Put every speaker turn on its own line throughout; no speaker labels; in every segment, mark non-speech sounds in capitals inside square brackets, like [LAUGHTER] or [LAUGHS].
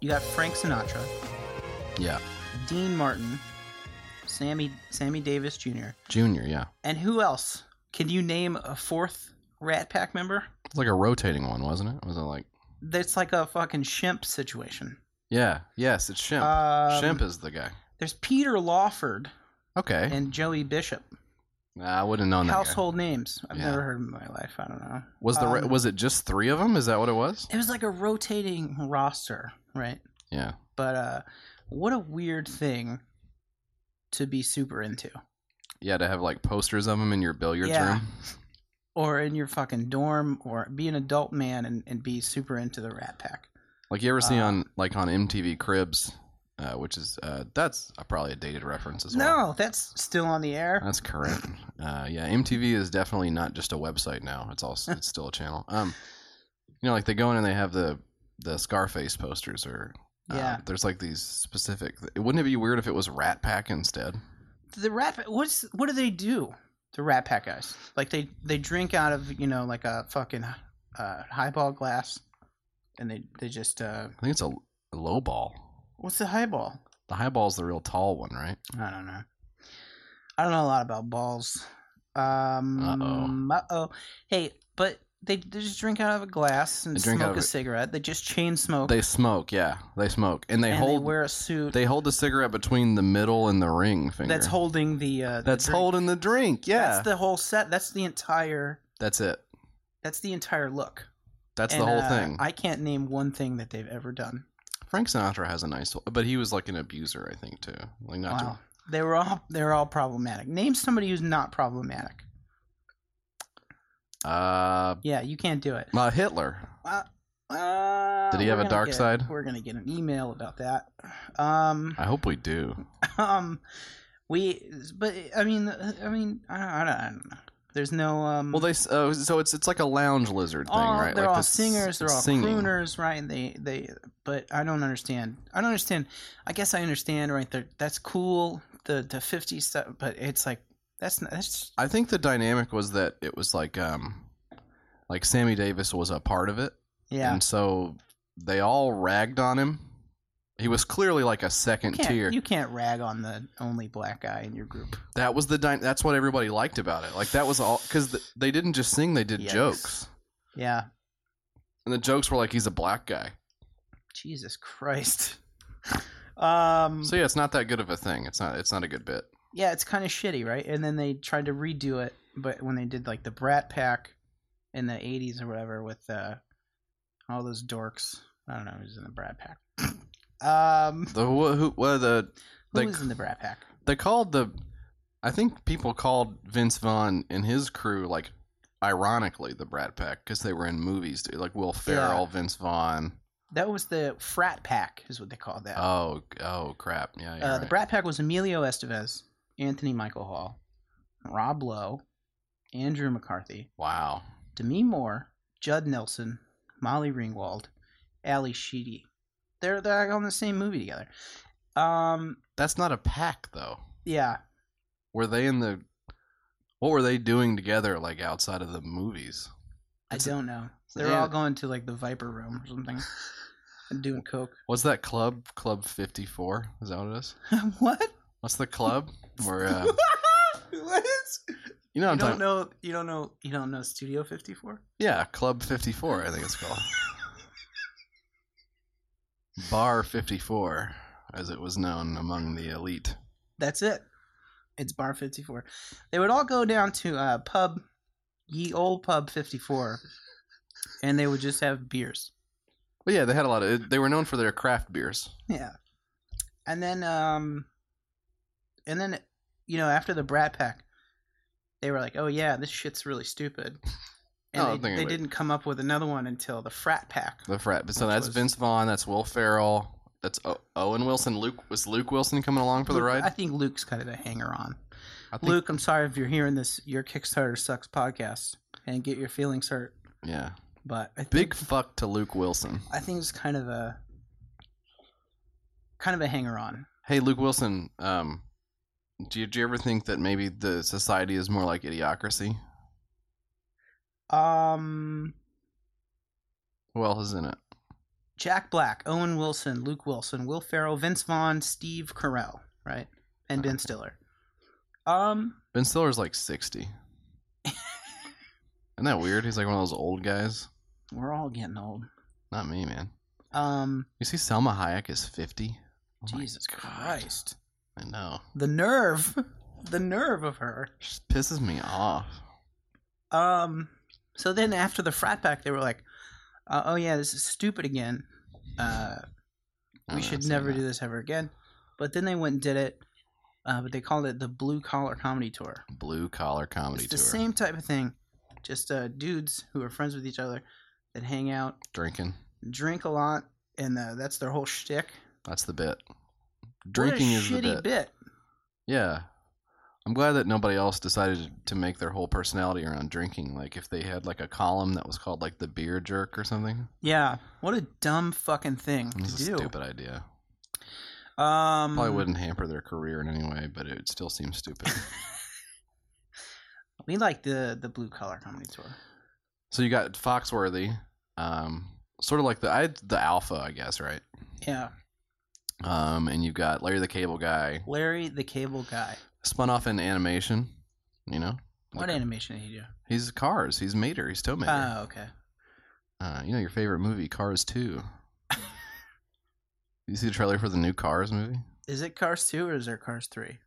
You got Frank Sinatra,
Yeah.
Dean Martin, Sammy Sammy Davis Jr.
Junior, yeah.
And who else? Can you name a fourth Rat Pack member?
It's like a rotating one, wasn't it? Was it like
That's like a fucking Shemp situation.
Yeah, yes, it's Shemp.
Um,
Shemp is the guy.
There's Peter Lawford
Okay.
and Joey Bishop.
Nah, I wouldn't have known that. guy.
Household names. I've
Yeah.
never heard in my life. I don't know.
Was the re-
um,
was it just 3 of them? Is that what it was?
It was like a rotating roster, right?
Yeah.
But uh what a weird thing to be super into.
Yeah, to have like posters of them in your billiards
Yeah.
room.
[LAUGHS] Or in your fucking dorm or be an adult man and, and be super into the rat pack.
Like you ever see
Uh,
on like on MTV Cribs, uh, which is uh, that's uh, probably a dated reference as well.
No, that's still on the air.
That's correct. Uh, yeah, MTV is definitely not just a website now.
[LAUGHS]
It's also it's still a channel. Um, you know, like they go in and they have the the Scarface posters or uh,
yeah.
There's like these specific. Wouldn't it be weird if it was Rat Pack instead?
the rat Pack- what's what do they do the rat pack guys like they they drink out of you know like a fucking uh highball glass and they they just uh
I think it's a, a low ball.
what's the highball
The high ball's the real tall one, right?
i don't know i don't know a lot about balls um uh-oh, hey but they, they just drink out of a glass and
They drink out
smoke
of
a
it.
cigarette they just chain smoke
They smoke, yeah, they smoke, and they
and
hold
they
they,
wear a suit
hold the cigarette between the middle and the ring finger.
that's holding the uh the
That's
drink.
holding the drink. Yeah,
that's the whole set that's the entire
That's it.
that's the entire look
That's the
And,
whole
uh,
thing.
I can't name one thing that they've ever done.
Frank Sinatra has a nice, but he was like an abuser, I think, too. Like not
wow, they were all they were all problematic. Name somebody who's not problematic.
to. Uh,
Yeah, you can't do it.
uh, Hitler.
Uh,
Did he have
we're
a
gonna
dark
get-
side?
We're gonna get an email about that. Um,
I hope we do.
[LAUGHS] um, we, but I mean, I mean, I don't, I don't, I don't know. There's no um.
Well, they s- uh, so it's it's like a lounge lizard thing,
all-
right?
Oh, They're
like
all
this
singers. They're all
singing.
crooners, right? And they they. But I don't understand. I don't understand. I guess I understand, right? There, that's cool. The the fifty stuff, but it's like that's not, that's
I think the dynamic was that it was like um, like Sammy Davis was a part of it,
yeah.
and so they all ragged on him. He was clearly like a second
Can't-
tier.
you can't rag on the only black guy in your group.
That was the dy- that's what everybody liked about it. Like that was all because th- they didn't just sing; they did
Yikes.
jokes,
Yeah.
and the jokes were like he's a black guy.
Jesus Christ. [LAUGHS] Um
So yeah, it's not that good of a thing. It's not. It's not a good bit.
yeah, it's kind of shitty, right? And then they tried to redo it, but when they did like the Brat Pack in the 80s or whatever with uh all those dorks, I don't know who's in the Brat Pack. [LAUGHS] um
The who? who well, the
who
Like-
was in the Brat Pack?
they called the. I think people called Vince Vaughn and his crew like, ironically, the Brat Pack because they were in movies too, like Will Ferrell, Vince Vaughn.
That was the Frat Pack is what they called that.
Oh, oh crap! Yeah, you're
Uh, The
right.
Brat Pack was Emilio Estevez, Anthony Michael Hall, Rob Lowe, Andrew McCarthy,
wow.
Demi Moore, Judd Nelson, Molly Ringwald, Ali Sheedy. They're they're all in the same movie together. Um,
That's not a pack though.
yeah,
Were they in the? What were they doing together? Like outside of the movies?
I
It's a-
don't know.
it's an
They're all
ad-
going to like the Viper Room or
[LAUGHS]
something and doing coke.
What's that club? Club Fifty Four? Is that [LAUGHS] what it is?
what?
What's the club? Where [LAUGHS] uh,
what is?
you
You
know? what
don't
I'm talking.
know. You don't know. You don't know Studio Fifty Four.
Yeah, Club 54, I think
[LAUGHS]
it's called. Bar 54, as it was known among the elite.
That's it. It's Bar 54. They would all go down to uh, pub, ye old pub 54, and they would just have beers.
But yeah, they had a lot of. They were known for their craft beers.
Yeah. And then um and then you know, after the Brat Pack, they were like, "Oh yeah, this shit's really stupid." And
Oh, I'm
they,
thinking
they
about-
didn't come up with another one until the Frat Pack.
The frat. So
Which
that's
was-
Vince Vaughn. That's Will Ferrell. That's o- Owen Wilson. Luke was Luke Wilson coming along for the
Luke- I
ride.
think Luke's kind of a hanger on.
I think,
Luke, I'm sorry if you're hearing this. Your Kickstarter sucks podcast and get your feelings hurt,
Yeah.
but I think
Big fuck to Luke Wilson.
I think it's kind of a kind of a hanger on.
Hey, Luke Wilson. Um, do you, do you ever think that maybe the society is more like idiocracy?
Um
Who else is in it?
Jack Black, Owen Wilson, Luke Wilson, Will Ferrell, Vince Vaughn, Steve Carell, right, and Ben Stiller. Um,
Ben Stiller's
[LAUGHS]
like 60. Isn't that weird? He's like one of those old guys.
we're all getting old.
Not me, man.
Um,
You see, Selma Hayek is 50. Oh my
Jesus
God.
Christ,
I know.
the nerve, [LAUGHS] the nerve of her.
She pisses me off.
Um, so then after the frat pack, they were like, uh, "Oh yeah, this is stupid again. Uh,
I
we
don't
should
say
never
that.
do this ever again." But then they went and did it. Uh, but they called it the Blue Collar Comedy Tour.
Blue collar comedy
It's the
tour.
same type of thing, just uh, dudes who are friends with each other that hang out,
Drinking.
drink a lot, and uh, that's their whole shtick.
That's the bit. Drinking
what a
is the
shitty
bit.
bit.
Yeah. I'm glad that nobody else decided to make their whole personality around drinking. Like, if they had like a column that was called like the beer jerk or something,
Yeah, what a dumb fucking thing
it was
to
a
do.
stupid idea.
Um,
Probably wouldn't hamper their career in any way, but it still seems stupid. [LAUGHS]
We like the the blue collar comedy tour.
so you got Foxworthy, um, sort of like the I, the alpha, I guess, right?
Yeah,
Um, and you've got Larry the Cable Guy,
Larry the Cable Guy.
spun off in animation. You know,
What animation did he do?
he's Cars, he's Mater, he's Tow Mater.
Oh, okay. Oh.
Uh, you know your favorite movie,
[LAUGHS]
Cars Two. you see the trailer for the new Cars movie?
Is it Cars two or is there Cars three?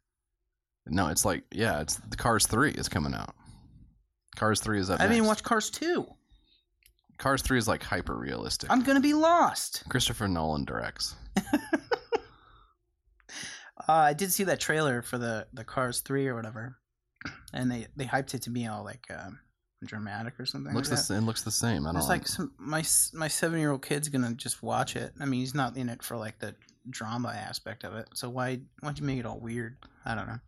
No, it's like yeah, it's the Cars Three is coming out. Cars Three is up.
I haven't even
next.
watched Cars two.
Cars Three is like hyper realistic.
I'm gonna be lost.
Christopher Nolan directs.
Uh, I did see that trailer for the the Cars three or whatever, and they they hyped it to be all like um, dramatic or something.
looks the,
like
s- it looks the same. I
that.
don't
It's like some, my s- my seven year old kid's gonna just watch it. I mean, he's not in it for like the drama aspect of it. So why why'd you make it all weird? I don't know.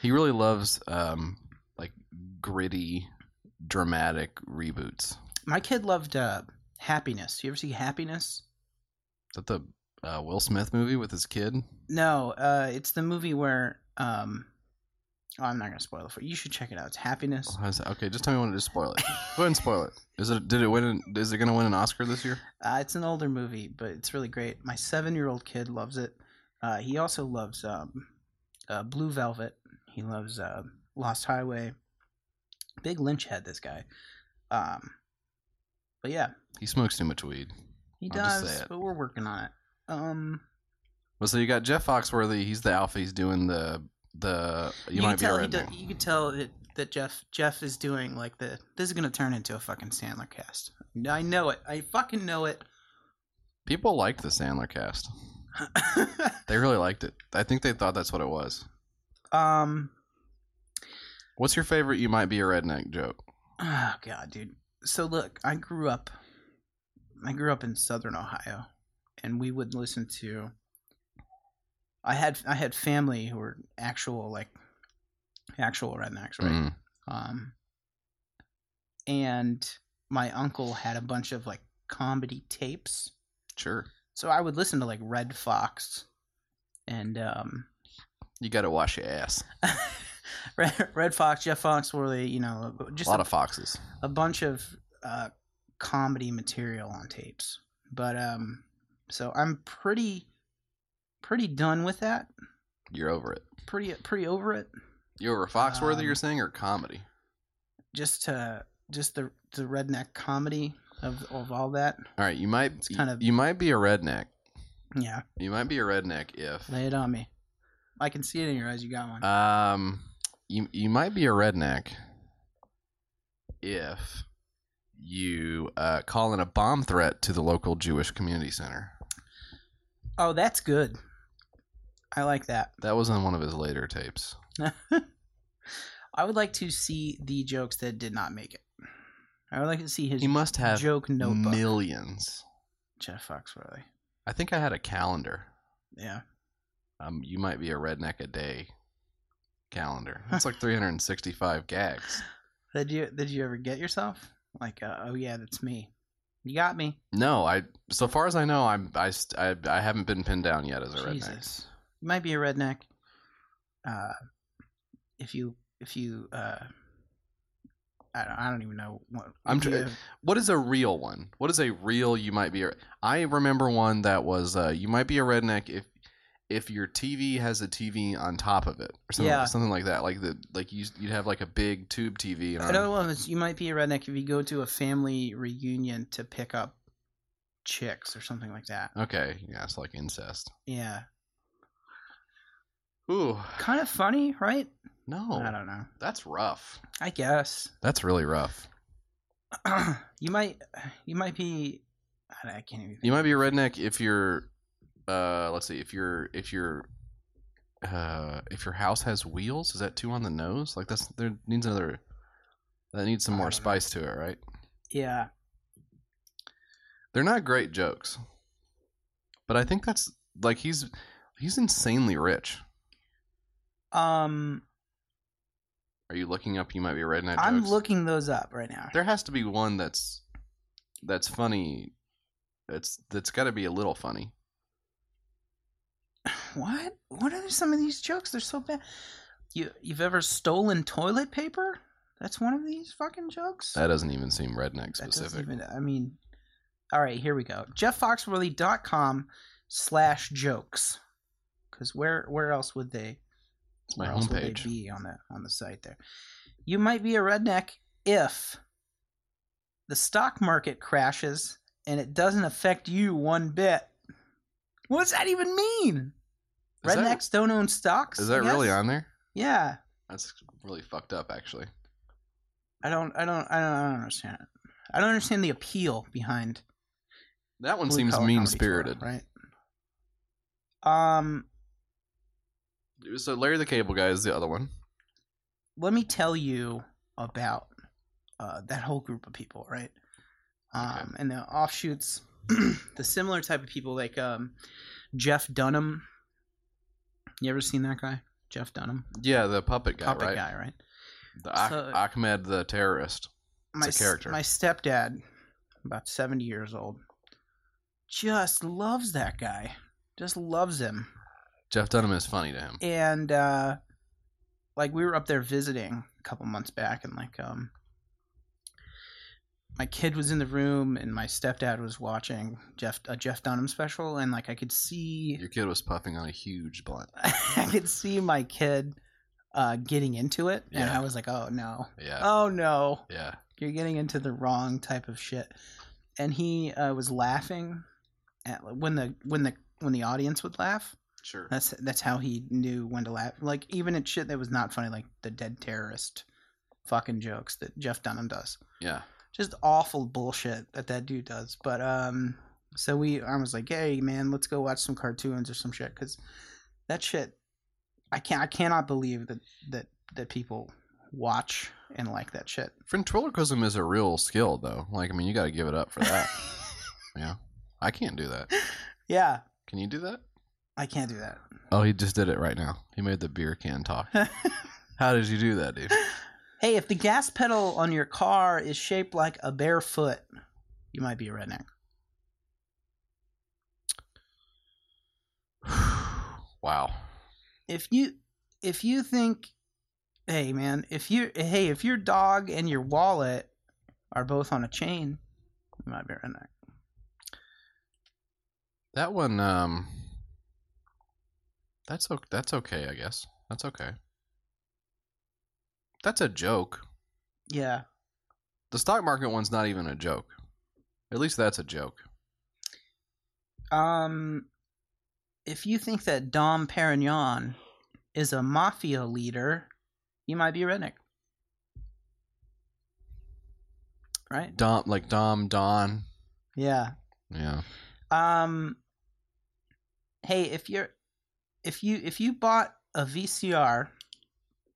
He really loves um like gritty, dramatic reboots. Is
My kid loved uh, Happiness. You ever see Happiness?
that the uh, Will Smith movie with his kid?
No, uh, it's the movie where um, oh, I'm not gonna spoil it for you. You should check it out. It's Happiness.
How's that- Okay, just tell me when to just spoil it. Go ahead and spoil it. Is it did it win? An, is it going to win an Oscar this year?
Uh, it's an older movie, but it's really great. My seven-year-old kid loves it. Uh, he also loves um, uh, Blue Velvet. He loves uh, Lost Highway. Big Lynch head, this guy. Um, but yeah,
He smokes too much weed.
he
I'll just say
does.
it.
But we're working on it. Um,
Well, so you got Jeff Foxworthy. He's the alpha. He's doing the the. You,
you, can
might be
tell
right.
he do, you can tell that, that Jeff Jeff is doing like the this is gonna turn into a fucking Sandler cast. I know it. I fucking know it. [LAUGHS]
People liked the Sandler cast. They really liked it. I think they thought that's what it was.
um.
What's your favorite? You might be a redneck joke.
Oh god, dude. So look, I grew up I grew up in southern Ohio and we would listen to I had I had family who were actual like actual rednecks, right?
Mm.
Um and my uncle had a bunch of like comedy tapes.
Sure.
So I would listen to like Red Fox and um [LAUGHS]
You got to wash your ass.
Red, Red Fox, Jeff Foxworthy, you know, just
a lot of foxes.
a bunch of uh, comedy material on tapes. But um, so I'm pretty, pretty done with that.
You're over it.
Pretty, pretty over it.
You over Foxworthy?
Um,
you're saying or comedy?
Just uh, just the the redneck comedy of of all that.
All right. You might.
it's kind of-
you might be a redneck.
Yeah,
You might be a redneck if.
lay it on me. I can see it in your eyes. You got one.
Um, you you might be a redneck if you uh, call in a bomb threat to the local Jewish community center.
oh, that's good. I like that.
That was on one of his later tapes.
I would like to see the jokes that did not make it. I would like to see his
He must have
joke notebook.
millions.
Jeff Foxworthy.
I think I had a calendar.
Yeah.
Um, you might be a redneck a day calendar. That's like 365 gags.
Did you did you ever get yourself like uh, oh yeah that's me, you got me
No, I so far as I know, I'm I st- I, I haven't been pinned down yet as a redneck.
Jesus you might be a redneck, uh, if you if you uh, I don't, I don't even know what.
I'm tr-
yeah.
What is a real one? What is a real you might be a I remember one that was uh you might be a redneck if if your TV has a TV on top of it or something,
Yeah.
something like that. Like the like you you'd have like a big tube TV and on-
Another one is you might be a redneck if you go to a family reunion to pick up chicks or something like that.
Okay, yeah, it's like incest.
Yeah,
Ooh.
kind of funny, right? I
No.
don't know.
That's rough.
I guess [CLEARS THROAT]
That's really rough.
you might you might be. I I can't even. Think.
You might be a redneck if you're uh let's see, if you're if you're uh if your house has wheels, is that two on the nose? Like that's there needs another that needs some
I
more
don't know.
spice to it, right?
Yeah,
They're not great jokes. But I think that's like he's he's insanely rich.
Um,
Are you looking up you might be a redneck
I'm
jokes?
looking those up right now.
there has to be one that's that's funny. It's that's got to be a little funny.
What? What are some of these jokes? They're so bad. You you've ever stolen toilet paper? That's one of these fucking jokes.
That doesn't even seem redneck
That doesn't
specific.
even- I mean, all right, here we go. JeffFoxworthy.com slash jokes. Because where where else would they?
It's my
where else would they
homepage.
be on the on the site there? You might be a redneck if the stock market crashes and it doesn't affect you one bit. What does that even mean?
Is that-
Rednecks don't own stocks.
Is
I
that really
guess?
on there?
Yeah,
That's really fucked up, actually.
I don't, I don't, I don't, I don't understand it. I don't understand the appeal behind
That one
blue
seems
collar comedy
mean spirited.
genre, right? Um,
So uh, Larry the Cable Guy is the other one.
let me tell you about uh, that whole group of people, right? Um, And the offshoots, [CLEARS THROAT] the similar type of people, like um, Jeff Dunham. You ever seen that guy, Jeff Dunham,
Yeah, the puppet guy,
puppet
right?
guy, right?
The Ak-
So-
Ahmed the terrorist.
my
It's a character.
s- My stepdad, about seventy years old, just loves that guy. Just loves him.
Jeff Dunham is funny to him.
and uh like we were up there visiting a couple months back and like um my kid was in the room and my stepdad was watching Jeff a Jeff Dunham special and like I could see
Your kid was puffing on a huge blunt.
[LAUGHS] I could see my kid uh getting into it and
Yeah.
I was like oh no
Yeah,
oh no
yeah.
you're getting into the wrong type of shit and he uh, was laughing at when the when the when the audience would laugh
Sure.
that's that's how he knew when to laugh. Like even at shit that was not funny, like the dead terrorist fucking jokes that Jeff Dunham does.
Yeah.
Just awful bullshit that that dude does. But um, so we I was like, hey man, let's go watch some cartoons or some shit because that shit, I can't I cannot believe that that that people watch and like that shit.
Ventriloquism is a real skill, though. Like, I mean, you got to give it up for that. yeah. I can't do that.
[LAUGHS] yeah,
Can you do that?
I can't do that.
Oh, he just did it right now. He made the beer
[LAUGHS]
can talk. How did you do that, dude? [SIGHS]
Hey, if the gas pedal on your car is shaped like a bare foot, you might be a redneck.
wow.
if you if you think hey man if you hey if your dog and your wallet are both on a chain you might be right there
That one, um, that's okay. That's okay, I guess. That's okay. That's a joke.
yeah
The stock market one's not even a joke. At least that's a joke.
um if you think that dom perignon is a mafia leader you might be a redneck right
Dom, like Dom, Don.
yeah
Yeah.
um hey if you're if you if you bought a vcr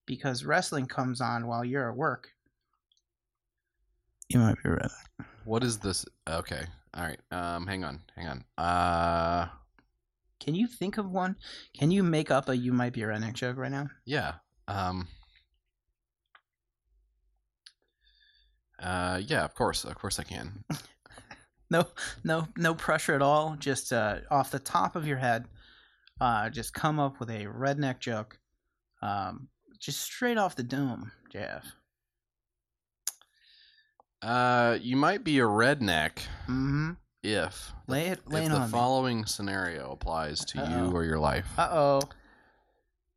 because wrestling comes on while you're at work you might be right
What is this? Okay. All right. Um, hang on. Hang on. Uh,
can you think of one can you make up a you might be a redneck joke right now
yeah. Um, uh, yeah, of course. Of course I can.
no no no pressure at all just uh off the top of your head uh just come up with a redneck joke um just straight off the dome jeff
Uh, you might be a redneck
Mm-hmm.
if
Lay it, lay
if
it
the
on me.
following scenario applies to
Uh-oh.
you or your life.
Uh oh.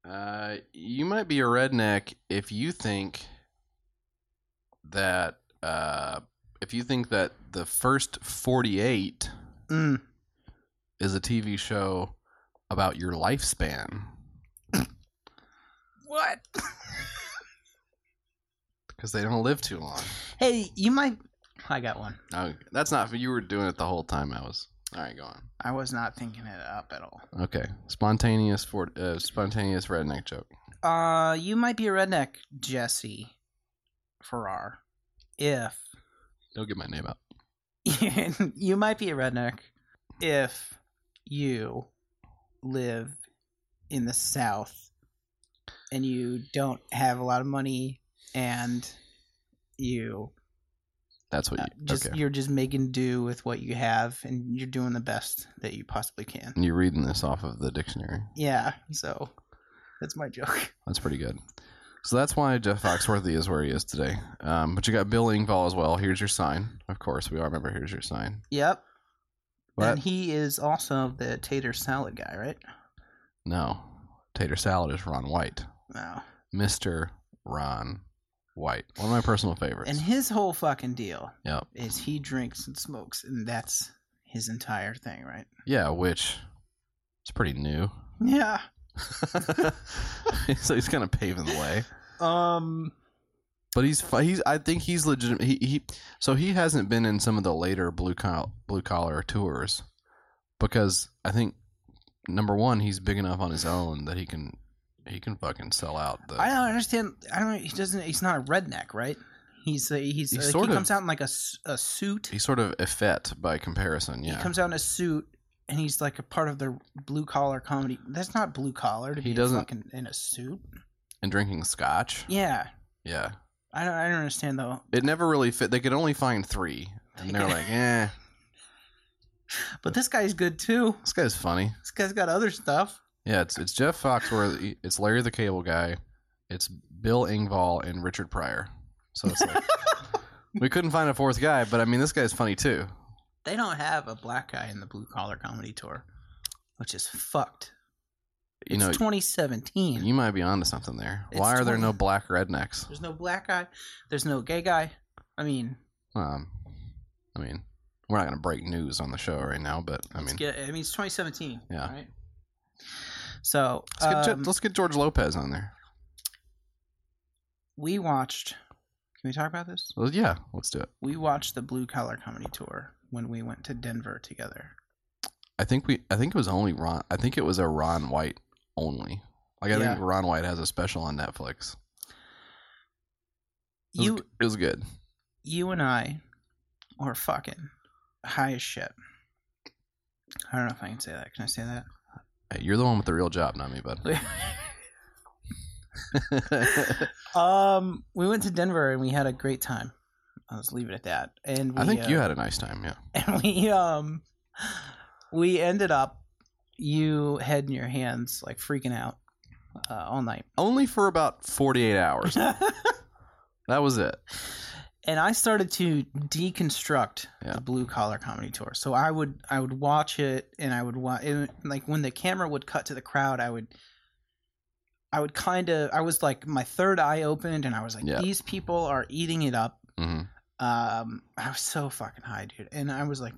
Uh, you might be a redneck if you think that uh, if you think that the first forty-eight
Mm.
is a TV show about your lifespan
What? [LAUGHS]
because they don't live too long.
Hey, you might. I got one.
Oh, that's not you were doing it the whole time. I was all right. Go on.
I was not thinking it up at all.
Okay, spontaneous for uh, spontaneous redneck joke.
Uh, you might be a redneck, Jesse Farrar. If [LAUGHS]
Don't get my name out.
you might be a redneck, if you live in the South and you don't have a lot of money and you
That's what you.
uh, just
okay.
you're just making do with what you have and you're doing the best that you possibly can.
You're reading this off of the dictionary.
Yeah, so that's my joke. [LAUGHS]
That's pretty good. So that's why Jeff Foxworthy is where he is today. Um, but you got Bill Engvall as well. Here's your sign. Of course, we all remember. Here's your sign.
Yep.
What?
And he is also the tater salad guy, right?
no, tater salad is Ron White,
No.
Mister Ron White. One of my personal favorites.
And his whole fucking deal
Yep.
is he drinks and smokes, and that's his entire thing, right?
Yeah, which it's pretty new. [LAUGHS]
Yeah.
so he's kind of paving the way.
Um.
But he's fi- he's I think he's legitimate. He, he so he hasn't been in some of the later blue collar blue collar tours because I think number one he's big enough on his own that he can he can fucking sell out the
I don't understand. I don't. He doesn't. He's not a redneck, right? He's a, he's,
He's
like,
sort
he
of-
comes out in like a, s- a suit.
he's sort of effete by comparison.
He
Yeah,
comes out in a suit, and he's like a part of the blue collar comedy. That's not blue collar. To
He
be
doesn't-
fucking in a suit.
and drinking scotch.
Yeah.
Yeah,
I don't. I don't understand though.
it never really fit. They could only find three, and they're like, eh,
But this guy's good too.
this guy's funny.
This guy's got other stuff.
Yeah, it's it's Jeff Foxworthy, it's Larry the Cable Guy, it's Bill Engvall and Richard Pryor. So it's
[LAUGHS]
like we couldn't find a fourth guy, but I mean this guy's funny too.
They don't have a black guy in the blue collar comedy tour, which is fucked.
You
it's
know,
2017.
you might be onto something there.
It's
Why are there no
20
black rednecks?
There's no black guy. There's no gay guy. I mean,
Um, I mean, we're not gonna break news on the show right now, but I
let's
mean,
get, I mean, it's 2017.
Yeah.
Right? So
let's get, Je-
um,
let's get George Lopez on there.
we watched. Can we talk about this?
Well, yeah, let's do it.
We watched the Blue Collar Comedy Tour when we went to Denver together.
I think we I think it was only Ron. I think it was a Ron White only. Like I
Yeah.
think Ron White has a special on Netflix. It was-
You,
it was good.
you and I, were fucking high as shit. I don't know if I can say that. Can I say that?
Hey, you're the one with the real job, not me,
[LAUGHS]
bud. [LAUGHS]
um, we went to Denver and we had a great time. I'll just leave it at that. And we,
I think
uh, [LAUGHS]
you had a nice time, yeah.
and we um, we ended up you head in your hands like freaking out uh, all night. [LAUGHS]
Only for about 48 hours. that was it.
and I started to deconstruct
Yeah.
the blue collar comedy tour. So I would I would watch it and I would watch like when the camera would cut to the crowd, I would I would kind of I was like my third eye opened and I was like
Yeah.
these people are eating it up.
hmm
Um I was so fucking high, dude. And I was like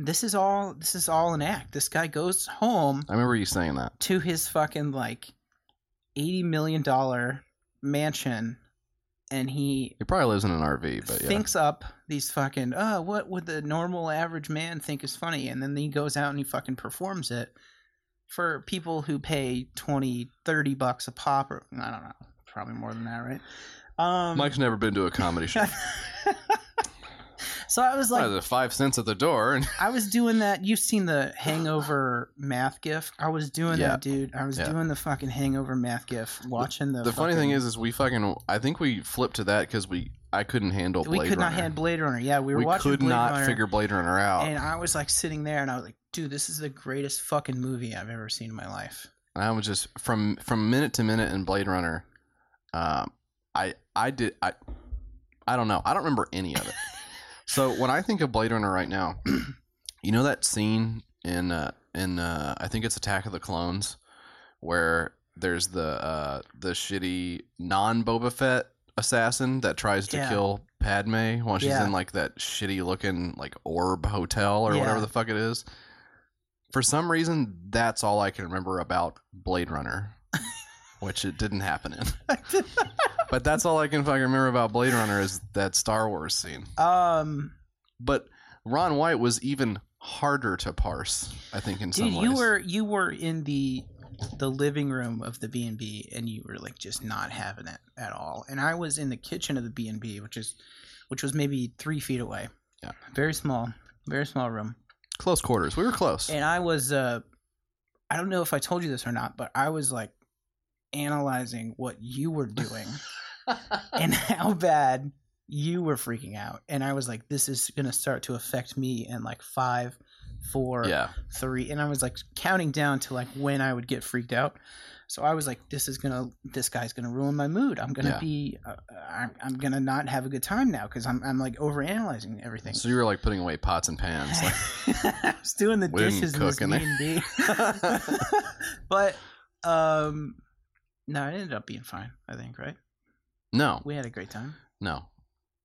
this is all this is all an act. This guy goes home
I remember you saying that.
to his fucking like 80 million dollar mansion and he
He probably lives in an RV, but yeah.
thinks up these fucking uh what would the normal average man think is funny and then he goes out and he fucking performs it for people who pay 20 30 bucks a pop or i don't know probably more than that right um
Mike's never been to a
[LAUGHS]
comedy show.
so i was
Well,
like
there's five cents at the door, and [LAUGHS]
i was doing that you've seen the hangover math gif i was doing
Yeah.
that dude i was
Yeah.
doing the fucking hangover math gif watching the
the funny
fucking-
thing is, is we fucking. I think we flipped to that because we. I couldn't handle
we
Blade
could not
Runner.
hand blade runner yeah we were
we
watching
could
blade
not
runner.
figure Blade Runner out.
And
And
I was like sitting there and I was like, dude, this is the greatest fucking movie I've ever seen in my life. [LAUGHS]
[LAUGHS] I was just from from minute to minute in Blade
[LAUGHS]
uh, Runner. Um, I I did I. I don't know. I don't remember any of it. So when I think of Blade Runner right now, [CLEARS THROAT] you know that scene in uh, in uh, I think it's Attack of the Clones, where there's the uh, the shitty non Boba Fett assassin that tries to
Yeah.
kill Padme while she's
Yeah.
in like that shitty looking like orb hotel or
Yeah.
whatever the fuck it is. For some reason, that's all I can remember about
[LAUGHS]
Blade Runner, which it didn't happen in. But that's all I can fucking remember about Blade Runner is that Star Wars scene.
um,
But Ron White was even harder to parse, I think, in some
dude,
ways.
you were you were in the the living room of the B and B, and you were like just not having it at all. And I was in the kitchen of the B and B, which is which was maybe three feet away.
Yeah.
very small, very small room.
close quarters. We were close.
And I was, uh, I don't know if I told you this or not, but I was like analyzing what you were
[LAUGHS]
doing and how bad you were freaking out. And I was like, this is going to start to affect me in like five, four, three,
yeah.
And I was like counting down to like when I would get freaked out. So I was like, this is going to, this guy's going to ruin my mood. I'm going to
Yeah.
be, uh, I'm, I'm going to not have a good time now because I'm, I'm like overanalyzing everything.
So you were like putting away pots and pans.
[LAUGHS]
Like,
I was doing the
We didn't
dishes in
cook
this
in
B and B.
[LAUGHS]
[LAUGHS] But um, no, it ended up being fine. I think right.
no,
We had a great time.
no.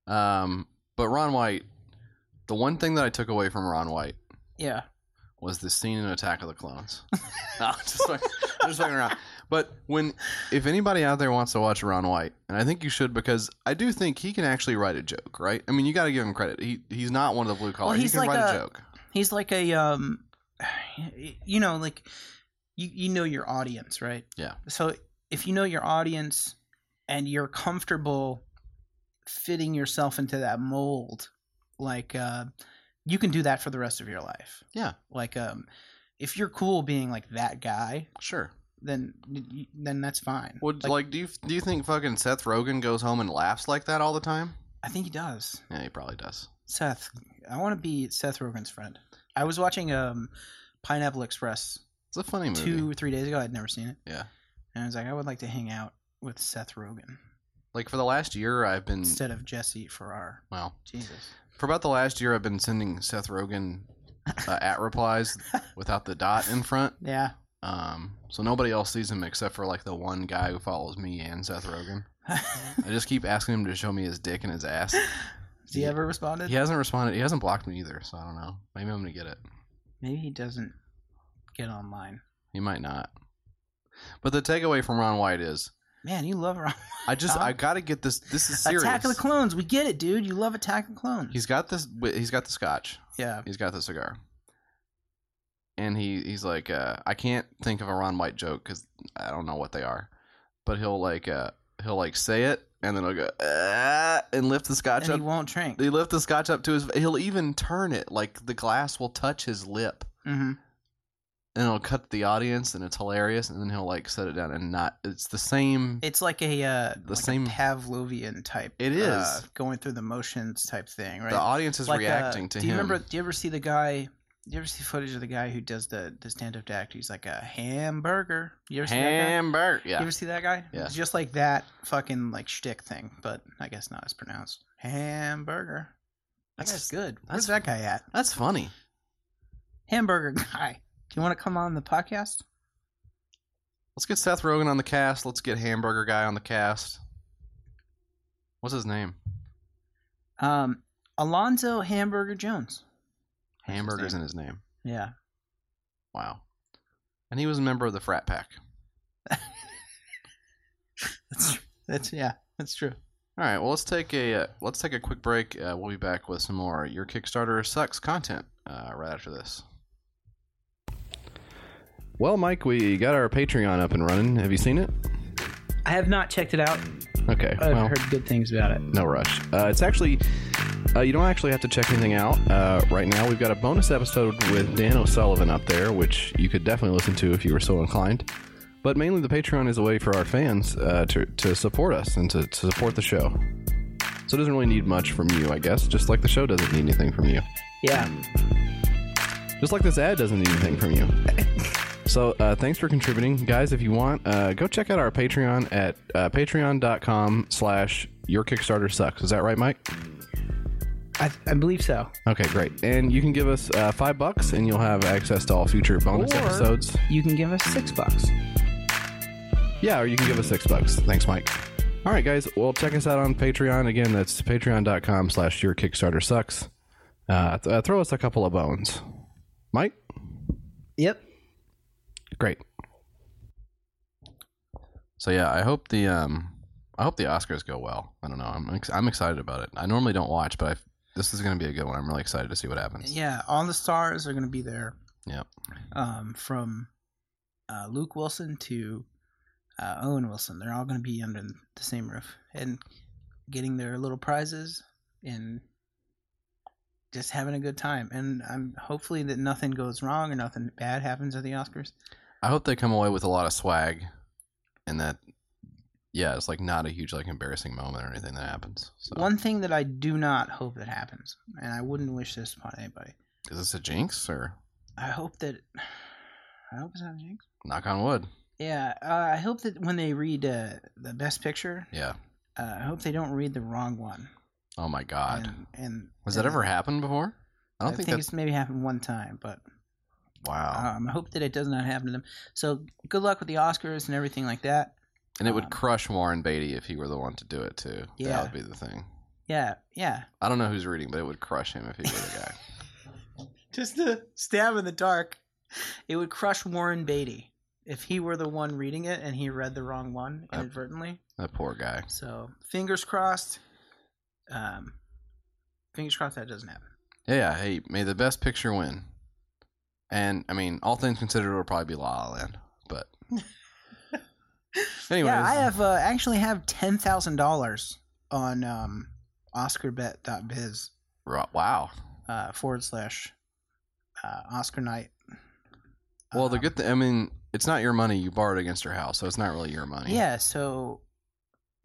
Um, but Ron White, the one thing that I took away from Ron White
Yeah.
was the scene in Attack of the Clones. [LAUGHS] no, I'm just fucking, I'm just fucking around. But when, if anybody out there wants to watch Ron White, and I think you should because I do think he can actually write a joke, right? I mean, you got to give him credit. He he's not one of the blue collar.
Well,
he
he's
can
like
write a,
a-
joke.
He's like a um, [SIGHS] you know, like you you know your audience, right?
Yeah.
So if you know your audience and you're comfortable fitting yourself into that mold, like uh, you can do that for the rest of your life.
Yeah.
Like um, if you're cool being like that guy,
Sure.
then y- then that's fine.
Well, like, do you do you think fucking Seth Rogen goes home and laughs like that all the time?
I think he does.
Yeah, he probably does.
Seth, I want to be Seth Rogen's friend. I was watching um, Pineapple Express
It's a funny movie.
two or three days ago. I'd never seen it.
Yeah.
And I was like, I would like to hang out with Seth Rogen
Like for the last year, I've been
instead of Jesse Farrar.
well
Jesus.
for about the last year, I've been sending Seth Rogen uh,
[LAUGHS]
at replies without the dot in front.
Yeah.
Um, so nobody else sees him except for like the one guy who follows me and Seth Rogen.
[LAUGHS]
I just keep asking him to show me his dick and his ass.
Has he ever responded?
He hasn't responded. He hasn't blocked me either, so I don't know. Maybe I'm gonna get it.
Maybe he doesn't get online.
He might not. But the takeaway from Ron White is
Man, you love Ron.
I just
Huh?
I gotta get this. This is serious.
Uh-huh. Attack of the Clones. We get it, dude. You love Attack of the Clones.
He's got this. He's got the scotch.
yeah.
He's got the cigar. And he, he's like, uh, I can't think of a Ron White joke because I don't know what they are. But he'll like, uh, he'll like say it, and then he'll go "Ah," and lift the scotch
And he
up.
won't drink.
They lift the scotch up to his. He'll even turn it like the glass will touch his lip,
hmm
and it'll cut the audience, and it's hilarious. And then he'll like set it down and not. It's the same.
It's like a uh,
The
like a
same-
Pavlovian type.
It
uh,
is.
going through the motions type thing, right?
The audience is
Like, uh,
reacting to
do you
him.
remember? Do you ever see the guy? Do you ever see footage of the guy who does the the stand up act? He's like a hamburger. You ever see that guy?
Hamburger.
You
Yeah.
ever see that guy?
Yeah.
It's just like that fucking like shtick thing, but I guess not as pronounced. Hamburger. That
That's-
guy's good.
that's-
Where's that guy at?
That's funny.
Hamburger [LAUGHS] guy. Do you want to come on the podcast?
Let's get Seth Rogen on the cast. Let's get Hamburger Guy on the cast. What's his name?
Um, Alonzo Hamburger Jones. That's his
Hamburger's
name.
in his name.
Yeah.
Wow. And he was a member of the frat pack.
That's that's yeah. That's true.
All right. Well, let's take a uh, let's take a quick break. Uh, we'll be back with some more your Kickstarter sucks content uh, right after this. Well, Mike, we got our Patreon up and running. Have you seen it?
I have not checked it out.
Okay.
I've heard good things about it.
no rush. Uh, it's actually, uh, you don't actually have to check anything out uh, right now. We've got a bonus episode with Dan O'Sullivan up there, which you could definitely listen to if you were so inclined. But mainly, the Patreon is a way for our fans uh, to, to support us and to, to support the show. So it doesn't really need much from you, I guess, just like the show doesn't need anything from you.
Yeah.
Just like this ad doesn't need anything from you. So uh, thanks for contributing, guys. If you want, uh, go check out our Patreon at uh, patreon.com slash your Kickstarter sucks. Is that right, Mike?
I, I believe so.
Okay, great. And you can give us uh, five bucks, and you'll have access to all future bonus
Or-
episodes.
You can give us six bucks.
Yeah, or you can give us six bucks. Thanks, Mike. All right, guys. Well, check us out on Patreon. Again, that's patreon.com slash your Kickstarter sucks. Uh, th- uh, throw us a couple of bones. Mike?
Yep.
Great. So yeah, I hope the um, I hope the Oscars go well. I don't know. I'm ex- I'm excited about it. I normally don't watch, but I, this is going to be a good one. I'm really excited to see what happens.
Yeah, all the stars are going to be there.
Yep.
Um, from uh, Luke Wilson to uh, Owen Wilson, they're all going to be under the same roof and getting their little prizes and just having a good time. And I'm hopefully that nothing goes wrong or nothing bad happens at the Oscars.
I hope they come away with a lot of swag, and that yeah, it's like not a huge like embarrassing moment or anything that happens. So
One thing that I do not hope that happens, and I wouldn't wish this upon anybody.
is this a jinx or
I hope that [SIGHS] I hope it's not a jinx.
knock on wood?
Yeah, uh, I hope that when they read uh, the best picture,
Yeah.
uh, I hope they don't read the wrong one.
Oh my god.
And, and
Has that
and
ever happened before? I
I,
don't
think,
think, Oh. that's
it's maybe happened one time, but
wow.
um, I hope that it does not happen to them. So good luck with the Oscars and everything like that.
and it would
um,
crush Warren Beatty if he were the one to do it too.
Yeah.
That would be the thing.
Yeah, yeah.
I don't know who's reading, but it would crush him if he were
[LAUGHS]
the guy.
Just a stab in the dark. It would crush Warren Beatty if he were the one reading it and he read the wrong one
Yep.
inadvertently.
that poor guy.
So fingers crossed. Um, fingers crossed that doesn't happen.
Yeah, hey, may the best picture win. And I mean, all things considered, it would probably be La La Land.
[LAUGHS]
But anyways,
Yeah, I have uh, actually have ten thousand dollars on um, OscarBet.biz
Ro- wow.
uh, forward slash uh, Oscar night.
Well, the
Um,
good thing, I mean, it's not your money. You borrowed against your house, so it's not really your money.
Yeah, so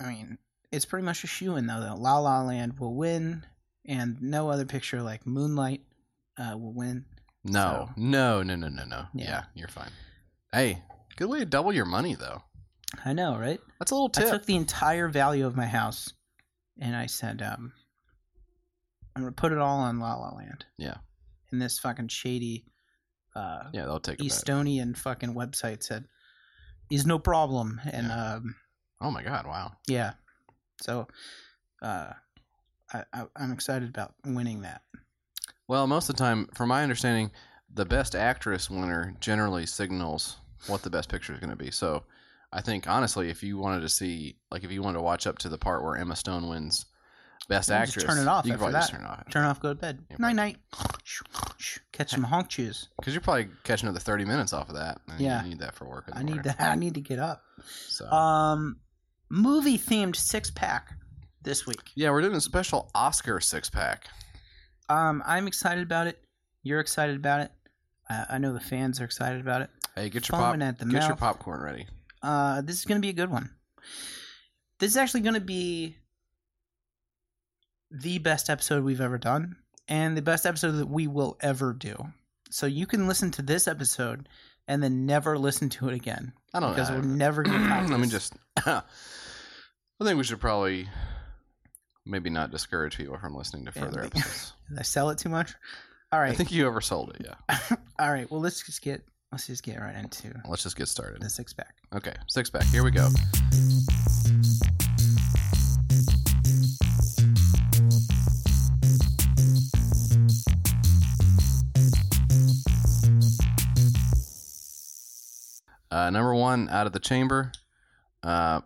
I mean, it's pretty much a shoe in though that La La Land will win, and no other picture like Moonlight uh, will win.
No,
So-
no, no, no, no, no.
Yeah.
Yeah. you're fine. Hey, good way to double your money though.
I know, right?
That's a little tip.
I took the entire value of my house, and I said, um, "I'm gonna put it all on La La Land."
Yeah.
And this fucking shady, uh,
yeah, they'll take a bet.
Estonian fucking website said, "Is no problem," and yeah.
Yeah.
um,
Oh my god! Wow.
yeah, so, uh, I, I I'm excited about winning that.
Well, most of the time, from my understanding, the best actress winner generally signals what the best picture is going to be. So, I think honestly, if you wanted to see, like, if you wanted to watch up to the part where Emma Stone wins best
Well, just
actress,
turn it off
You
after
could probably just
that.
turn it off
Turn off, go to bed.
Yeah,
night night. Catch some honk
[LAUGHS]
chews.
because you're probably catching another thirty minutes off of that. And
Yeah.
you need that for work. in the
I need
morning.
that. I need to [LAUGHS] get up.
So,
Um, movie themed six pack this week.
yeah, we're doing a special Oscar six pack.
Um, I'm excited about it. You're excited about it. Uh, I know the fans are excited about it.
Hey, get your pop,
Foaming
get
at the
your
mouth.
popcorn ready.
Uh, this is going to be a good one. This is actually going to be the best episode we've ever done and the best episode that we will ever do. So you can listen to this episode and then never listen to it again
I don't
because
know.
we'll
[CLEARS THROAT]
never get past
Uh, Let me
this.
just. [COUGHS] I think we should probably maybe not discourage people from listening to
Yeah,
further
we-
episodes.
Did I sell it too much. All [LAUGHS]
I
right.
think you oversold it. Yeah.
[LAUGHS] All right. Well, let's just get let's just get right into
Let's just get started.
the six pack.
Okay, six pack. Here we go. Uh, number one out of the chamber. Uh,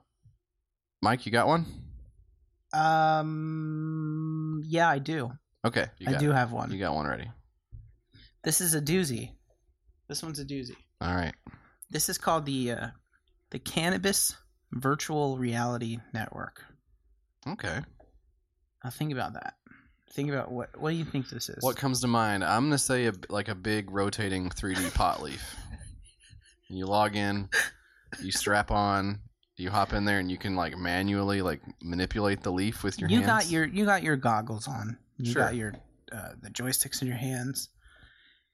Mike, you got one?
Um yeah, I do.
Okay, you
I
got
do have
it.
one.
You got one ready.
This is a doozy. This one's a doozy.
All right.
This is called the uh, the Cannabis Virtual Reality Network.
Okay.
Now think about that. Think about what what do you think this is?
What comes to mind? I'm gonna say a, like a big rotating 3D pot
[LAUGHS]
leaf. You log in, you strap on, you hop in there, and you can like manually like manipulate the leaf with your
you
hands.
got your you got your goggles on. You
Sure.
got your uh, the joysticks in your hands.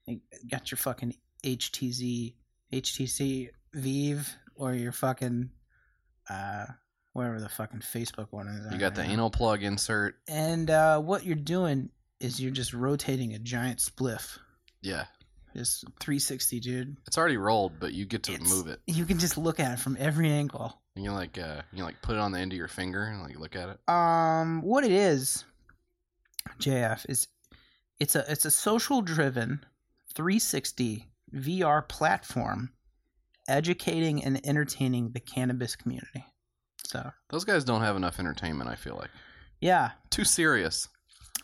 You got your fucking HTZ HTC Vive or your fucking uh whatever the fucking Facebook one is. I
you
don't
got the
know.
anal plug insert.
and uh, what you're doing is you're just rotating a giant spliff.
Yeah,
Just 360, dude.
it's already rolled, but you get to
It's-
move it,
You can just look at it from every angle.
and you like uh, you like put it on the end of your finger and like look at it.
Um, what it is, JF is it's a it's a social driven 360 VR platform educating and entertaining the cannabis community. So
Those guys don't have enough entertainment. I feel like
yeah,
too serious,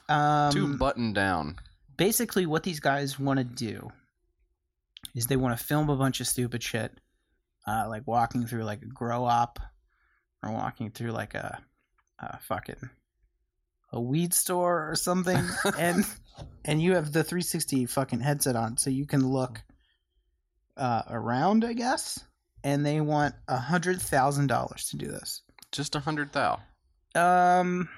um,
too buttoned down.
basically what these guys want to do is they want to film a bunch of stupid shit, uh, like walking through like a grow up or walking through like a, a fucking a weed store or something, and and you have the 360 fucking headset on, so you can look uh, around, I guess. And they want a hundred thousand dollars to do this.
Just a hundred thou.
Um,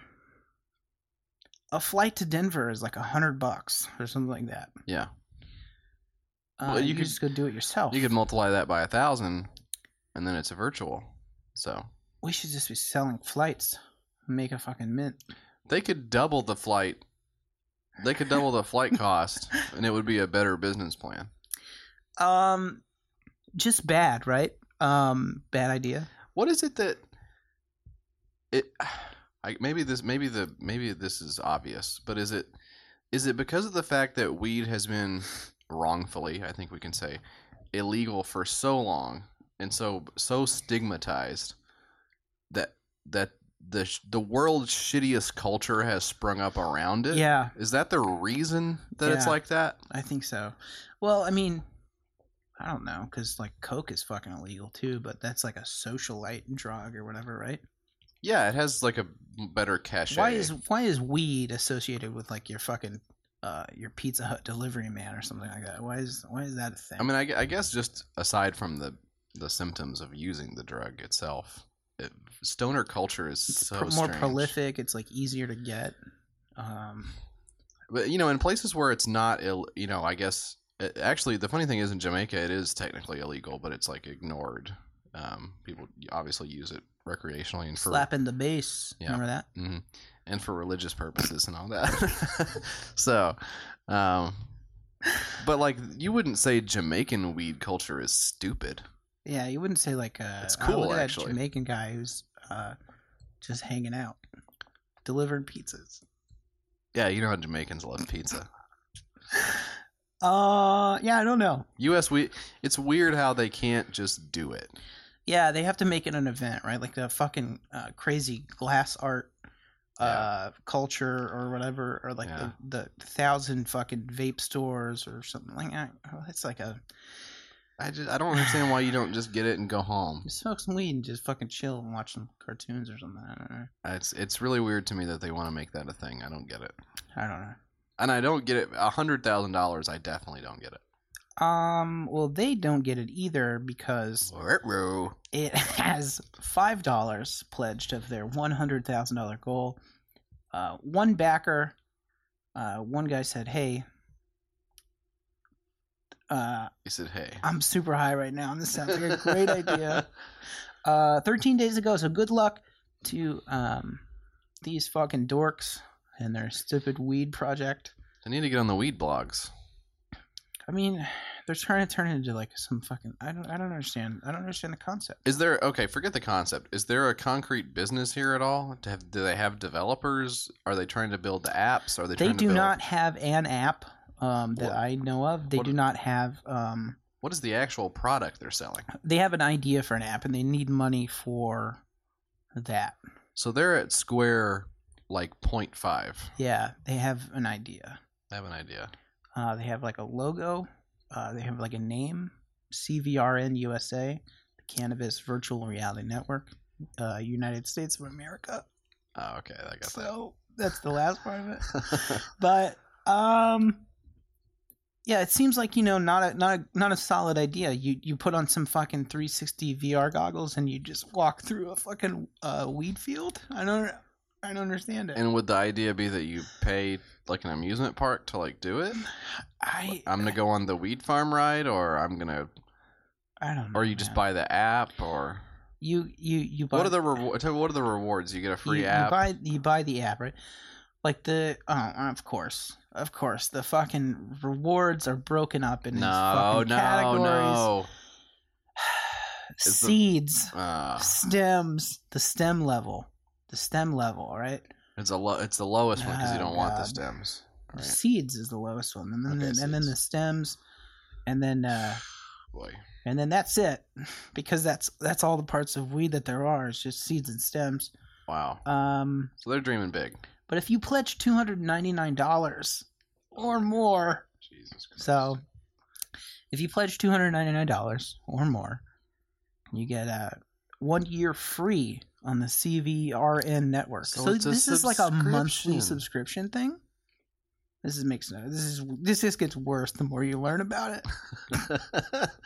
a flight to Denver is like a hundred bucks or something like that.
Yeah,
Uh,
Well, you
you,
could-
could just go do it yourself.
you could multiply that by a thousand, and then it's a virtual. So
we should just be selling flights. Make a fucking mint.
they could double the flight. They could double the
[LAUGHS]
flight cost, and it would be a better business plan.
Um, just bad, right? Um, bad idea.
What is it that it? [SIGHS] I, maybe this, maybe the, maybe this is obvious, but is it is it because of the fact that weed has been wrongfully, I think we can say, illegal for so long and so so stigmatized that that the sh- the world's shittiest culture has sprung up around it?
Yeah,
Is that the reason that it's
Yeah.
like that?
I think so. Well, I mean, I don't know, cause like coke is fucking illegal too, but that's like a socialite drug or whatever, right?
Yeah, it has like a better cachet.
Why is why is weed associated with like your fucking uh your Pizza Hut delivery man or something like that? Why is why is that a thing?
I mean, I, gu- I guess just aside from the the symptoms of using the drug itself, it, stoner culture is
it's
so
pr- more
strange.
prolific. It's like easier to get. Um,
But you know, in places where it's not, Ill, you know, I guess it, actually the funny thing is in Jamaica it is technically illegal, but it's like ignored. Um, people obviously use it recreationally and for
slapping the bass.
Yeah.
Remember that?
Mhm. and for religious purposes and all that. [LAUGHS] so, um, but like you wouldn't say Jamaican weed culture is stupid.
Yeah, you wouldn't say like uh
It's
oh,
cool,
look at that
actually.
Jamaican guy who's uh, just hanging out, delivering pizzas.
Yeah, you know how Jamaicans love pizza.
Uh, yeah, I don't know.
U.S. We it's weird how they can't just do it.
Yeah, they have to make it an event, right? Like the fucking uh, crazy glass art uh, culture or whatever, or like
Yeah.
the, the thousand fucking vape stores or something like that. Oh, that's like a
I just I don't understand why you don't just get it and go home.
just smoke some weed and just fucking chill and watch some cartoons or something. I don't know.
It's it's really weird to me that they want to make that a thing. I don't get it,
I don't know.
and I don't get it. A hundred thousand dollars, I definitely don't get it.
Um, well, they don't get it either because
Ruh-roh.
it [LAUGHS] has five dollars pledged of their one hundred thousand dollar goal. Uh, one backer, uh, one guy said, "Hey, uh,
He said, "Hey,
I'm super high right now, and this sounds like a great idea." Uh, Thirteen days ago, so good luck to um, these fucking dorks and their stupid weed project.
[LAUGHS] I need to get on the weed blogs."
I mean, they're trying to turn it into like some fucking. I don't. I don't understand. I don't understand the concept.
Is there okay? Forget the concept. Is there a concrete business here at all? Do, have, do they have developers? Are they trying to build the apps? Are they?
They
trying to
do
build-
not have an app um, that
What-
I know of. They
what-
do not have. Um,
What is the actual product they're selling?
they have an idea for an app, and they need money for that.
So they're at square like 0.5.
Yeah, they have an idea.
I have an idea.
Uh, they have like a logo. Uh, they have like a name, CVRN USA, the Cannabis Virtual Reality Network, uh, United States of America.
Oh, okay, I got
So that's the last part of it. [LAUGHS]
that.
but um yeah it seems like you know not a not a not a solid idea you you put on some fucking 360 vr goggles and you just walk through a fucking uh weed field i don't i don't understand it
[LAUGHS] and would the idea be that you pay like an amusement park to like do it?
i
I'm gonna go on the weed farm ride, or I'm gonna,
i don't know
or you just
man.
buy the app, or
you you you buy
what are the rewar- tell me What are the rewards? You get a free
you,
app.
you buy you buy the app right like the oh, of course, of course, the fucking rewards are broken up in these
No,
fucking
no,
categories.
no. the-
Seeds,
Ah,
stems, the stem level, the stem level. All right,
it's a lo- it's the lowest one because you
Oh,
don't want the
God.
stems.
The
Right.
seeds is the lowest one, and then
Okay,
and then
seeds.
the stems, and then uh,
Boy,
and then that's it, [LAUGHS] because that's that's all the parts of weed that there are. It's just seeds and stems.
wow.
Um,
So they're dreaming big.
but if you pledge two hundred ninety nine dollars or more,
Jesus Christ.
So, if you pledge two hundred ninety nine dollars or more, you get a one year free on the CVRN network.
So
So,
it's a
this is like a monthly
subscription.
subscription thing. This is makes no. This is this just gets worse the more you learn about it.
[LAUGHS]
[LAUGHS]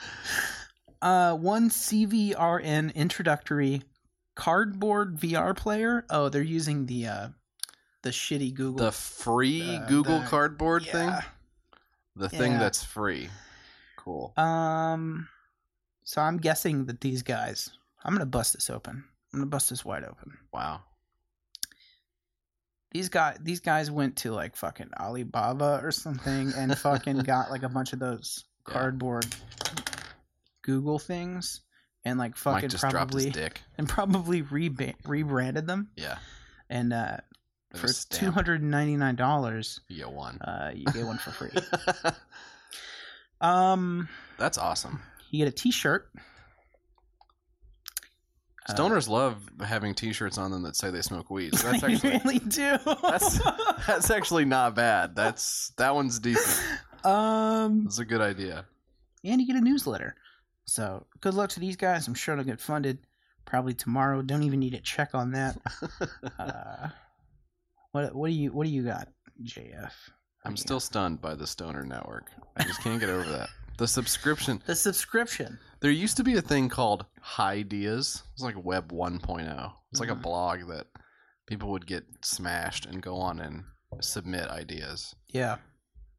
Uh, one CVRN introductory cardboard VR player. Oh, they're using the uh, the shitty Google
the free
The-
Google
the-
Cardboard thing,
Yeah.
the thing
Yeah.
that's free. Cool.
Um, so I'm guessing that these guys. I'm gonna bust this open. I'm gonna bust this wide open.
Wow.
These guy, these guys went to like fucking Alibaba or something and fucking got like a bunch of those
[LAUGHS] Yeah.
cardboard Google things and like
Mike
fucking
just dropped his
probably
dick.
and probably reba- rebranded them
Yeah.
and uh,
With a
for
stamp.
two hundred and ninety nine dollars,
You get
[LAUGHS]
one. [LAUGHS]
uh, you get one for free. um,
that's awesome.
you get a T-shirt. Uh,
Stoners love having T-shirts on them that say they smoke weed. So
[LAUGHS]
that's actually
really do.
that's- that's actually not bad. That's that one's decent.
[LAUGHS] um,
That's a good idea. [LAUGHS]
and you get a newsletter. So good luck to these guys. I'm sure they'll get funded probably tomorrow. Don't even need to check on that. Uh,
[LAUGHS]
[LAUGHS] what what do you what do you got, JF?
I'm
Yeah.
still stunned by the Stoner Network. I just can't get over that. The subscription.
The subscription.
There used to be a thing called Hideas. It's like Web 1.0. It's like a
Mhm.
blog that people would get smashed and go on and submit ideas.
Yeah.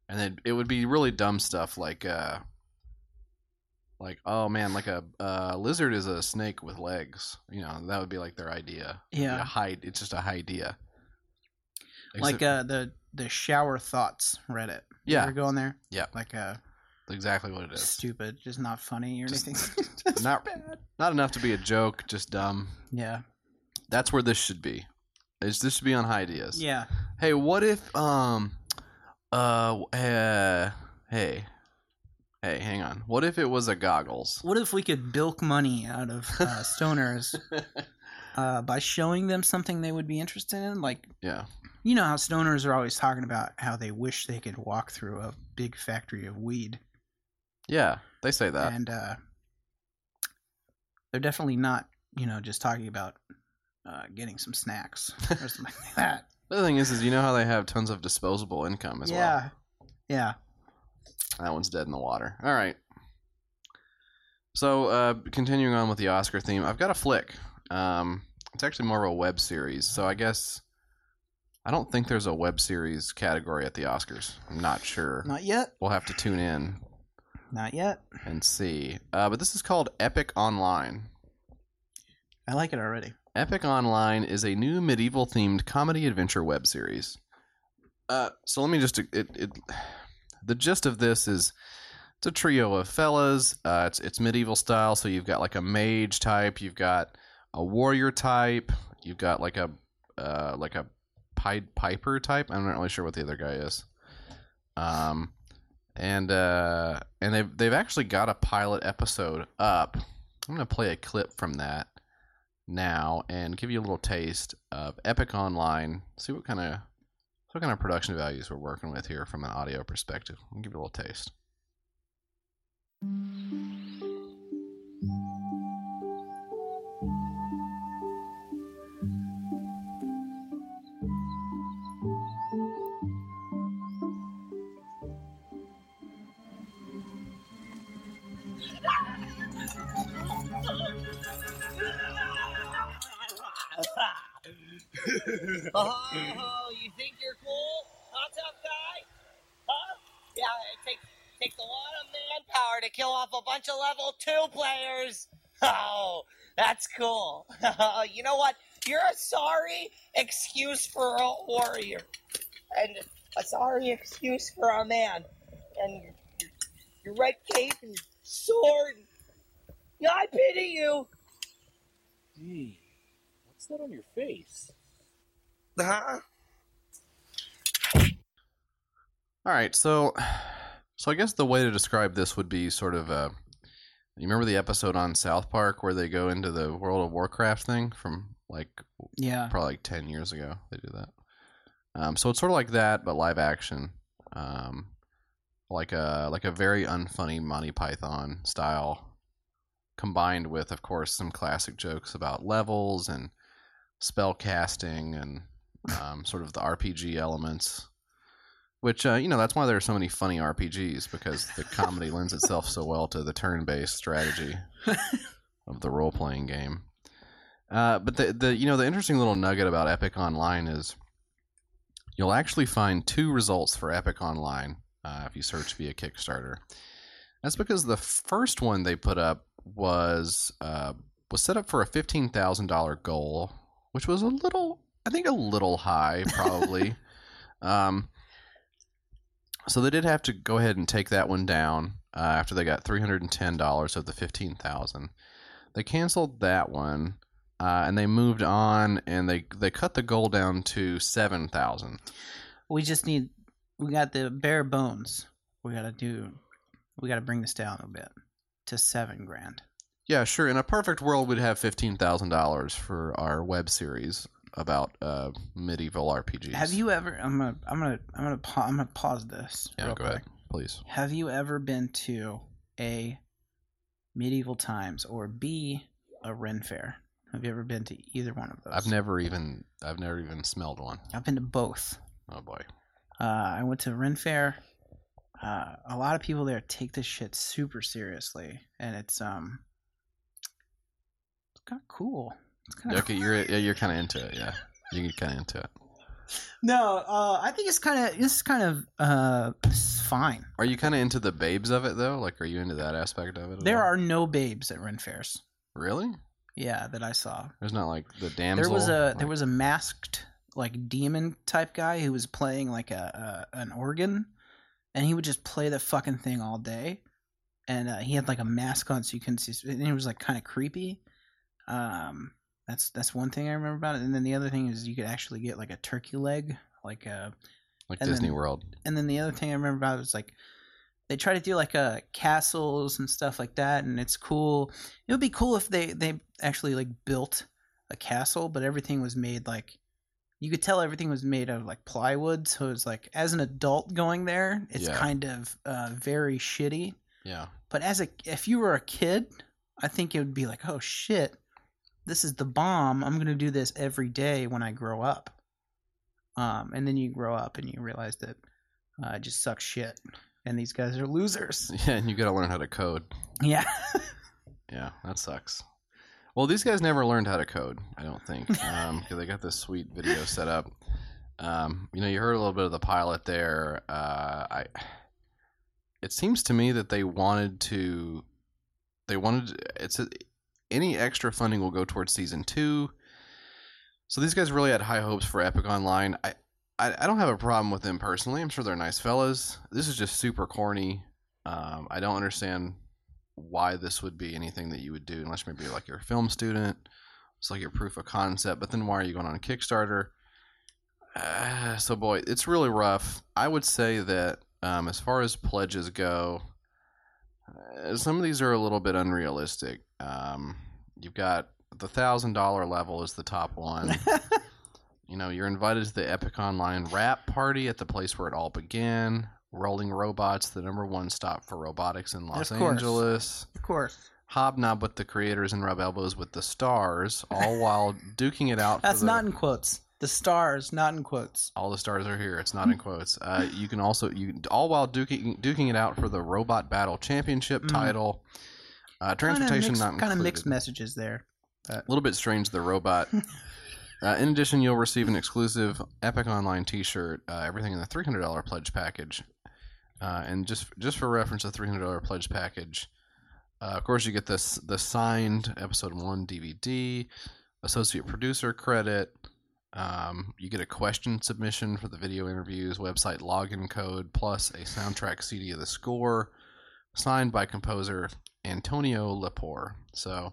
and then it would be really dumb stuff like uh like oh man like a uh, lizard is a snake with legs you know that would be like their idea It'd be
Yeah.
a hide it's just a idea
Like uh the the shower thoughts Reddit. You
yeah
ever go on there.
Yeah.
Like uh
exactly what
[LAUGHS]
it is
stupid, just not funny or
Just-
anything. Just
[LAUGHS] not-
bad.
not enough to be a joke just dumb
Yeah.
that's where this should be it's, this should be on ideas
Yeah.
hey what if um uh, uh hey hey hang on what if it was a goggles
What if we could bilk money out of uh,
[LAUGHS]
stoners uh, by showing them something they would be interested in? Like,
yeah
you know how stoners are always talking about how they wish they could walk through a big factory of weed.
yeah they say that
and uh, they're definitely not, you know, just talking about uh, getting some
[LAUGHS]
snacks or something like that.
The other thing is, is you know how they have tons of disposable income as
yeah. Yeah.
well. That one's dead in the water. All right. So uh, continuing on with the Oscar theme, I've got a flick. Um, it's actually more of a web series. So I guess I don't think there's a web series category at the Oscars. I'm not sure.
Not yet.
We'll have to tune in
Not yet.
and see. Uh, but this is called Epic Online.
I like it already.
Epic Online is a new medieval themed comedy adventure web series. Uh, so let me just it, it [SIGHS] the gist of this is it's a trio of fellas. Uh, it's it's medieval style, so you've got like a mage type, you've got a warrior type, you've got like a uh, like a Pied Piper type. I'm not really sure what the other guy is. Um, and uh, and they've they've actually got a pilot episode up. I'm gonna play a clip from that now and give you a little taste of Epic Online. See what kind of what kind of production values we're working with here from an audio perspective. I'll give you a little taste.
[LAUGHS] oh, you think you're cool? Huh, tough guy? Huh? Yeah, it takes takes a lot of manpower to kill off a [LAUGHS] bunch of level two players. Oh, that's cool. [LAUGHS] you know what? You're a sorry excuse for a warrior, and a sorry excuse for a man, and your, your red cape and sword. Yeah, I pity you.
Hey, what's that on your face?
Huh?
All right, so so I guess the way to describe this would be sort of uh you remember the episode on South Park where they go into the World of Warcraft thing from like
Yeah.
probably like 10 years ago they did that. Um, so it's sort of like that but live action. Um, like a like a very unfunny Monty Python style combined with of course some classic jokes about levels and spell casting and um, sort of the RPG elements. Which uh, you know that's why there are so many funny RPGs because the comedy lends itself so well to the turn-based strategy of the role-playing game. Uh, but the the you know the interesting little nugget about Epic Online is you'll actually find two results for Epic Online uh, if you search via Kickstarter. That's because the first one they put up was uh, was set up for a fifteen thousand dollar goal, which was a little, I think, a little high probably. um, so they did have to go ahead and take that one down uh, after they got three hundred and ten dollars of the fifteen thousand. They canceled that one. Uh, and they moved on, and they they cut the goal down to seven thousand.
We just need. We got the bare bones. We gotta do. We gotta bring this down a bit to seven grand.
Yeah, sure. In a perfect world, we'd have fifteen thousand dollars for our web series about uh, medieval RPGs.
Have you ever? I'm gonna. I'm gonna. I'm gonna. Pa- I'm gonna pause this.
Yeah,
real
go
quick.
ahead, please.
Have you ever been to a medieval times or B a Ren fair? Have you ever been to either one of those?
I've never even I've never even smelled one.
I've been to both.
Oh boy.
Uh, I went to Ren fair. Uh, a lot of people there take this shit super seriously, and it's um, it's kind of cool. It's kind of
Okay, you're yeah, you're kind of into it. Yeah, you get kind of into it.
no. Uh, I think it's kind of it's kind of uh, it's fine.
Are you kind of into the babes of it though? Like, are you into that aspect of it? at
There
all?
are no babes at Ren fairs.
really.
Yeah, that I saw.
There's not like the damsel.
there was a
like-
there was a masked like demon type guy who was playing like a, a an organ, and he would just play the fucking thing all day, and uh, he had like a mask on so you couldn't see, and it was like kind of creepy. Um, that's that's one thing I remember about it, and then the other thing is you could actually get like a turkey leg, like uh, a,
like
and then-
Disney World.
and then the other thing I remember about it was like. They try to do like uh, castles and stuff like that, and it's cool. It would be cool if they they actually like built a castle, but everything was made like you could tell everything was made out of like plywood. So it's like as an adult going there, it's
Yeah.
kind of uh, very shitty.
Yeah. [LAUGHS]
But as a if you were a kid, I think it would be like, oh shit, this is the bomb. I'm gonna do this every day when I grow up. Um, and then you grow up and you realize that uh, it just sucks shit, and these guys are losers.
Yeah, and you got to learn how to code.
[LAUGHS] Yeah.
Yeah, that sucks. Well, these guys never learned how to code, I don't think, because they got this sweet video set up. Um, you know, you heard a little bit of the pilot there. Uh, I, it seems to me that they wanted to, they wanted it's a, any extra funding will go towards season two. So these guys really had high hopes for Epic Online. I, I, I don't have a problem with them personally. I'm sure they're nice fellas. This is just super corny. Um, I don't understand why this would be anything that you would do unless maybe like you're a film student it's like your proof of concept but then why are you going on kickstarter uh, so boy it's really rough i would say that um, as far as pledges go uh, some of these are a little bit unrealistic um, you've got the thousand dollar level is the top one you know you're invited to the epic online rap party at the place where it all began rolling robots the number one stop for robotics in los
Of course.
angeles
[LAUGHS] of course.
hobnob with the creators and rub elbows with the stars, all [LAUGHS] while duking it out. for
That's
the-
not in quotes. The stars, not in quotes.
all the stars are here. It's not in quotes. Uh, you can also you all while duking duking it out for the robot battle championship
Mm.
title. Uh, transportation not
kind of
included.
mixed messages there. [LAUGHS]
A little bit strange, the robot. Uh, in addition, you'll receive an exclusive Epic Online T-shirt. Uh, everything in the three hundred dollar pledge package, uh, and just just for reference, the three hundred dollar pledge package. Uh, of course, you get this the signed episode one DVD, associate producer credit. Um, you get a question submission for the video interviews, website login code, plus a soundtrack CD of the score, signed by composer Antonio Lepore. So,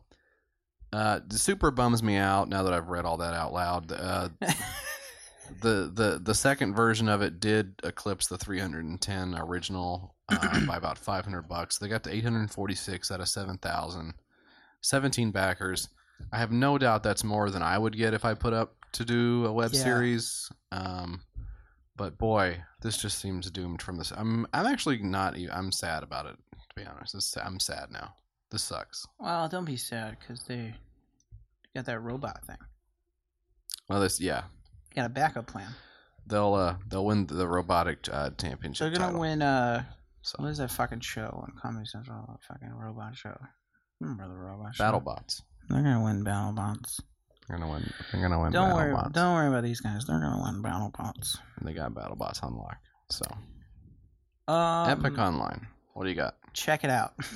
uh, it super bums me out now that I've read all that out loud. Uh, the the the second version of it did eclipse the 310 original uh, by about 500 bucks. They got to 846 out of 7,000. 17 backers. I have no doubt that's more than I would get if I put up to do a web
Yeah.
series. Um, but boy, this just seems doomed from this. I'm I'm actually not. e- I'm sad about it to be honest. It's, I'm sad now. This sucks.
Well, don't be sad because they got that robot thing.
Well, this yeah.
Got a backup plan.
They'll uh they'll win the robotic uh, championship.
They're gonna
title.
win. Uh,
So,
what is that fucking show on Comedy Central? That fucking robot show. Remember the robot show?
BattleBots.
They're gonna win BattleBots.
They're gonna win. They're gonna win.
Don't
BattleBots.
worry. Don't worry about these guys. They're gonna win BattleBots.
And they got BattleBots on lock. So
Um,
Epic Online. What do you got?
Check it out. [LAUGHS]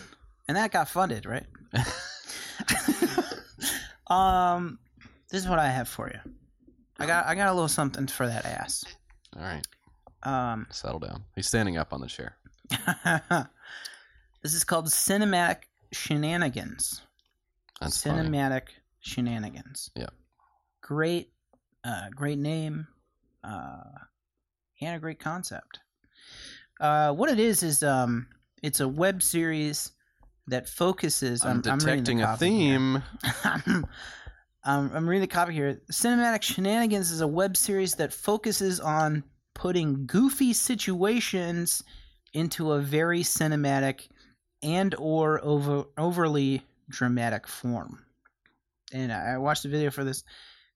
And that got funded, right? [LAUGHS] um, this is what I have for you. I got I got a little something for that ass.
All right,
Um, [LAUGHS]
settle down. He's standing up on the chair.
this is called cinematic shenanigans.
That's funny.
cinematic shenanigans.
Yeah.
Great, uh, great name, uh, and a great concept. Uh, what it is is um, it's a web series that focuses. um,
I'm,
I'm, I'm reading the
detecting a
copy here.
theme.
[LAUGHS] um, I'm reading the copy here. Cinematic Shenanigans is a web series that focuses on putting goofy situations into a very cinematic and or over, overly dramatic form. And I I watched the video for this,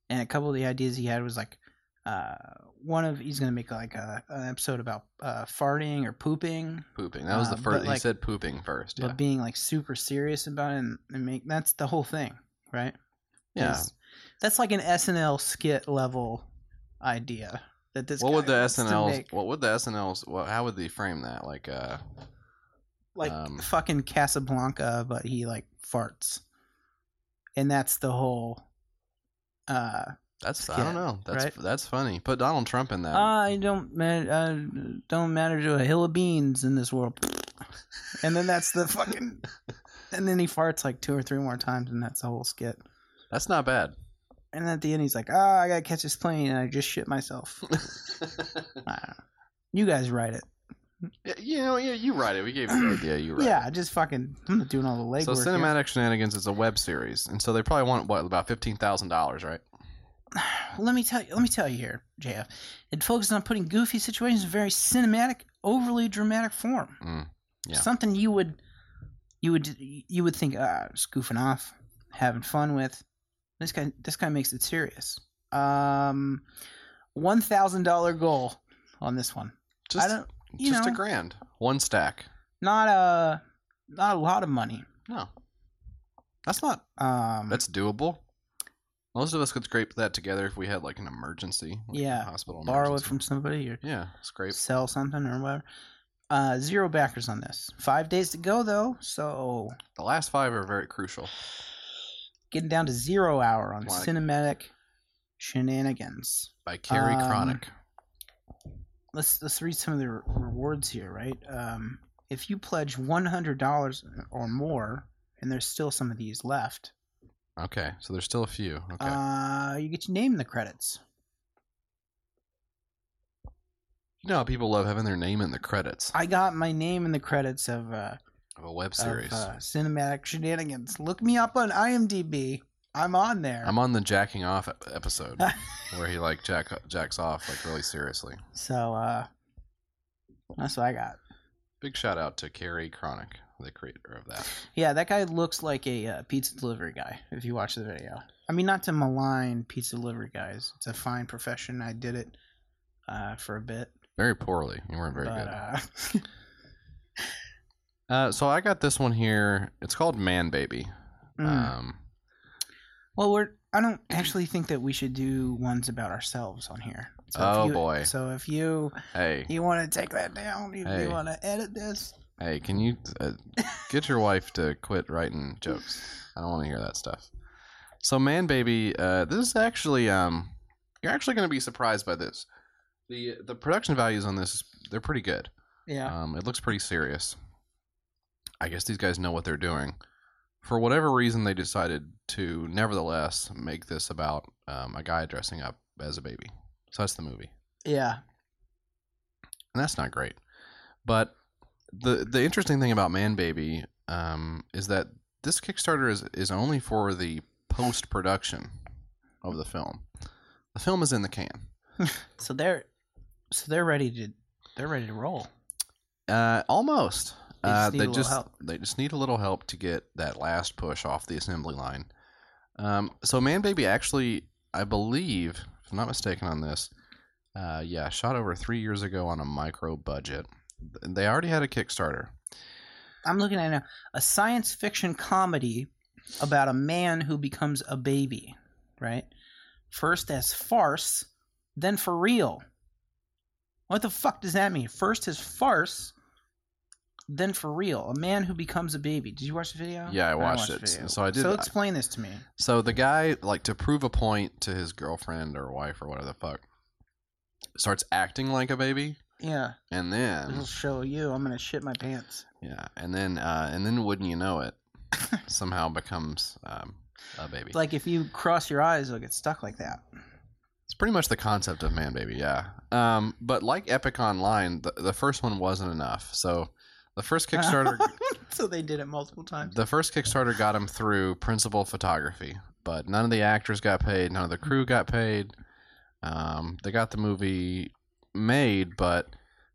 and a couple of the ideas he had was like, uh, one of he's gonna make like a, an episode about uh, farting or pooping,
Pooping. That was
Uh,
the
but
first. he
like-
said pooping first. Yeah.
but being like super serious about it, and, and make that's the whole thing, right?
yeah.
is- That's like an SNL skit level idea. That this
What
guy
would the
wants to
SNLs?
make.
What would the SNLs? What, how would they frame that? Like, uh,
like
um,
fucking Casablanca, but he like farts, and that's the whole. Uh,
that's I
Skit,
don't know. That's
right?
that's funny. Put Donald Trump in that.
I don't man, uh, don't matter to a hill of beans in this world, and then that's the
[LAUGHS]
fucking, and then he farts like two or three more times, and that's the whole skit.
that's not bad.
And at the end, he's like, "Ah, I gotta catch this plane," and I just shit
[LAUGHS]
myself. I don't know. You guys write it.
[LAUGHS] Yeah, you know, yeah, you write it. We gave you the
[CLEARS THROAT]
idea. You write
Yeah, I just fucking. I'm not doing all the legwork.
it. So
here.
cinematic shenanigans is a web series, and so they probably want what about fifteen thousand dollars, right?
[SIGHS] let me tell you. Let me tell you here, JF. It focuses on putting goofy situations in very cinematic, overly dramatic form.
Mm, yeah.
Something you would, you would, you would think, ah, just goofing off, having fun with. This guy, this guy makes it serious. Um, one thousand dollar goal on this one.
Just
I don't, you
just a
know.
grand, one stack.
not a, not a lot of money.
No, that's not
Um,
that's doable. Most of us could scrape that together if we had like an emergency, like a
Yeah.
hospital.
borrow it
emergency.
from somebody or
yeah, scrape.
sell something or whatever. Uh, zero backers on this. Five days to go though, so
The last five are very crucial.
getting down to zero hour on
Like-
cinematic shenanigans.
By Carrie
Um,
Chronic.
Let's let's read some of the re- rewards here, right? Um, if you pledge one hundred dollars or more, and there's still some of these left,
Okay, so there's still a few. Okay,
uh, you get your name in the credits.
you know how people love having their name in the credits
I got my name in the credits of uh,
of a web
of, [LAUGHS]
series.
uh, cinematic shenanigans. Look me up on IMDb. I'm on there.
I'm on the jacking off ep-
[LAUGHS]
episode where he like jack jacks off like really seriously.
So uh that's what I got.
Big shout out to Carrie Chronic, the creator of that.
Yeah, that guy looks like a uh, pizza delivery guy. If you watch the video, I mean, not to malign pizza delivery guys. It's a fine profession. I did it uh, for a bit,
Very poorly. You weren't very
but
good.
uh, [LAUGHS]
Uh, so I got this one here. It's called Man Baby.
mm.
Um,
well, we're. I don't actually think that we should do ones about ourselves on here. So if
Oh,
you-
boy.
So if you
hey,
you want to take that down, if
Hey. Uh.
you want to edit this,
hey, can you uh, get your wife to quit writing jokes? I don't want to hear that stuff. So, man, baby, uh, this is actually um, you're actually going to be surprised by this. the The production values on this they're pretty good.
Yeah.
Um, it looks pretty serious. I guess these guys know what they're doing. For whatever reason, they decided to, nevertheless, make this about um, a guy dressing up as a baby. So that's the movie,
yeah.
and that's not great. But the the interesting thing about Man Baby um, is that this Kickstarter is is only for the post production of the film. The film is in the can.
So they're so they're ready to they're ready to roll.
Uh, almost.
They just need
uh,
a
they
little
just
help.
they just need a little help to get that last push off the assembly line. Um, so Man Baby actually, I believe, if I'm not mistaken on this, uh, yeah, shot over three years ago on a micro budget. They already had a Kickstarter.
I'm looking at it now, a science fiction comedy about a man who becomes a baby, right? First as farce, then for real. What the fuck does that mean? First as farce, then for real. A man who becomes a baby. Did you watch the video?
Yeah, I
watched
watched
the
it.
video.
So I did.
So explain this to me.
So the guy, like, to prove a point to his girlfriend or wife or whatever the fuck, starts acting like a baby,
Yeah,
and then
it'll show you. I'm gonna shit my pants.
Yeah, and then uh, and then wouldn't you
[LAUGHS]
know it, somehow becomes um, a baby.
It's like if you cross your eyes, it'll get stuck like that.
it's pretty much the concept of man baby. Yeah. Um, but like Epic Online, the, the first one wasn't enough. So
[LAUGHS]
the first Kickstarter,
so they did it multiple times.
the first Kickstarter got him through principal photography, but none of the actors got paid, none of the crew got paid. Um, they got the movie made, but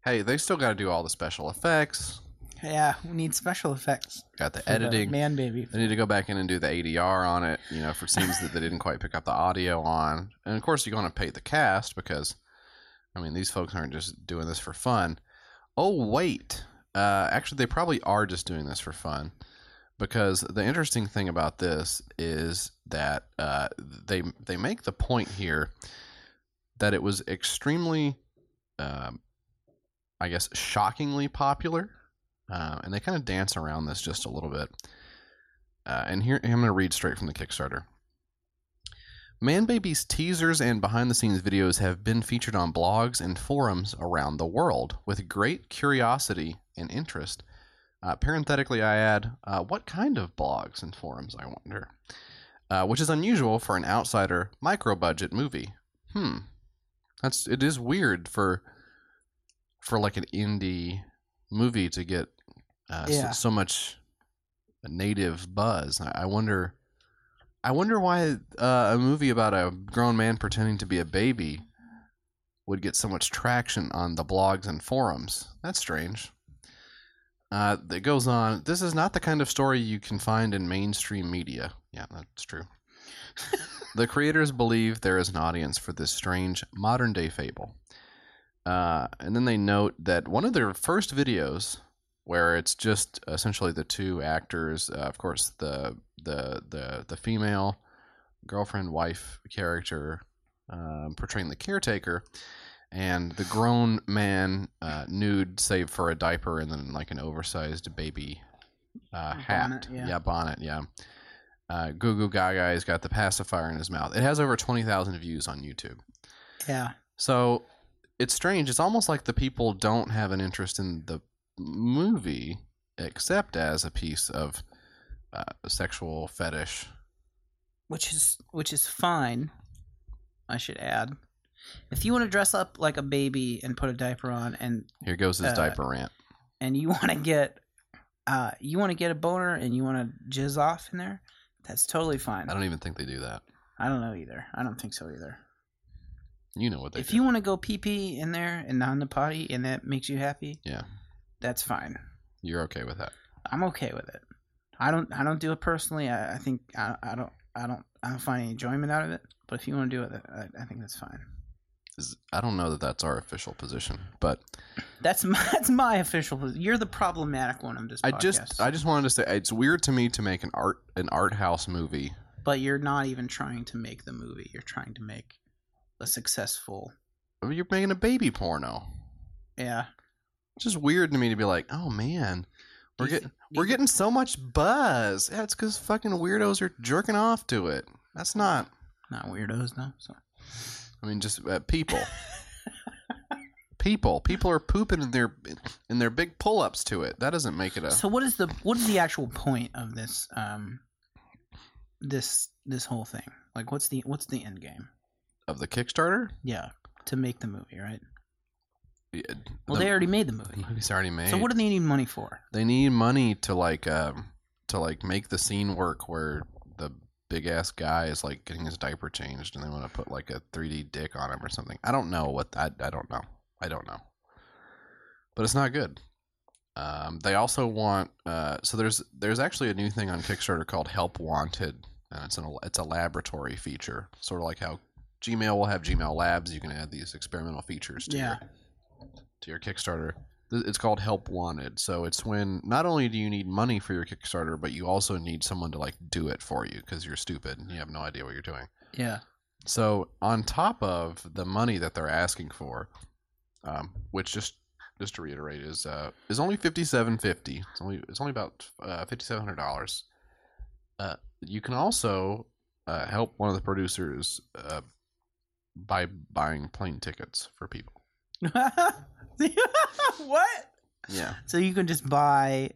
hey, they still got to do all the special effects,
Yeah, we need special effects. [LAUGHS]
got the
for the
editing,
man, baby.
They need to go back in and do the ADR on it, you know, for scenes that they didn't quite pick up the audio on. And of course, you're going to pay the cast because, I mean, these folks aren't just doing this for fun. Oh, wait. Uh, actually, they probably are just doing this for fun because the interesting thing about this is that uh, they they make the point here that it was extremely, um, I guess, shockingly popular, uh, and they kind of dance around this just a little bit. Uh, and here I'm going to read straight from the Kickstarter. Man Baby's teasers and behind the scenes videos have been featured on blogs and forums around the world with great curiosity and interest. Uh, parenthetically, I add, uh, what kind of blogs and forums, I wonder? Uh, which is unusual for an outsider micro budget movie. Hmm. That's it is weird for for like an indie movie to get uh, so-
Yeah.
so much a native buzz. I I wonder, I wonder why uh, a movie about a grown man pretending to be a baby would get so much traction on the blogs and forums. That's strange. Uh, that goes on. This is not the kind of story you can find in mainstream media. Yeah, that's true. the creators believe there is an audience for this strange modern day fable. Uh, and then they note that one of their first videos, where it's just essentially the two actors. Uh, of course, the the the the female girlfriend wife character um, portraying the caretaker, and the grown man uh, nude, save for a diaper and then like an oversized baby uh, hat.
Bonnet, yeah.
bonnet. Yeah. Uh, Goo Goo Gaga's got the pacifier in his mouth. It has over twenty thousand views on YouTube.
Yeah,
So it's strange. It's almost like the people don't have an interest in the movie except as a piece of uh, sexual fetish.
which is which is fine. I should add, if you want to dress up like a baby and put a diaper on, and
Here goes his
Uh,
diaper rant.
and you [LAUGHS] want to get, uh, you want to get a boner and you want to jizz off in there, that's totally fine.
I don't even think they do that.
I don't know either. I don't think so either.
You know what they
if
do.
you want to go pee pee in there and on the potty and that makes you happy,
Yeah.
that's fine.
You're okay with that.
I'm okay with it. I don't I don't do it personally. I, I think I, I don't I don't I don't find any enjoyment out of it. But if you want to do it, I, I think that's fine.
Is- I don't know that that's our official position, but
That's [LAUGHS] my that's my official. pos- You're the problematic one of this.
I
podcast,
just I just wanted to say it's weird to me to make an art an art house movie.
but you're not even trying to make the movie. You're trying to make a successful.
I mean, you're making a baby porno.
Yeah,
It's just weird to me to be like, "Oh man,
Do
we're
you
getting
thi- do
We're
you
getting so much buzz. That's because fucking weirdos are jerking off to it. That's not.
Not weirdos, no. So
I mean, just uh,
[LAUGHS]
people. people. People are pooping in their in their big pull ups to it. That doesn't make it a.
So what is the what is the actual point of this um this this whole thing? Like what's the what's the end game?
of the Kickstarter.
Yeah, to make the movie, right?
Yeah,
Well,
the
they already made the movie.
movie's already made.
So what do they need money for?
they need money to like um to like make the scene work where the big ass guy is like getting his diaper changed and they want to put like a 3D dick on him or something. I don't know what I I don't know. I don't know. But it's not good. Um, they also want uh, so there's there's actually a new thing on Kickstarter called Help Wanted and it's an it's a laboratory feature, sort of like how Gmail will have Gmail Labs. You can add these experimental features to
Yeah.
your to your Kickstarter. Th- It's called Help Wanted. So it's when not only do you need money for your Kickstarter, but you also need someone to like do it for you because you're stupid and you have no idea what you're doing.
[LAUGHS] Yeah.
So on top of the money that they're asking for, um, which just just to reiterate is uh, is only fifty seven fifty. It's only it's only about uh, fifty seven hundred dollars. Uh, you can also uh, help one of the producers uh, by buying plane tickets for people.
what?
Yeah.
So you can just buy.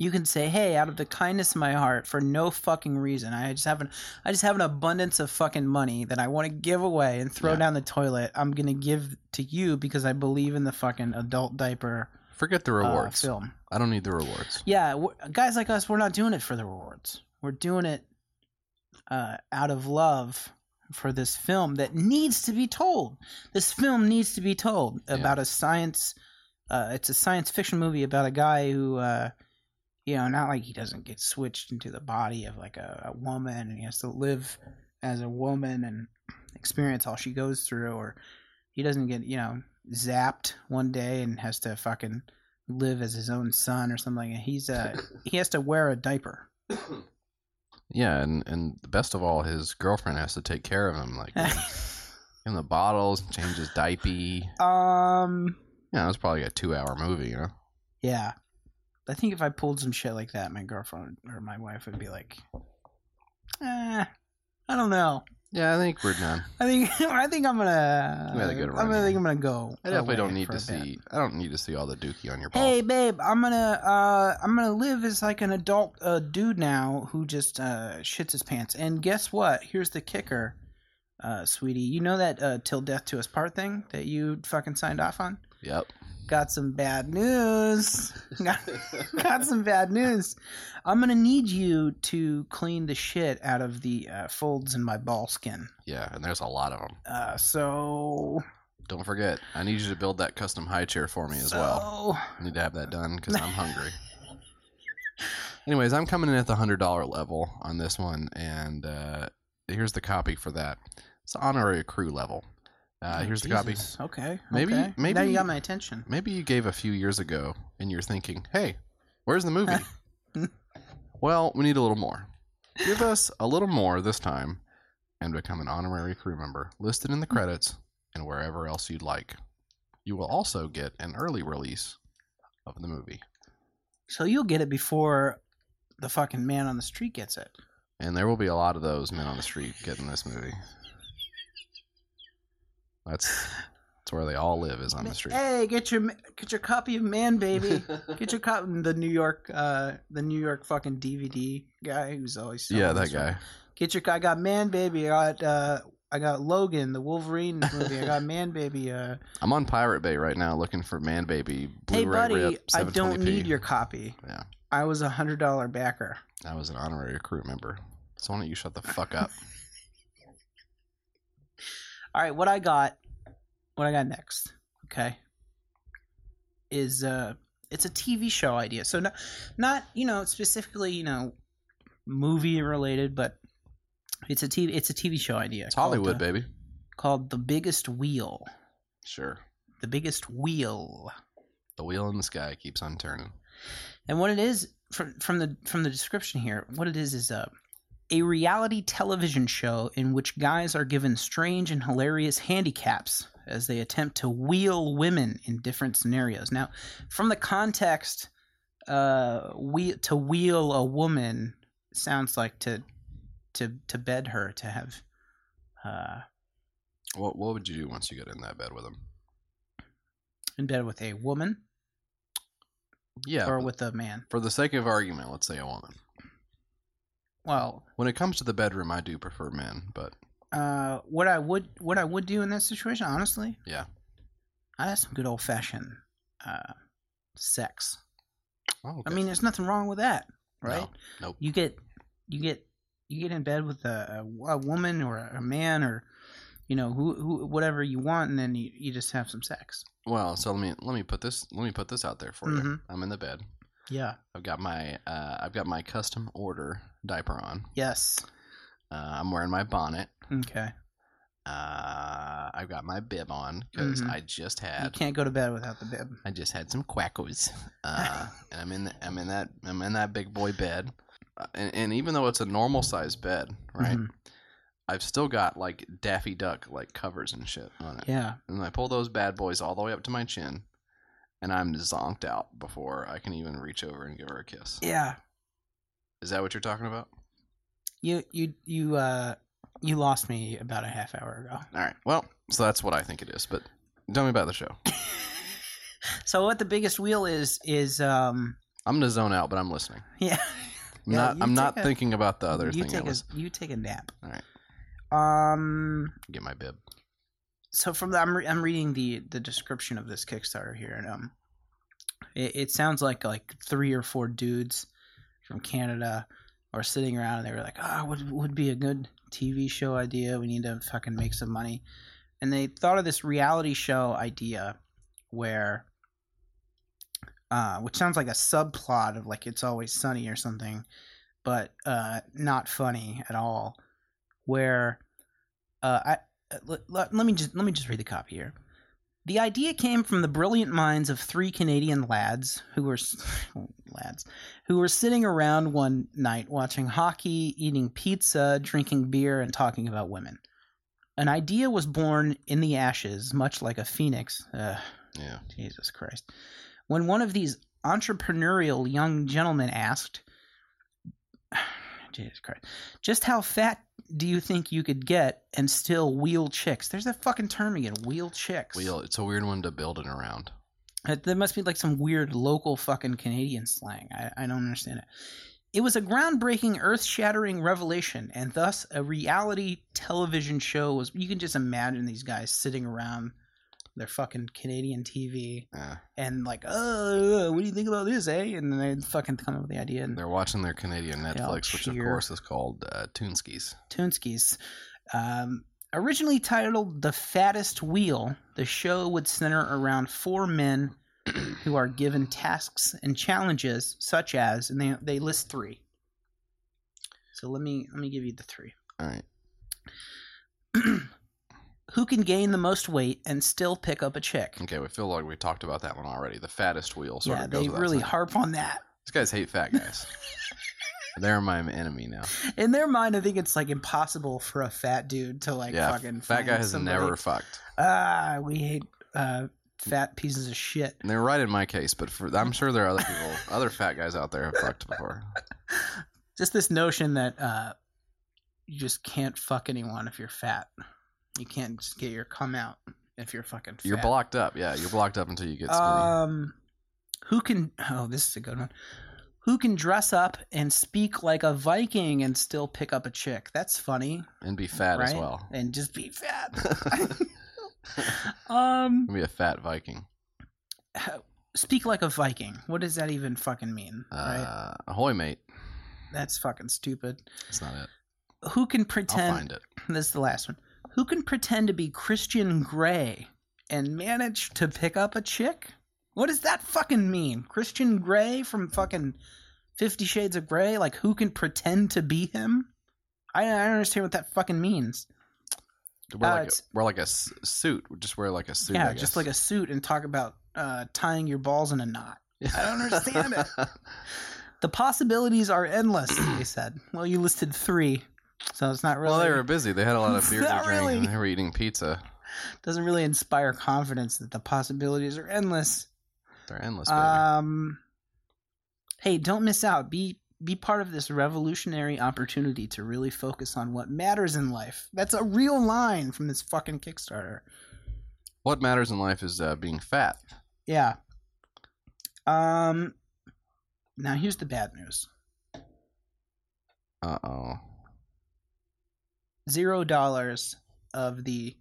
You can say, "Hey, out of the kindness of my heart, for no fucking reason, I just have an, I just have an abundance of fucking money that I want to give away and throw
Yeah.
down the toilet. I'm gonna give to you because I believe in the fucking adult diaper
Forget the
uh,
rewards.
film.
I don't need the rewards.
Yeah, we guys like us, we're not doing it for the rewards. We're doing it uh, out of love for this film that needs to be told. This film needs to be told
Yeah.
about a science. Uh, it's a science fiction movie about a guy who, uh, you know, not like he doesn't get switched into the body of like a, a woman, and he has to live as a woman and experience all she goes through, or he doesn't get you know zapped one day and has to fucking live as his own son or something. And he's uh
[LAUGHS]
he has to wear a diaper.
[COUGHS] Yeah, and and the best of all, his girlfriend has to take care of
[LAUGHS]
him, like give him the bottles, change his diaper. Yeah,
um,
it's probably a two-hour movie, you know.
yeah, I think if I pulled some shit like that, my girlfriend or my wife would be like, eh, I don't know.
Yeah, I think we're done.
I think [LAUGHS] I think I'm gonna.
We had a good
I'm
run
gonna think
here.
I'm gonna go.
I definitely
away
don't need
for
to
a bit.
see. I don't need to see all the dookie on your balls.
Hey babe, I'm gonna uh I'm gonna live as like an adult uh, dude now who just uh shits his pants. And guess what? Here's the kicker, uh sweetie. You know that uh till death to us part thing that you fucking signed off on?
Yep.
Got some bad news. [LAUGHS] Got, got some bad news. I'm gonna need you to clean the shit out of the uh, folds in my ball skin.
[LAUGHS] Yeah, and there's a lot of them.
Uh so
Don't forget, I need you to build that custom high chair for me as well.
so-
I need to have that done because
[LAUGHS]
I'm hungry. Anyways, I'm coming in at the hundred dollar level on this one, and uh, here's the copy for that. It's the honorary crew level. Uh,
Oh,
here's the copy.
Jesus. Okay.
Maybe-
okay.
maybe-
now you got my attention.
Maybe you gave a few years ago, and you're thinking, "Hey, where's the movie?" well, we need a little more. Give us a little more this time, and become an honorary crew member listed in the credits and wherever else you'd like. You will also get an early release of the movie,
So you'll get it before the fucking man on the street gets it.
and there will be a lot of those men on the street getting this movie. That's that's where they all live is on the street.
Hey, get your get your copy of Man
[LAUGHS]
Baby. get your copy the New York uh the New York fucking DVD guy who's always selling
Yeah, that
this one.
guy.
Get your I got Man Baby. I got uh I got Logan the Wolverine movie. I
[LAUGHS]
got Man Baby. Uh,
I'm on Pirate Bay right now looking for Man Baby Blu-ray
hey buddy,
rip
I
720p.
don't need your copy.
Yeah.
I was a hundred dollar backer.
I was an honorary crew member. So why don't you shut the
[LAUGHS]
fuck up?
All right, what I got, what I got next, okay, is uh, it's a TV show idea. So not, not you know specifically you know, movie related, but it's a TV it's a TV show idea.
It's
called,
Hollywood,
uh,
baby.
Called the biggest wheel.
Sure.
The biggest wheel.
The wheel in the sky keeps on turning.
And what it is from from the from the description here, what it is is a a reality television show in which guys are given strange and hilarious handicaps as they attempt to wheel women in different scenarios. Now, from the context, uh, we to wheel a woman sounds like to to to bed her to have uh,
What What would you do once you got in that bed with him?
in bed with a woman
Yeah,
or
but
with a man.
for the sake of argument, let's say a woman.
Well,
When it comes to the bedroom, I do prefer men, but
uh, what I would what I would do in that situation, honestly,
Yeah.
I have some good old fashioned uh, sex.
oh,
I mean, there's nothing wrong with that, right?
nope.
You get, you get, you get in bed with a, a, a woman or a man or, you know, who, who, whatever you want, and then you, you just have some sex.
well, so let me let me put this let me put this out there for you.
Mhm.
I'm in the bed.
Yeah.
I've got my uh, I've got my custom order diaper on.
Yes.
Uh, I'm wearing my bonnet.
Okay.
Uh, I've got my bib on because
Mhm.
I just
You
had
can't go to bed without the bib.
I just had some quackos,
[LAUGHS]
uh, and I'm in the, I'm in that I'm in that big boy bed, uh, and, and even though it's a normal size bed, right?
Mhm.
I've still got like Daffy Duck like covers and shit on it,
Yeah.
and I pull those bad boys all the way up to my chin, and I'm zonked out before I can even reach over and give her a kiss.
Yeah.
Is that what you're talking about?
You, you, you, uh, you lost me about a half hour ago.
All right. Well, so that's what I think it is. But tell me about the show.
So what the biggest wheel is is um [LAUGHS]
I'm gonna zone out, but I'm listening.
yeah.
I'm
Yeah,
not
you
I'm not
take a-
thinking about the other
you
thing.
take
I was
a you take a nap.
All right.
Um.
get my bib.
so from the, I'm re- I'm reading the the description of this Kickstarter here, and um, it, it sounds like like three or four dudes from Canada are sitting around, and they were like, "Ah, would would be a good TV show idea? We need to fucking make some money," and they thought of this reality show idea where. Uh, which sounds like a subplot of like it's always sunny or something, but uh, not funny at all. Where uh, I, let, let, let me just let me just read the copy here. The idea came from the brilliant minds of three Canadian lads who were s- [LAUGHS] lads who were sitting around one night watching hockey, eating pizza, drinking beer, and talking about women. An idea was born in the ashes, much like a phoenix. uh, Ugh.
Yeah.
Jesus Christ. When one of these entrepreneurial young gentlemen asked, [SIGHS] Jesus Christ, just how fat do you think you could get and still wheel chicks? There's that fucking term again, wheel chicks.
Wheel. It's a weird one to build it around.
That- There must be like some weird local fucking Canadian slang. I, I don't understand it. It was a groundbreaking, earth shattering revelation, and thus a reality television show was. You can just imagine these guys sitting around their fucking Canadian TV
Uh,
and like, oh, what do you think about this, eh? And then they fucking come up with the idea and
they're watching their Canadian
all
Netflix, which of
cheer.
course is called uh, Toonskis.
Toonskis. Um, originally titled The Fattest Wheel, the show would center around four men who are given tasks and challenges such as, and they, they list three. So let me let me give you the three. [CLEARS THROAT]
All right.
Who can gain the most weight and still pick up a chick?
Okay. We feel like we talked about that one already. The fattest wheel sort
Yeah,
of goes
they
without
really
saying.
harp on that.
These guys hate
[LAUGHS]
fat guys. They're my enemy now.
In their mind, I think it's like impossible for a fat dude to like
yeah,
fucking
fat
find
guy has
somebody.
never fucked.
ah, we hate uh, fat pieces of shit. [LAUGHS]
And they're right in my case, but for, I'm sure there are other people, other fat guys out there have fucked before.
Just this notion that uh, you just can't fuck anyone if you're fat. You can't just get your cum out if you're fucking fat.
You're blocked up. Yeah, you're blocked up until you get skinny.
Um, who can? Oh, this is a good one. Who can dress up and speak like a Viking and still pick up a chick? That's funny,
and be fat as
right?
well.
and just be
[LAUGHS]
fat. [LAUGHS] um,
be a fat Viking.
speak like a Viking. What does that even fucking mean? right?
Uh, Ahoy, mate.
That's fucking stupid.
That's not it.
Who can
I'll
pretend?
find it.
[LAUGHS] This is the last one. Who can pretend to be Christian Grey and manage to pick up a chick? What does that fucking mean? Christian Grey from fucking Fifty Shades of Grey? Like, who can pretend to be him? I, I don't understand what that fucking means.
Wear
Uh,
like a,
it's-
wear like a s- suit. Just wear like a suit.
yeah,
I
just
guess.
like a suit and talk about uh, tying your balls in a knot. [LAUGHS] I don't
[LAUGHS]
understand it. The possibilities are [CLEARS THROAT] endless, they said. Well, you listed three, so it's not really
Well, they were busy. They had a lot
[LAUGHS]
of
It's
beer to
not
drink,
really-
and they were eating pizza.
doesn't really inspire confidence that the possibilities are endless. Uh,
They're endless. Baby.
Um, hey, don't miss out. Be be part of this revolutionary opportunity to really focus on what matters in life. That's a real line from this fucking Kickstarter.
What matters in life is uh, being fat.
Yeah. Um. Now here's the bad news.
Uh oh.
zero dollars of the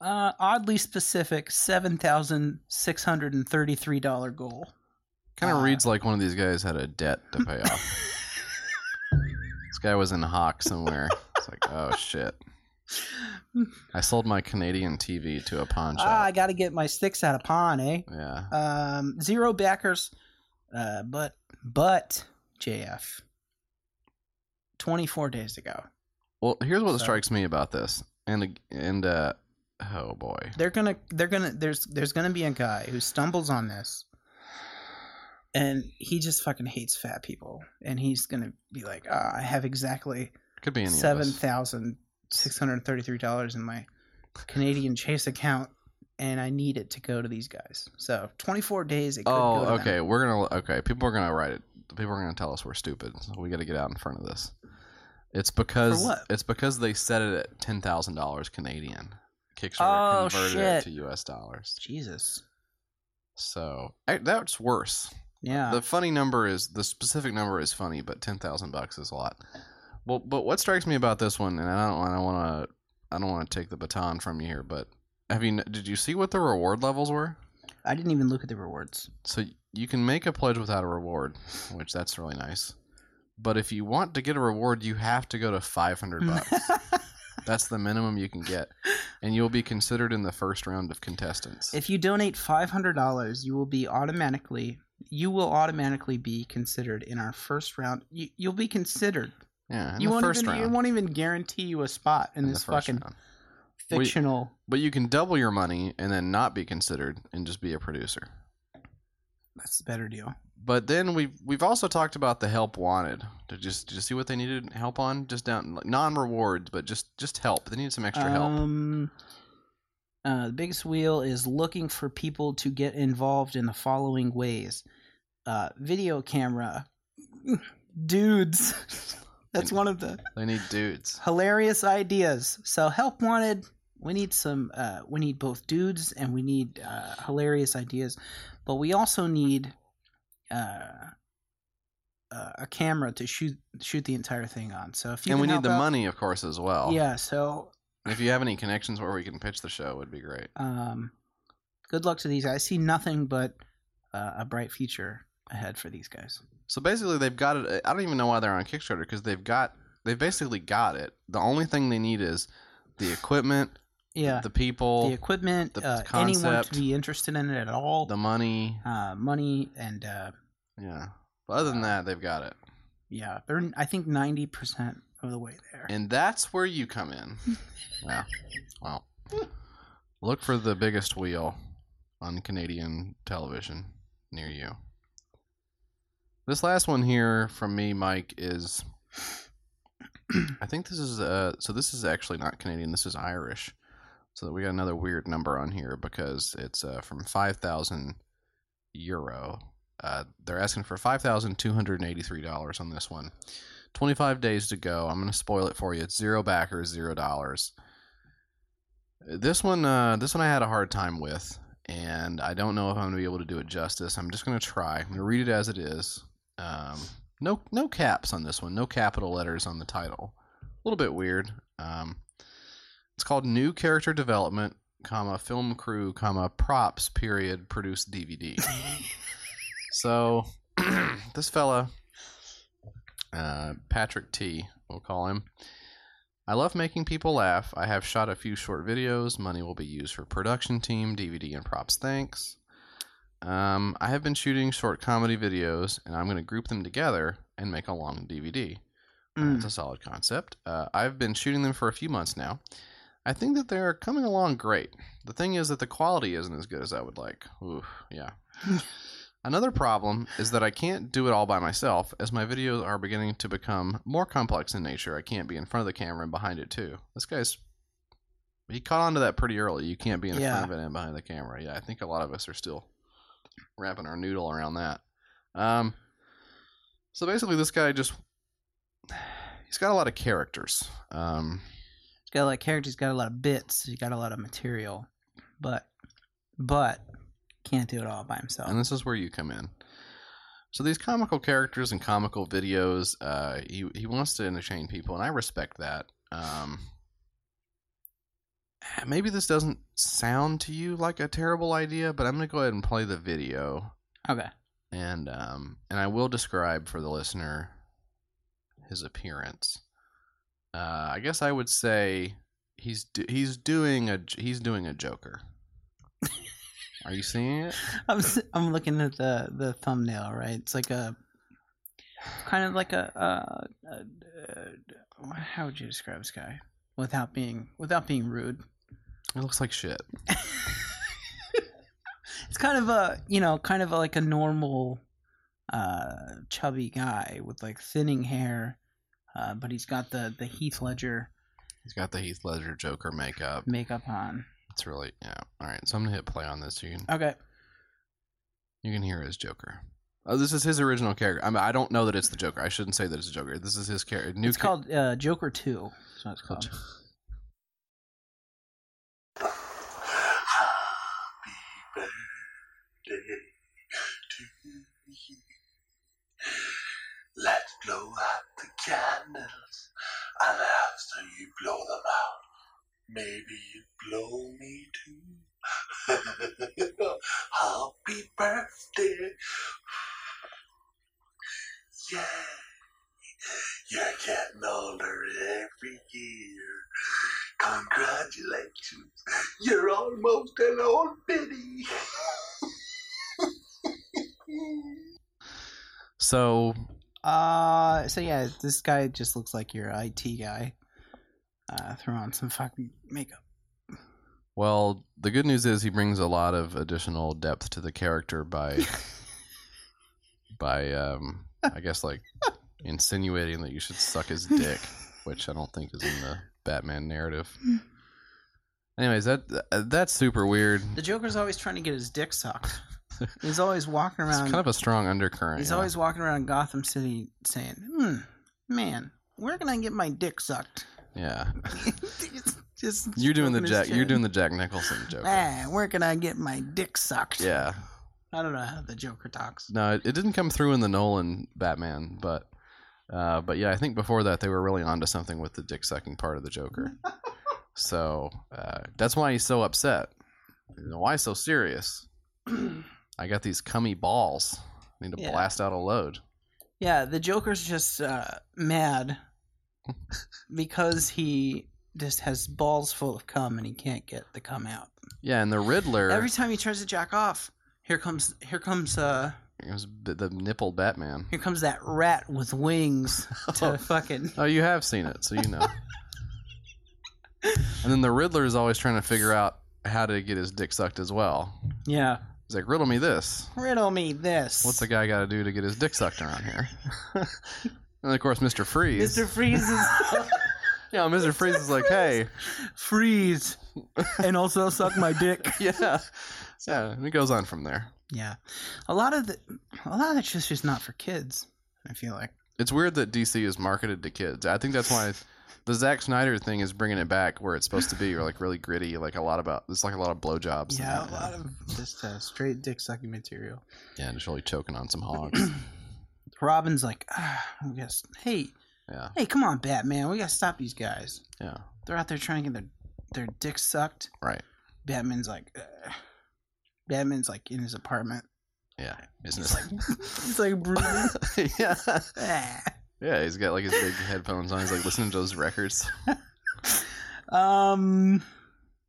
uh, oddly specific seven thousand six hundred and thirty-three dollar goal.
Kind
Uh,
of reads like one of these guys had a debt to pay off.
[LAUGHS]
this guy was in Hawk somewhere. It's like, oh shit.
[LAUGHS]
I sold my Canadian TV to a pawn
Ah, I
shop.
gotta get my sticks out of pawn, eh?
yeah.
Um, zero backers, uh, but but JF. Twenty-four days ago,
Well, here's what
So-
strikes me about this, and and uh, oh boy,
they're gonna they're gonna there's there's gonna be a guy who stumbles on this, and he just fucking hates fat people, and he's gonna be like, ah, I have exactly
could be any
seven
of us.
thousand six hundred thirty-three dollars in my Canadian Chase account, and I need it to go to these guys. So twenty-four days. It could
Oh,
go to
okay.
Them.
We're gonna okay. People are gonna write it. People are gonna tell us we're stupid. So we got to get out in front of this. It's because
what?
it's because they set it at ten thousand dollars Canadian. Kickstarter
Oh,
converted
shit.
it to U.S. dollars.
Jesus.
So I, that's worse.
Yeah.
The funny number is the specific number is funny, but ten thousand bucks is a lot. Well, but what strikes me about this one, and I don't, I don't want to, I don't want to take the baton from you here, but have you? Did you see what the reward levels were?
I didn't even look at the
[LAUGHS]
rewards.
So you can make a pledge without a reward, which that's really nice. But if you want to get a reward, you have to go to five
Mm. [LAUGHS]
hundred bucks. that's the minimum you can get, and you'll be considered in the first round of contestants.
if you donate five hundred dollars, you will be automatically you will automatically be considered in our first round. You, you'll be considered.
yeah, in
you
the
won't
first
even
round.
you won't even guarantee you a spot in,
In the
this
first
fucking
round. Well, you-
fictional.
But you can double your money and then not be considered and just be a producer.
That's a better deal.
But then we've we've also talked about the help wanted. Did you, did you see what they needed help on? Just down like, non rewards, but just just help. They needed some extra help.
Um, uh, the biggest wheel is looking for people to get involved in the following ways: uh, video camera, dudes. [LAUGHS] That's one of the
They need dudes.
hilarious ideas. So help wanted. We need some. Uh, we need both dudes and we need uh, hilarious ideas, but we also need uh, uh, a camera to shoot shoot the entire thing on. So if you
and
can
we need
help
the
out-
money, of course, as well.
Yeah. So
And if you have any connections where we can pitch the show, would be great.
um, good luck to these guys. I see nothing but uh, a bright future ahead for these guys.
So basically, they've got it. I don't even know why they're on Kickstarter because they've got they've basically got it. The only thing they need is the equipment,
Yeah,
the
the,
people, the,
equipment,
the
uh, anyone
concept,
to be interested in it at all,
money.
uh, money, and uh,
Yeah. But other than that, they've got it.
yeah, they're I think ninety percent of the way there.
And that's where you come in. yeah. Well, look for the biggest wheel on Canadian television near you. This last one here from me, Mike, is. I think this is uh so this is actually not Canadian. This is Irish. So we got another weird number on here because it's uh, from five thousand euro. Uh, they're asking for five thousand two hundred and eighty-three dollars on this one. 25 days to go. I'm going to spoil it for you. It's zero backers, zero dollars. This one, uh, this one I had a hard time with, and I don't know if I'm going to be able to do it justice. I'm just going to try. I'm going to read it as it is. Um, no, no caps on this one. No capital letters on the title. A little bit weird. Um, it's called New Character Development, comma Film Crew, comma Props. Period. Produced DVD. so [CLEARS THROAT] this fella uh, Patrick T, we'll call him. I love making people laugh. I have shot a few short videos. Money will be used for production team, DVD, and props. Thanks. Um, I have been shooting short comedy videos, and I'm going to group them together and make a long DVD. Uh,
Mm.
It's a solid concept. Uh, I've been shooting them for a few months now. I think that they're coming along great. The thing is that the quality isn't as good as I would like. Oof, yeah. Another problem is that I can't do it all by myself, as my videos are beginning to become more complex in nature. I can't be in front of the camera and behind it too. This guy's he caught on to that pretty early. You can't be in
Yeah.
front of it and behind the camera. Yeah, I think a lot of us are still wrapping our noodle around that. Um, So basically, this guy just [SIGHS] he's got a lot of characters. Um,
He's got a lot of characters, he's got a lot of bits, he's got a lot of material, but but can't do it all by himself.
and this is where you come in. So these comical characters and comical videos, uh, he he wants to entertain people, and I respect that. Um, [SIGHS] maybe this doesn't sound to you like a terrible idea, but I'm gonna go ahead and play the video,
Okay.
and um, and I will describe for the listener his appearance. Uh, I guess I would say he's do- he's doing a he's doing a Joker. Are you seeing it?
[LAUGHS] I'm s- I'm looking at the the thumbnail, right? It's like a kind of like a, uh uh how would you describe this guy without being without being rude? [LAUGHS]
It looks like shit.
It's kind of a you know kind of a, like a normal uh chubby guy with like thinning hair, uh, but he's got the the Heath Ledger
He's got the Heath Ledger Joker makeup.
makeup on.
It's really yeah. All right, so I'm gonna hit play on this. so You can
Okay.
you can hear his Joker. Oh, this is his original character. I mean, I don't know that it's the Joker. I shouldn't say that it's a Joker. This is his character. New
it's
cha-
called uh, Joker Two. That's what it's called.
Happy birthday to you. Let's blow out the candles, and after you blow them out, maybe you blow me too. [LAUGHS] Happy birthday. Yeah. You're getting older every year. Congratulations. You're almost an old biddy.
So
Uh, so yeah, this guy just looks like your IT guy. Uh, throw on some fucking makeup.
well, the good news is he brings a lot of additional depth to the character by
[LAUGHS]
by um I guess like insinuating that you should suck his dick, which I don't think is in the Batman narrative. Anyways, that that's super weird.
[LAUGHS] The Joker's always trying to get his dick
[LAUGHS]
sucked. he's always walking
It's
around.
kind of a strong undercurrent.
he's
yeah.
always walking around Gotham City saying, "Hmm, man, where can I get my dick sucked?" [LAUGHS]
yeah.
He's just
You're doing the
stroking his
Jack. You're
chin.
doing the Jack Nicholson joke.
Ah, where can I get my dick sucked?
Yeah.
I don't know how the Joker talks. [CLEARS THROAT]
No, it, it didn't come through in the Nolan Batman, but uh, but yeah, I think before that they were really onto something with the dick sucking part of
[LAUGHS]
the Joker. so uh, that's why he's so upset. You know, Why so serious? I got these cummy balls. I need to
Yeah.
blast out a load.
Yeah, the Joker's just uh,
[LAUGHS]
mad because he just has balls full of cum and he can't get the cum out.
Yeah, and the Riddler
Every time he tries to jack off, here comes here comes uh
it was b- the nipple Batman.
here comes that rat with wings to
[LAUGHS]
fucking
Oh, you have seen it, so you know. and then the Riddler is always trying to figure out how to get his dick sucked as well.
yeah.
He's like, riddle me this.
Riddle me this.
What's the guy got to do to get his dick sucked around here? [LAUGHS] and of course, Mr. Freeze.
Mr. Freeze is
[LAUGHS] Yeah, Mr. Freeze is like, hey, [LAUGHS]
freeze and also suck my dick.
yeah, yeah. And it goes on from there.
Yeah. A lot of the a lot of that's just just not for kids, I feel like.
It's weird that DC is marketed to kids. I think that's why the Zack Snyder thing is bringing it back where it's supposed to be, or like really gritty, like a lot about. It's like a lot of blowjobs. and-
Yeah, a lot of just uh, straight dick sucking material.
yeah, just really choking on some hogs. [CLEARS THROAT]
[CLEARS THROAT] Robin's like, ah, I guess, hey,
yeah,
hey, come on, Batman, we gotta stop these guys.
yeah,
They're out there trying to get their their dick sucked.
right.
Batman's like, Ugh. Batman's like in his apartment. [LAUGHS]
Yeah, isn't
He's like, he's like
[LAUGHS]
breathing. [LAUGHS]
it? yeah,
Ah.
yeah. He's got like his big headphones on. He's like listening to those records.
um,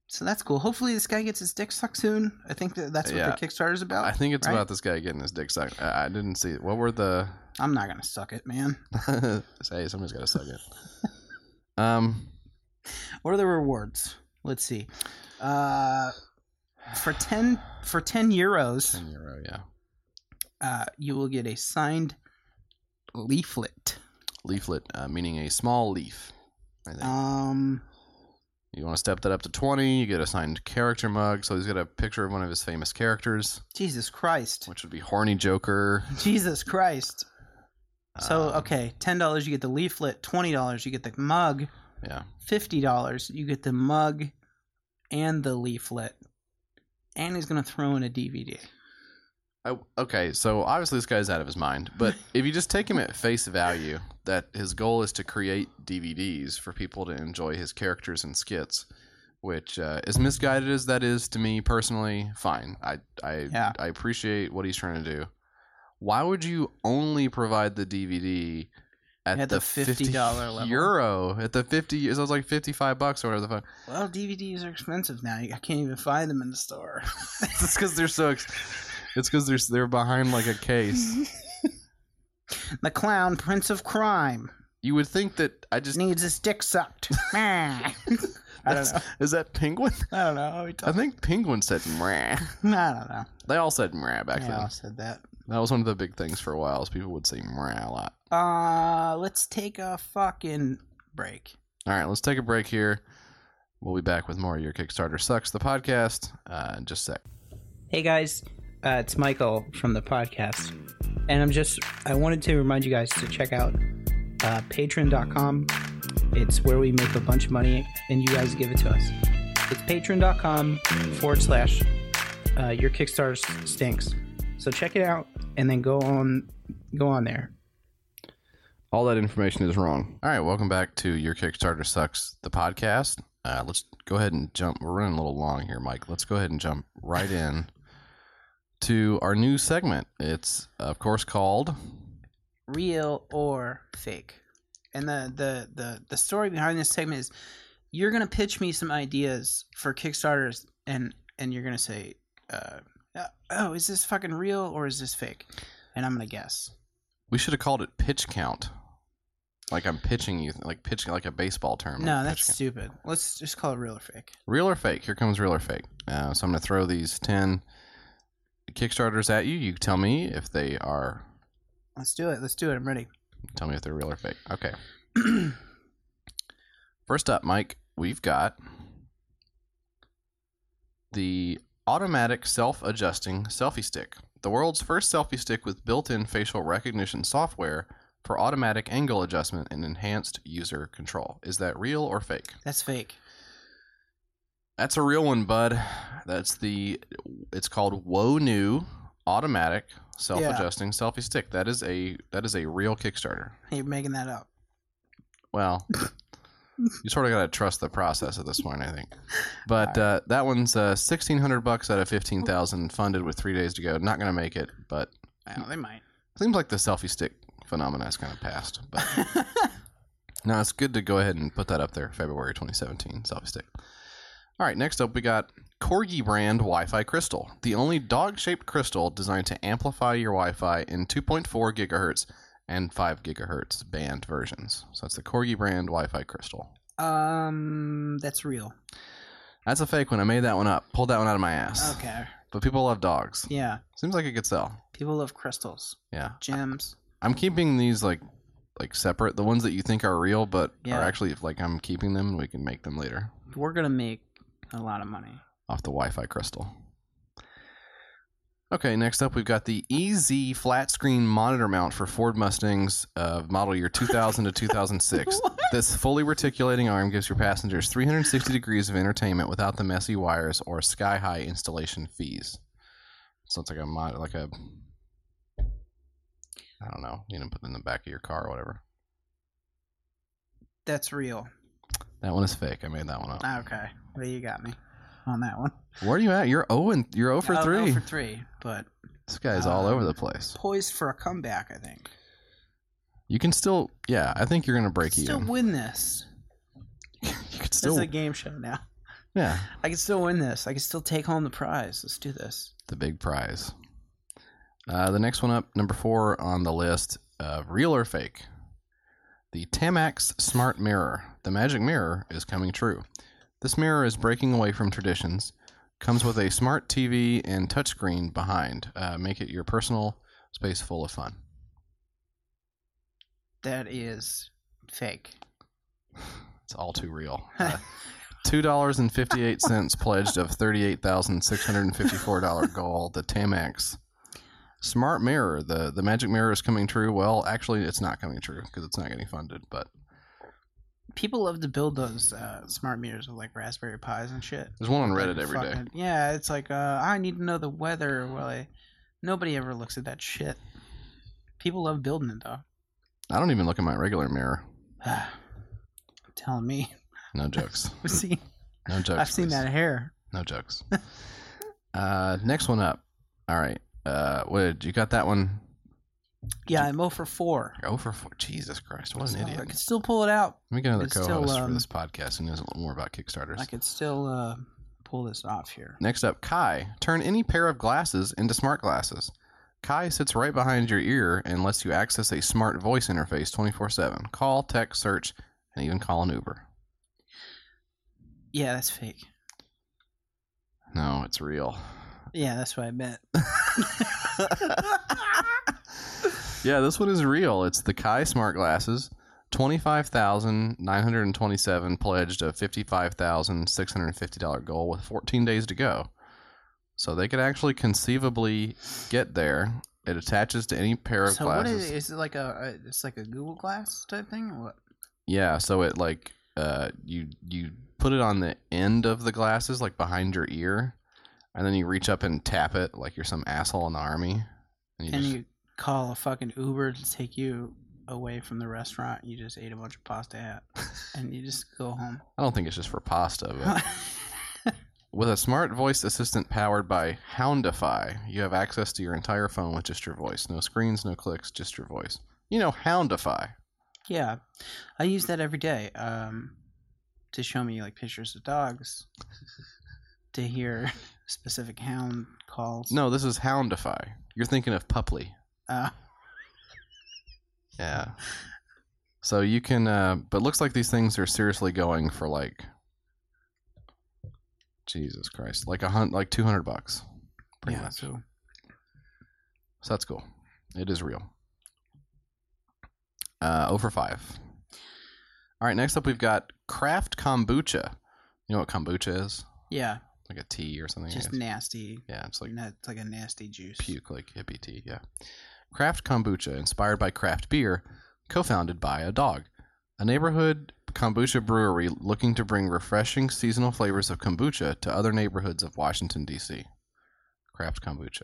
so that's cool. Hopefully, this guy gets his dick sucked soon. I think that that's what
Yeah.
the Kickstarter's about.
I
I
think it's
Oh, Right.
about this guy getting his dick sucked. I, I didn't see what were the. [LAUGHS]
am not gonna suck it, man.
hey, somebody's got to suck
[LAUGHS]
it. Um,
What are the rewards? Let's see. Uh, for ten for ten euros.
ten euro, yeah.
uh, you will get a signed leaflet.
Leaflet, uh, meaning a small leaf. I think.
Um,
you want to step that up to twenty. You get a signed character mug. So he's got a picture of one of his famous characters,
Jesus Christ,
which would be Horny Joker.
Jesus Christ. So
Um,
okay, ten dollars you get the leaflet, twenty dollars you get the mug,
Yeah.
fifty dollars you get the mug and the leaflet, and he's gonna throw in a DVD.
I, okay, so obviously this guy's out of his mind, but
[LAUGHS]
if you just take him at face value, that his goal is to create DVDs for people to enjoy his characters and skits, which uh, as misguided as that is to me personally, fine. I I
Yeah.
I appreciate what he's trying to do. Why would you only provide the DVD at,
At the
the fifty
$50 level.
euro at the fifty? It was like fifty five bucks or whatever the fuck. [LAUGHS]
Well, DVDs are expensive now. I can't even find them in the store.
it's because they're so. Ex- it's because they're they're behind like
[LAUGHS]
a case.
the clown, Prince of Crime,
You would think that I just
needs his dick
[LAUGHS]
sucked. [LAUGHS] I don't
That's-
know.
[LAUGHS] Is that Penguin?
I don't know. Are we
I
talking?
think Penguin said mrah.
I don't know.
They all said mrah back
yeah, I
then.
said that.
That was one of the big things for a while. Is people would say mrah a lot.
Uh, let's take a fucking break.
All right, let's take a break here. We'll be back with more of Your Kickstarter Sucks, the podcast, uh, in just a sec.
Hey guys, uh, it's Michael from the podcast, and I'm just I wanted to remind you guys to check out uh, Patreon.com. It's where we make a bunch of money, and you guys give it to us. It's Patreon.com forward slash uh, Your Kickstarter stinks. So check it out, and then go on go on there.
All that information is wrong. All right, welcome back to Your Kickstarter Sucks, the podcast. Uh, let's go ahead and jump. We're running a little long here, Mike. Let's go ahead and jump right in to our new segment. It's, of course, called
real or fake. And the the the, the story behind this segment is you're gonna pitch me some ideas for Kickstarters, and and you're gonna say, uh, uh, "Oh, is this fucking real or is this fake?" And I'm gonna guess.
We should have called it pitch count. Like I'm pitching you, like pitching, like a baseball term.
No,
like
that's
pitch count.
stupid. Let's just call it real or fake.
real or fake. Here comes real or fake. Uh, so I'm going to throw these ten kickstarters at you. You tell me if they are.
Let's do it. Let's do it. I'm ready. [CLEARS THROAT]
Tell me if they're real or fake. Okay. First up, Mike, we've got the automatic self adjusting selfie stick, the world's first selfie stick with built in facial recognition software for automatic angle adjustment and enhanced user control. Is that real or fake?
That's fake.
That's a real one, bud. That's the it's called Whoa New Automatic Self-Adjusting Selfie Stick. That is a that is a real Kickstarter.
You're making that up.
Well, you sort of got to trust the process at this point, I think. But uh, that one's uh, sixteen hundred bucks out of fifteen thousand funded with three days to go. Not going to make it, but
Well, they might.
seems like the selfie stick phenomena is kind of past. But No, it's good to go ahead and put that up there. February 2017, selfie stick. All right, next up we got Corgi brand Wi-Fi crystal, the only dog-shaped crystal designed to amplify your Wi-Fi in 2.4 gigahertz and 5 gigahertz band versions. So that's the Corgi brand Wi-Fi crystal.
[LAUGHS] um, that's real.
That's a fake one. I made that one up. Pulled that one out of my ass.
Okay.
But people love dogs.
Yeah.
Seems like it could sell.
People love crystals,
Yeah.
gems.
I'm keeping these like like separate. The ones that you think are real but
Yeah.
are actually like I'm keeping them and we can make them later
We're gonna make a lot of money.
off the Wi Fi crystal. Okay, next up we've got the EZ flat screen monitor mount for Ford Mustangs of model year 2000
[LAUGHS]
to 2006.
What?
This fully reticulating arm gives your passengers 360 degrees of entertainment without the messy wires or sky high installation fees. So it's like a mod, like a, I don't know, you know, put it in the back of your car or whatever.
That's real.
That one is fake. I made that one up.
Okay. Well, you got me on that one.
Where are you at? You're 0 and you're 0 for
Oh, oh,
3.
for three, but
This guy's all
Um,
over the place.
poised for a comeback, I think.
You can still, yeah, I think you're gonna break
Still
even.
win this.
[LAUGHS] you can
This
still,
is a game show now.
yeah,
I can still win this. I can still take home the prize. Let's do this.
the big prize. Uh, the next one up, number four on the list, uh, real or fake? The Tamax Smart Mirror, the magic mirror, is coming true. This mirror is breaking away from traditions. Comes with a smart TV and touchscreen behind. Uh, make it your personal space full of fun.
That is fake.
It's all
[LAUGHS]
too real. Uh, Two dollars and fifty-eight cents pledged of thirty-eight thousand six hundred and fifty-four dollar goal. The Tamax Smart mirror. The the magic mirror is coming true. Well, actually, it's not coming true because it's not getting funded. But
People love to build those uh, smart meters with like Raspberry Pis and shit.
there's one on Reddit
Like,
every day.
fucking- Yeah, it's like uh, I need to know the weather. Well, I, nobody ever looks at that shit. People love building it though. [SIGHS]
I don't even look at my regular mirror.
Telling me, [LAUGHS]
No jokes.
I've seen,
No
[LAUGHS]
jokes.
I've seen
please.
that hair. [LAUGHS]
No jokes. uh, next one up. All right. Uh, what did you got that one?
Yeah, I'm 0 for four.
Oh, for four. Jesus Christ! What an
So I
idiot.
could still pull it out.
Let me get another
It's still,
co-host for
um,
this podcast who knows a little more about Kickstarters.
I could still uh, pull this off here.
Next up, Kai. Turn any pair of glasses into smart glasses. Kai sits right behind your ear and lets you access a smart voice interface 24 7. Call, text, search, and even call an Uber.
Yeah, that's fake.
No, it's real.
Yeah, that's what I
[LAUGHS]
meant.
yeah, this one is real. It's the Kai smart glasses. 25,927 pledged a $55,650 goal with 14 days to go. So they could actually conceivably get there. It attaches to any pair of
so
glasses.
what is it? Is it like a, a it's like a Google Glass type thing or what?
Yeah, so it like uh you you put it on the end of the glasses, like behind your ear, and then you reach up and tap it like you're some asshole in the army. And you
and
just,
you call a fucking Uber to take you away from the restaurant you just ate a bunch of pasta at, and you just go home.
I don't think it's just for pasta,
[LAUGHS]
but with a smart voice assistant powered by Houndify, you have access to your entire phone with just your voice. No screens, no clicks, just your voice. You know Houndify.
yeah, I use that every day um, to show me like pictures of dogs, to hear [LAUGHS] specific hound calls.
No, this is Houndify. You're thinking of Pupley.
Uh,
Yeah. So you can, uh, but looks like these things are seriously going for like, Jesus Christ, like a hunt, like two hundred bucks, pretty
yeah,
much.
so
So that's cool. It is real. Uh, over five. All right. Next up, we've got craft kombucha. You know what kombucha is?
yeah,
Like a tea or something. I
just
guess.
nasty.
yeah, it's like
Like, it's like a nasty juice.
puke like hippie tea. Yeah. Craft kombucha, inspired by craft beer, co-founded by a dog. A neighborhood kombucha brewery looking to bring refreshing seasonal flavors of kombucha to other neighborhoods of Washington D.C. Craft kombucha.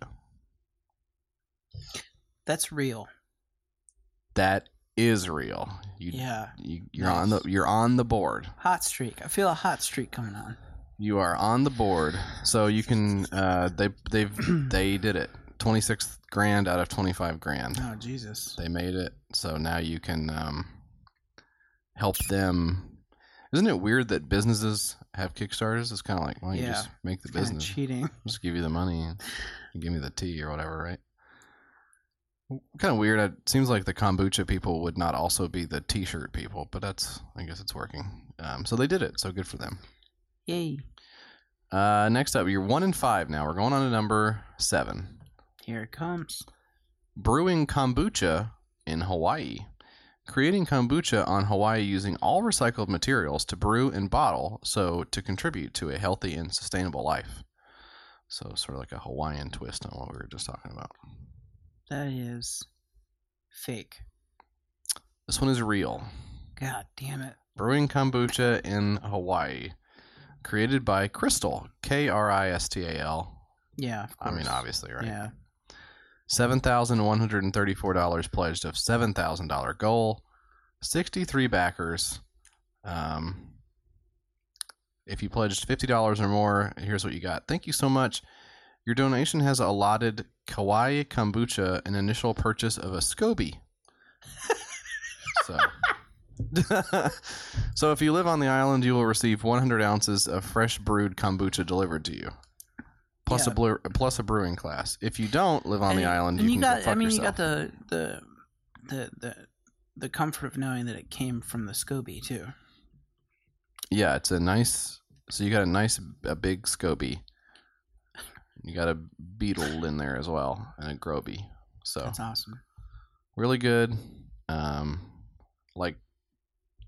That's real.
That is real. You,
Yeah,
you, you're on the you're on the board.
hot streak. I feel a hot streak coming on.
You are on the board. So you can uh, they they've they did it. Twenty six grand out of twenty five grand.
Oh Jesus!
they made it so now you can um, help them isn't it weird that businesses have kickstarters it's kind of like well you
Yeah.
just make the
Kind of
business
cheating.
just give you the money and you give me the tea or whatever right kind of weird it seems like the kombucha people would not also be the t-shirt people but that's i guess it's working um, so they did it so good for them
Yay!
uh, next up you're one in five now we're going on to number seven
Here it comes.
brewing kombucha in Hawaii. Creating kombucha on Hawaii using all recycled materials to brew and bottle, so to contribute to a healthy and sustainable life. So, sort of like a Hawaiian twist on what we were just talking about.
That is fake.
This one is real.
God damn it.
Brewing kombucha in Hawaii, created by Crystal K R I S T A L.
Yeah. Of
I mean,
course.
obviously, right?
Yeah.
Seven thousand one hundred and thirty-four dollars pledged of seven thousand dollar goal, sixty-three backers. Um, if you pledged fifty dollars or more, here's what you got. Thank you so much. Your donation has allotted Kawaii Kombucha an initial purchase of a SCOBY. so. so [LAUGHS] if you live on the island, you will receive 100 ounces of fresh brewed kombucha delivered to you, plus
Yeah.
a blue, plus a brewing class. If you don't live on
And
the island,
and
you, can
got.
go fuck
I mean,
yourself.
you got the the the the the comfort of knowing that it came from the Scobie too.
yeah, it's a nice. So you got a nice, a big scoby. You got a beetle in there as well, and a groby. So
That's awesome.
really good. Um, like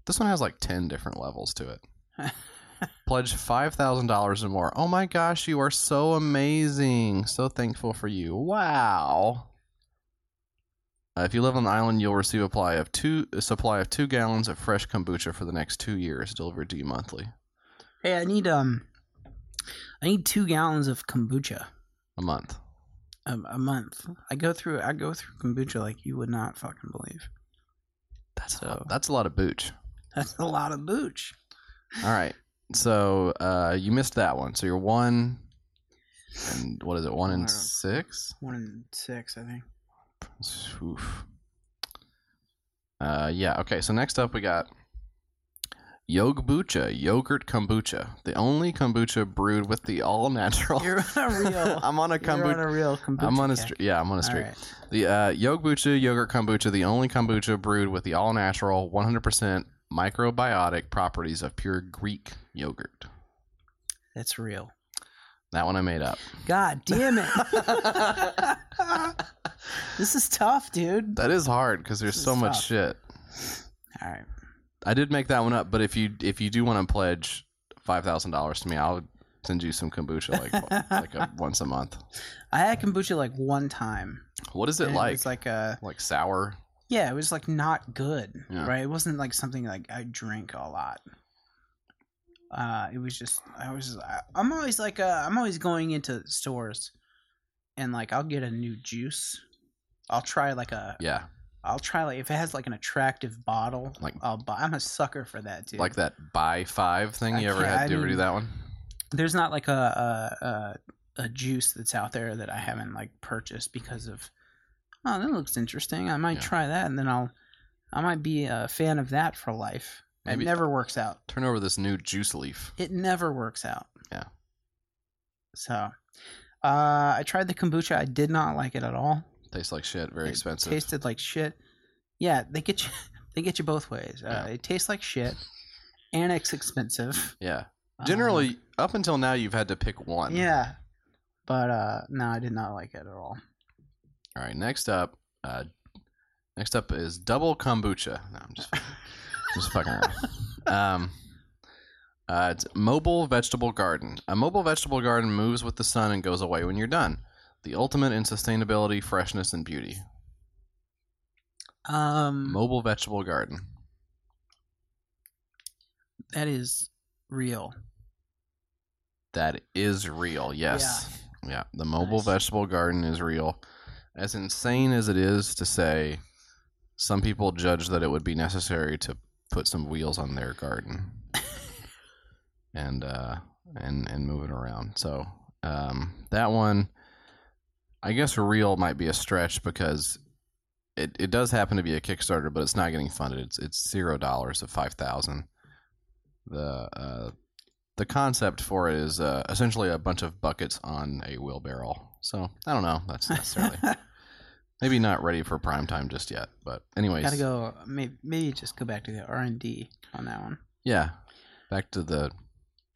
this one has like ten different levels to it. Pledge five thousand dollars or more. Oh my gosh, you are so amazing! So thankful for you. Wow, Uh, if you live on the island, you'll receive a supply of two a supply of two gallons of fresh kombucha for the next two years, delivered to you monthly,
Hey, I need um, I need two gallons of kombucha
a month.
a, a month. I go through I go through kombucha like you would not fucking believe.
That's
So-
Uh, that's a lot of booch.
[LAUGHS] That's a lot of booch.
All right, so uh, you missed that one. So you're one, and what is it? One and six.
One and six, I think.
Oof. Uh, yeah. Okay. So next up, we got Yogbucha yogurt kombucha, the only kombucha brewed with the all natural.
You're on a real.
[LAUGHS] I'm on a kombucha.
You're on a real kombucha.
I'm on a
kick.
street. Yeah, I'm on a
All
street.
right.
The uh, Yogbucha yogurt kombucha, the only kombucha brewed with the all natural, 100% microbiotic properties of pure Greek yogurt.
That's real.
That one I made
[LAUGHS]
up.
God damn
[LAUGHS]
it. [LAUGHS] this is tough, dude.
That is hard because there's
This
so
is
much
tough.
shit.
All right.
I did make that one up, but if you if you do want to pledge five thousand dollars to me, I'll send you some kombucha
[LAUGHS]
like like a, once a month.
I had kombucha like one time.
What is it
and
like?
It was like a
like sour.
yeah. It was like not good,
Yeah.
right? It wasn't like something like I drink a lot. Uh, it was just I was just, I, I'm always like uh, I'm always going into stores, and like I'll get a new juice. I'll try like a
Yeah,
I'll try like if it has like an attractive bottle.
Like-
I'll buy. I'm a sucker for that, dude.
like that buy five thing.
I
You ever
can't- I
had? Do you ever do
mean-
that one?
there's not like a a, a a juice that's out there that I haven't like purchased because of oh that looks interesting. I might
Yeah.
try that and then I'll I might be a fan of that for life.
Maybe-
It never works out.
Turn over this new juice leaf.
It never works out.
Yeah.
So uh I tried the kombucha. I did not like it at all.
Tastes like shit. Very
It
expensive.
Tasted like shit. Yeah, they get you [LAUGHS] they get you both ways. Uh,
Yeah.
it tastes like shit and it's expensive.
yeah.
Um,
Generally, up until now, you've had to pick one.
Yeah. But uh no, I did not like it at all.
All right. Next up, uh, next up is double kombucha. No, I'm just just fucking around. Um, uh, it's mobile vegetable garden. A mobile vegetable garden moves with the sun and goes away when you're done. The ultimate in sustainability, freshness, and beauty.
Um
Mobile vegetable garden.
that is real.
That is real. Yes. Yeah. the mobile
Nice.
vegetable garden is real. As insane as it is to say, some people judge that it would be necessary to put some wheels on their garden and uh, and and move it around. So um, that one, I guess, real might be a stretch because. It, it does happen to be a Kickstarter, but it's not getting funded. It's it's zero dollars of five thousand. The uh, the concept for it is uh, essentially a bunch of buckets on a wheelbarrow. So I don't know.
[LAUGHS]
That's necessarily maybe not ready for prime time just yet. But anyways,
Gotta go. Maybe, maybe just go back to the R and D on that one.
yeah, back to the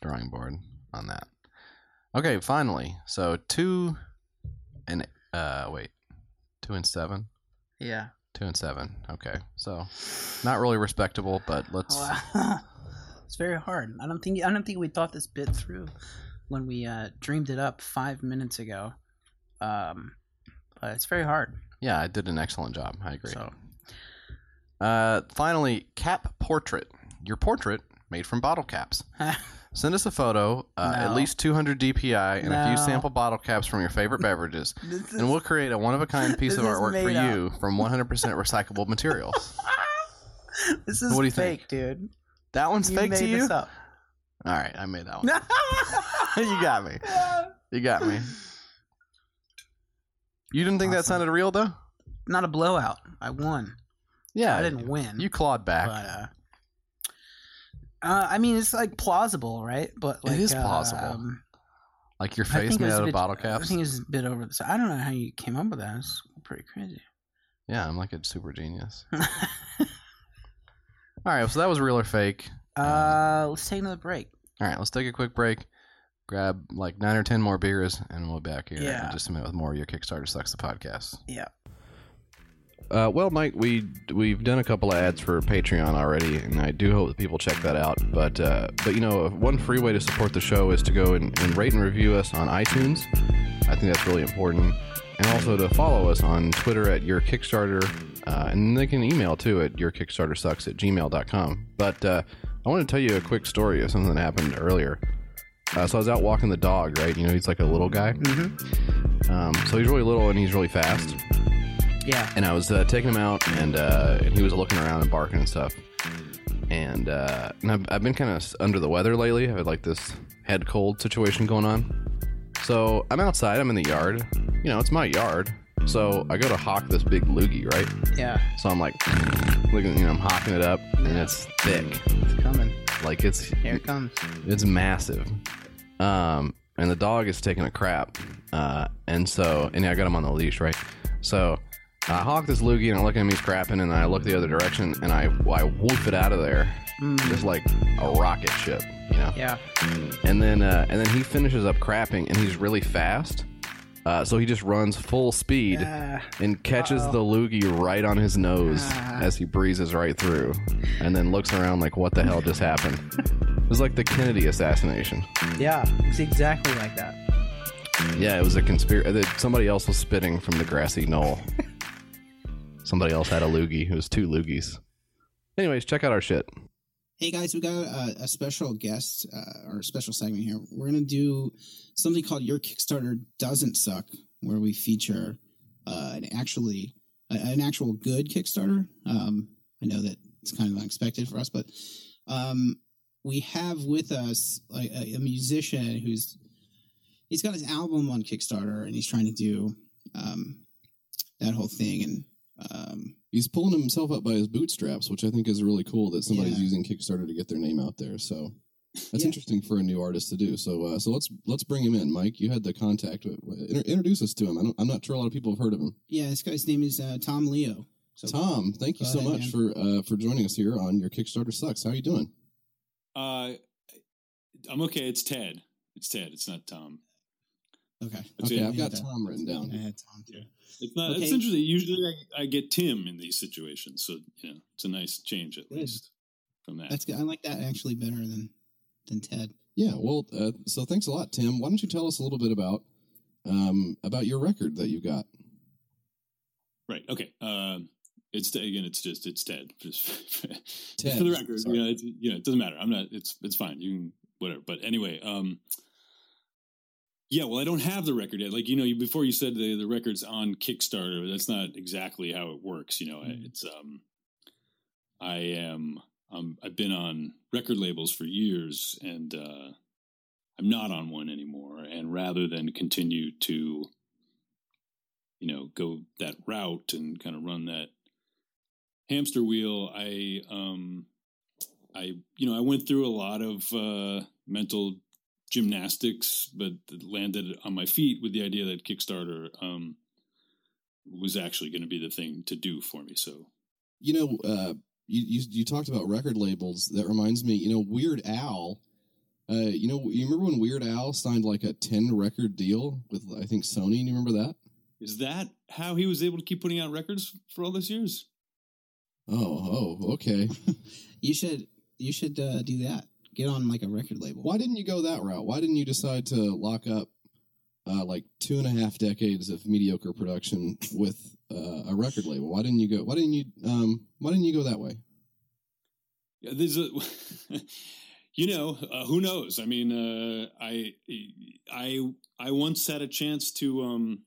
drawing board on that. Okay, finally. So two and uh, wait, two and seven,
Yeah.
two and seven. Okay, so not really respectable, but let's.
Wow. [LAUGHS] it's very hard. I don't think I don't think we thought this bit through when we uh, dreamed it up five minutes ago. Um, but it's very hard.
Yeah, I did an excellent job. I agree.
So
Uh, finally, cap portrait. Your portrait made from
[LAUGHS]
bottle caps. Send us a photo, uh,
No.
at least 200 DPI, and a few
No.
sample bottle caps from your favorite beverages,
this is, [LAUGHS]
and we'll create a one of a kind piece
This
of
is
artwork for
made up.
you from 100%
[LAUGHS]
recyclable materials.
this is
what do you think?
fake, dude.
That one's
You
fake
made
to you?
this
[LAUGHS]
up. [LAUGHS]
All right, I made that one. [LAUGHS] you
[LAUGHS]
got me. You got me. You didn't think that
Awesome.
sounded real, though?
Not a blowout. I won.
Yeah.
I didn't win.
You clawed back.
But uh, uh, I mean, it's like plausible, right? But like,
is
uh,
plausible.
um,
like your
I
face
think it
made
was a
out of
bit-
bottle
I [LAUGHS]
caps.
think it's a bit over the. I don't know how you came up with that. It's pretty crazy. [LAUGHS]
Yeah, I'm like a super genius. All right, so that was real or fake.
uh, let's take another break.
All right, let's take a quick break, grab like nine or ten more beers, and we'll be back here
Yeah.
in just a minute with more of your Kickstarter sucks the podcast.
Yeah.
Uh, well, Mike, we we've done a couple of ads for Patreon already, and I do hope that people check that out. But uh, but you know, one free way to support the show is to go and, and rate and review us on iTunes. I think that's really important, and also to follow us on Twitter at your Kickstarter Uh, and they can email too at your Kickstarter sucks at gmail.com. But uh, I want to tell you a quick story of something that happened earlier. Uh, so I was out walking the dog, right? You know, he's like a little guy.
Mm-hmm.
Um, so he's really little and he's really fast.
Yeah.
and I was uh, taking him out, and, uh, and he was looking around and barking and stuff. And, uh, and I've, I've been kind of under the weather lately. I had like this head cold situation going on. So I'm outside. I'm in the yard. You know, it's my yard. So I go to hawk this big loogie, right?
Yeah.
So I'm like, looking, you know, I'm hawking it up, and it's thick.
It's coming.
Like it's
Here it comes.
it's massive. Um, and the dog is taking a crap. Uh, and so, and I got him on the leash, right? So I hawk this loogie and I look at him, he's crapping, and I look the other direction and I, I whoop it out of there.
Mm.
Just like a rocket ship, you know?
Yeah.
And then, uh, and then he finishes up crapping and he's really fast. Uh, so he just runs full speed
Uh,
and catches
Uh-oh.
the loogie right on his nose
Ah.
as he breezes right through and then looks around like what the hell just happened it was like the kennedy assassination
yeah. It's exactly like that.
yeah it was a conspiracy somebody else was spitting from the
[LAUGHS]
grassy knoll somebody else had a loogie it was two loogies anyways check out our shit
Hey guys, we got uh, a special guest uh, or a special segment here. We're gonna do something called "Your Kickstarter Doesn't Suck," where we feature uh, an actually a- an actual good Kickstarter. Um, I know that it's kind of unexpected for us, but um, we have with us like a, a musician who's he's got his album on Kickstarter and he's trying to do um, that whole thing and. Um,
He's pulling himself up by his bootstraps, which I think is really cool that somebody's
Yeah.
using Kickstarter to get their name out there. So that's
Yeah.
interesting for a new artist to do. So uh, so let's let's bring him in, Mike. You had the contact. W- w- inter- Introduce us to him. I don't, I'm not sure a lot of people have heard of him.
yeah, this guy's name is uh, Tom Leo. So
Tom, thank you
Go
so
ahead,
much
man.
for uh, for joining us here on your Kickstarter sucks. How you doing?
Uh, I'm okay. It's Ted. It's Ted. It's not Tom.
Okay.
That's
okay,
it.
I've got
Yeah.
Tom written
I
down.
had Tom too.
It's not.
Okay.
It's interesting. Usually, I, I get Tim in these situations, so yeah, it's a nice change at
Good.
least from that.
That's good. I like that actually better than than Ted.
Yeah. Well, uh, so thanks a lot, Tim. Why don't you tell us a little bit about um, about your record that you got?
Right. Okay. Um, it's again. It's just it's Ted. [LAUGHS] Just
Ted,
for the record,
sorry.
you know, it's, you know, it doesn't matter. I'm not. It's it's fine. You can whatever. But anyway, um, yeah. Well, I don't have the record yet. Like you know, you, before you said the the record's on Kickstarter. That's not exactly how it works. You know, I it's um, I am um, I've been on record labels for years, and uh, I'm not on one anymore. And rather than continue to you know go that route and kind of run that hamster wheel i um i you know i went through a lot of uh mental gymnastics but landed on my feet with the idea that kickstarter um was actually going to be the thing to do for me so
you know, uh, you, you you talked about record labels. That reminds me, you know, Weird Al. Uh, you know, you remember when Weird Al signed like a ten record deal with I think Sony. You remember that?
is that how he was able to keep putting out records for all those years
Oh, oh, okay. [LAUGHS]
You should you should uh, do that. Get on like a record label.
Why didn't you go that route? Why didn't you decide to lock up uh, like two and a half decades of mediocre production with uh, a record label? Why didn't you go? Why didn't you? Um, why didn't you go that way?
Yeah, there's a, [LAUGHS] you know, uh, who knows? I mean, uh, I, I, I once had a chance to, um,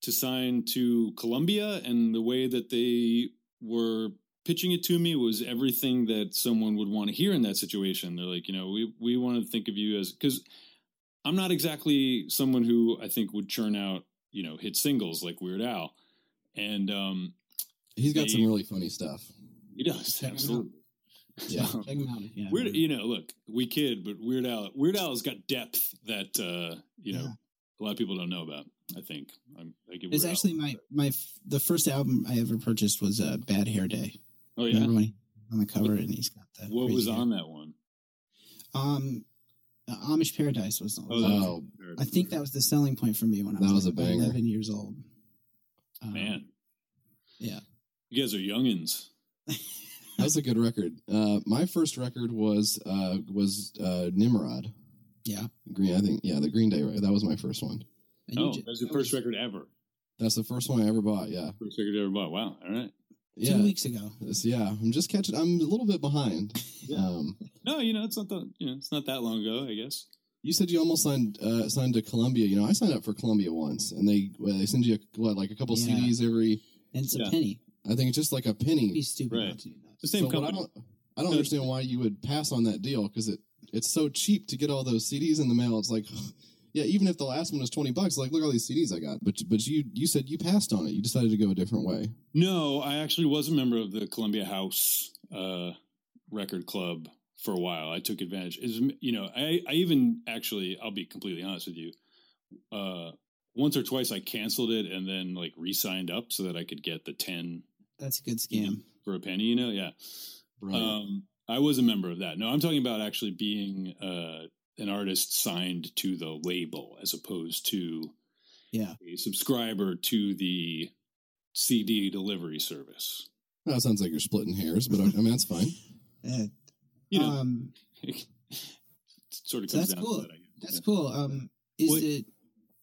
to sign to Columbia, and the way that they were pitching it to me was everything that someone would want to hear in that situation. They're like, you know, we we want to think of you as because I'm not exactly someone who I think would churn out, you know, hit singles like Weird Al, and um,
He's got some
They-
really funny stuff.
he [LAUGHS] does
Check 'em out.
absolutely.
Yeah.
[LAUGHS] So-
Check them out. Yeah.
Weird, you know, look, we kid, but Weird Al, Weird Al's got depth that uh, you know
Yeah.
a lot of people don't know about. I think I'm, I give
It's
Weird Al-
actually my my f- the first album I ever purchased was uh, Bad Hair Day.
Oh
Remember
yeah,
when he- on the cover and he's got that.
what was
crazy hair.
on that one?
Um, uh, Amish Paradise was on.
Oh, that
Wow,
was-
I think that was the selling point for me when I
That
was,
was
like,
a banger.
eleven years old. Um, [LAUGHS]
man.
yeah.
you guys are youngins.
That's a good record. Uh, my first record was uh, was uh, Nimrod.
Yeah.
Green. I think yeah, the Green Day. Right, that was my first one.
And you
Oh,
ju-
that was your
that
first
was-
record ever.
That's the first one I ever bought. Yeah,
First record I ever bought. Wow. All right.
yeah,
Two weeks ago.
It's- yeah. I'm just catching. I'm a little bit behind.
[LAUGHS] Yeah.
Um,
No, you know it's not that you know it's not that long ago. I guess.
you said you almost signed uh, signed to Columbia. You know, I signed up for Columbia once, and they well, they send you what like a couple
Yeah.
CDs every.
And it's
Yeah.
a penny.
I think it's just like a
It'd be
penny.
stupid
Right.
not to do that.
It's The same
So what I
company.
don't I don't understand why you would pass on that deal because it it's so cheap to get all those CDs in the mail. It's like. [SIGHS] Yeah, even if the last one was twenty bucks, like look all these CDs I got. But but you you said you passed on it. You decided to go a different way.
No, I actually was a member of the Columbia House uh, Record Club for a while. I took advantage. Is you know, I, I even actually, I'll be completely honest with you. Uh, once or twice, I canceled it and then like re-signed up so that I could get the ten
That's a good scam.
for a penny. You know, yeah.
Right.
Um, I was a member of that. No, I'm talking about actually being uh, an artist signed to the label as opposed to
Yeah.
a subscriber to the CD delivery service.
That sounds like you're splitting hairs, but I, I mean that's fine.
Uh,
you know,
um,
[LAUGHS] it sort of
so
comes
that's
down
cool.
to that. I guess.
that's
Yeah.
cool. Um, is
Well,
it?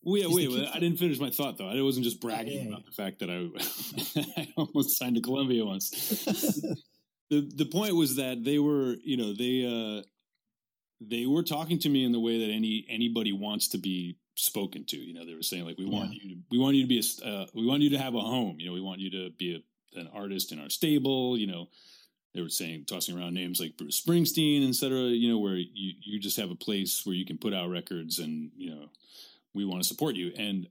Well, yeah,
Is the
wait,
key-
wait, I didn't finish my thought though. I wasn't just bragging
Yeah, yeah,
about the fact that I, [LAUGHS] I almost signed to Columbia once. the The point was that they were, you know, they uh, they were talking to me in the way that any anybody wants to be spoken to. You know, they were saying like, we want you, to, we want you to be a, s- uh, we want you to have a home. You know, we want you to be a, an artist in our stable. You know, they were saying tossing around names like Bruce Springsteen, et cetera, you know, where you, you just have a place where you can put out records and, you know, we want to support you. And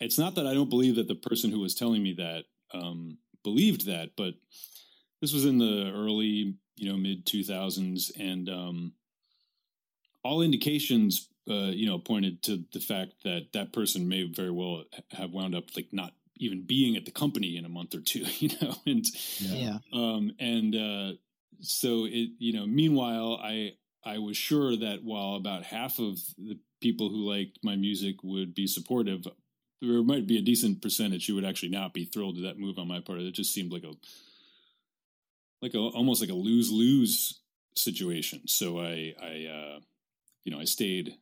it's not that I don't believe that the person who was telling me that um, believed that, but this was in the early, you know, mid 2000s. And um, all indications, uh, you know, pointed to the fact that that person may very well have wound up like not even being at the company in a month or two, [LAUGHS] you know, and
Yeah.
um, and uh, so it you know meanwhile i i was sure that while about half of the people who liked my music would be supportive there might be a decent percentage who would actually not be thrilled with that move on my part it just seemed like a like a almost like a lose lose situation so i i uh you know i stayed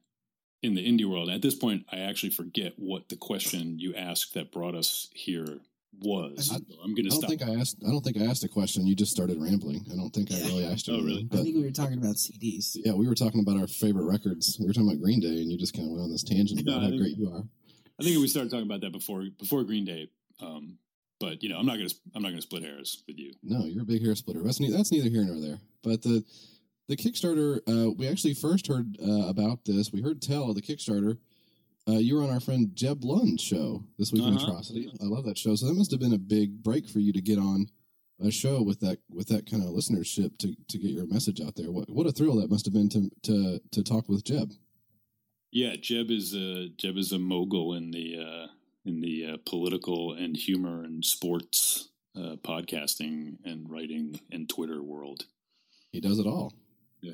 in the indie world at this point i actually forget what the question you asked that brought us here was
I-
So i'm gonna
I don't
stop
think I asked. I don't think I asked a question. You just started rambling. I don't think I
Yeah.
really asked you.
Oh,
anything,
really?
I
But
think we were talking about CDs.
yeah, we were talking about our favorite records. We were talking about Green Day, and you just kind of went on this tangent
No, [LAUGHS]
about
I
how
think-
great you are.
I think we started talking about that before before Green Day. Um, but you know, I'm not gonna I'm not gonna split hairs with you.
No, you're a big hair splitter. That's neither, that's neither here nor there. But the the Kickstarter, uh, we actually first heard uh, about this. We heard tell of the Kickstarter. Uh, you were on our friend Jeb Lund's show this week in
Uh-huh.
Atrocity. I love that show. So that must have been a big break for you to get on a show with that with that kind of listenership to to get your message out there. What what a thrill that must have been to to to talk with Jeb.
Yeah, Jeb is a Jeb is a mogul in the uh, in the uh, political and humor and sports uh, podcasting and writing and Twitter world.
He does it all.
Yeah.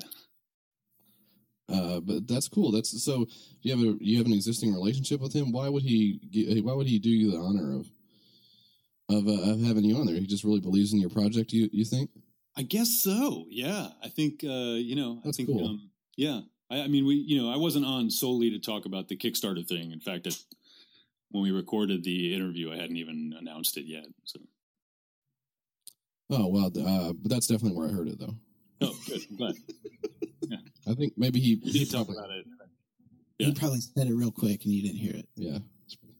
Uh, but that's cool. That's so. You have a you have an existing relationship with him. Why would he? gi- Why would he do you the honor of of, uh, of having you on there? He just really believes in your project. You you think?
I guess so. Yeah, I think uh, you know.
That's
I think
cool.
um, yeah. I, I mean, we you know, I wasn't on solely to talk about the Kickstarter thing. In fact, it, when we recorded the interview, I hadn't even announced it yet. So
Oh well, uh, but that's definitely where I heard it though.
oh, good. I'm glad.
I think maybe he
[LAUGHS] We
[LAUGHS]
did talk about it. Yeah.
He probably said it real quick and you didn't hear it.
Yeah,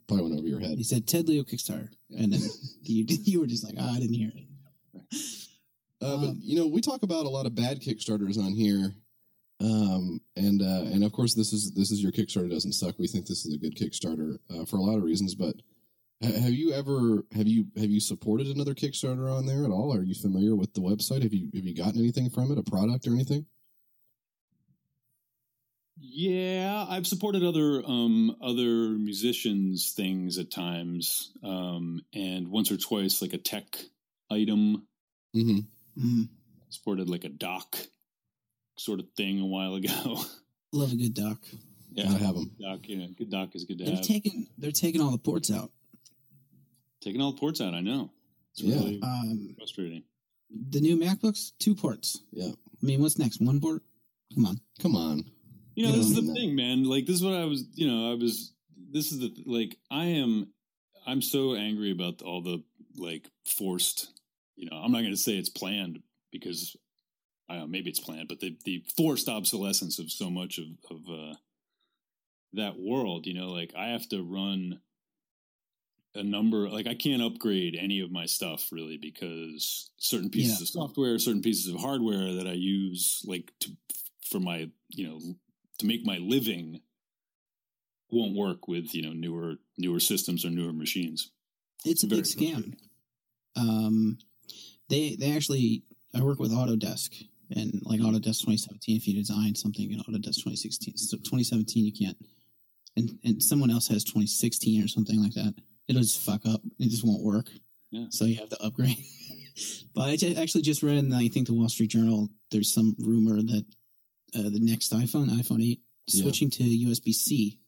probably went over your head.
He said Ted Leo Kickstarter, and
[LAUGHS]
then you you were just like, oh, I didn't hear it.
Uh, but
Um,
you know, we talk about a lot of bad Kickstarters on here, um, and uh, and of course, this is this is your Kickstarter doesn't suck. We think this is a good Kickstarter uh, for a lot of reasons. But ha- have you ever have you have you supported another Kickstarter on there at all? Are you familiar with the website? Have you have you gotten anything from it, a product or anything?
Yeah, I've supported other um, other musicians' things at times, um, and once or twice, like a tech item.
Mm-hmm.
Mm,
Supported like a doc sort of thing a while ago. [LAUGHS]
love a good doc.
yeah,
Gotta have them.
doc. Yeah, good doc is good to
They're
have.
taking they're taking all the ports out.
Taking all the ports out, I know. It's
Yeah.
really
Um,
frustrating.
the new MacBooks, two ports.
Yeah.
I mean, what's next? One port? Come on.
Come on.
You know, this is
Yeah.
the thing, man. Like, this is what I was. You know, I was. This is the like. I am. I'm so angry about all the like forced. You know, I'm not going to say it's planned because uh, maybe it's planned, but the the forced obsolescence of so much of of uh, that world. You know, like I have to run a number like I can't upgrade any of my stuff really because certain pieces
Yeah.
of software, certain pieces of hardware that I use like to, for my you know to make my living won't work with you know newer newer systems or newer machines.
It's a
Very
big scam. Um, they they actually I work with Autodesk and like Autodesk 2017. If you design something in Autodesk 2016, so 2017 you can't, and and someone else has 2016 or something like that, it'll just fuck up. It just won't work.
Yeah.
So you have to upgrade. [LAUGHS] but I ju- actually just read in I think the Wall Street Journal. There's some rumor that uh, the next iPhone, iPhone 8,
Yeah.
switching to USB C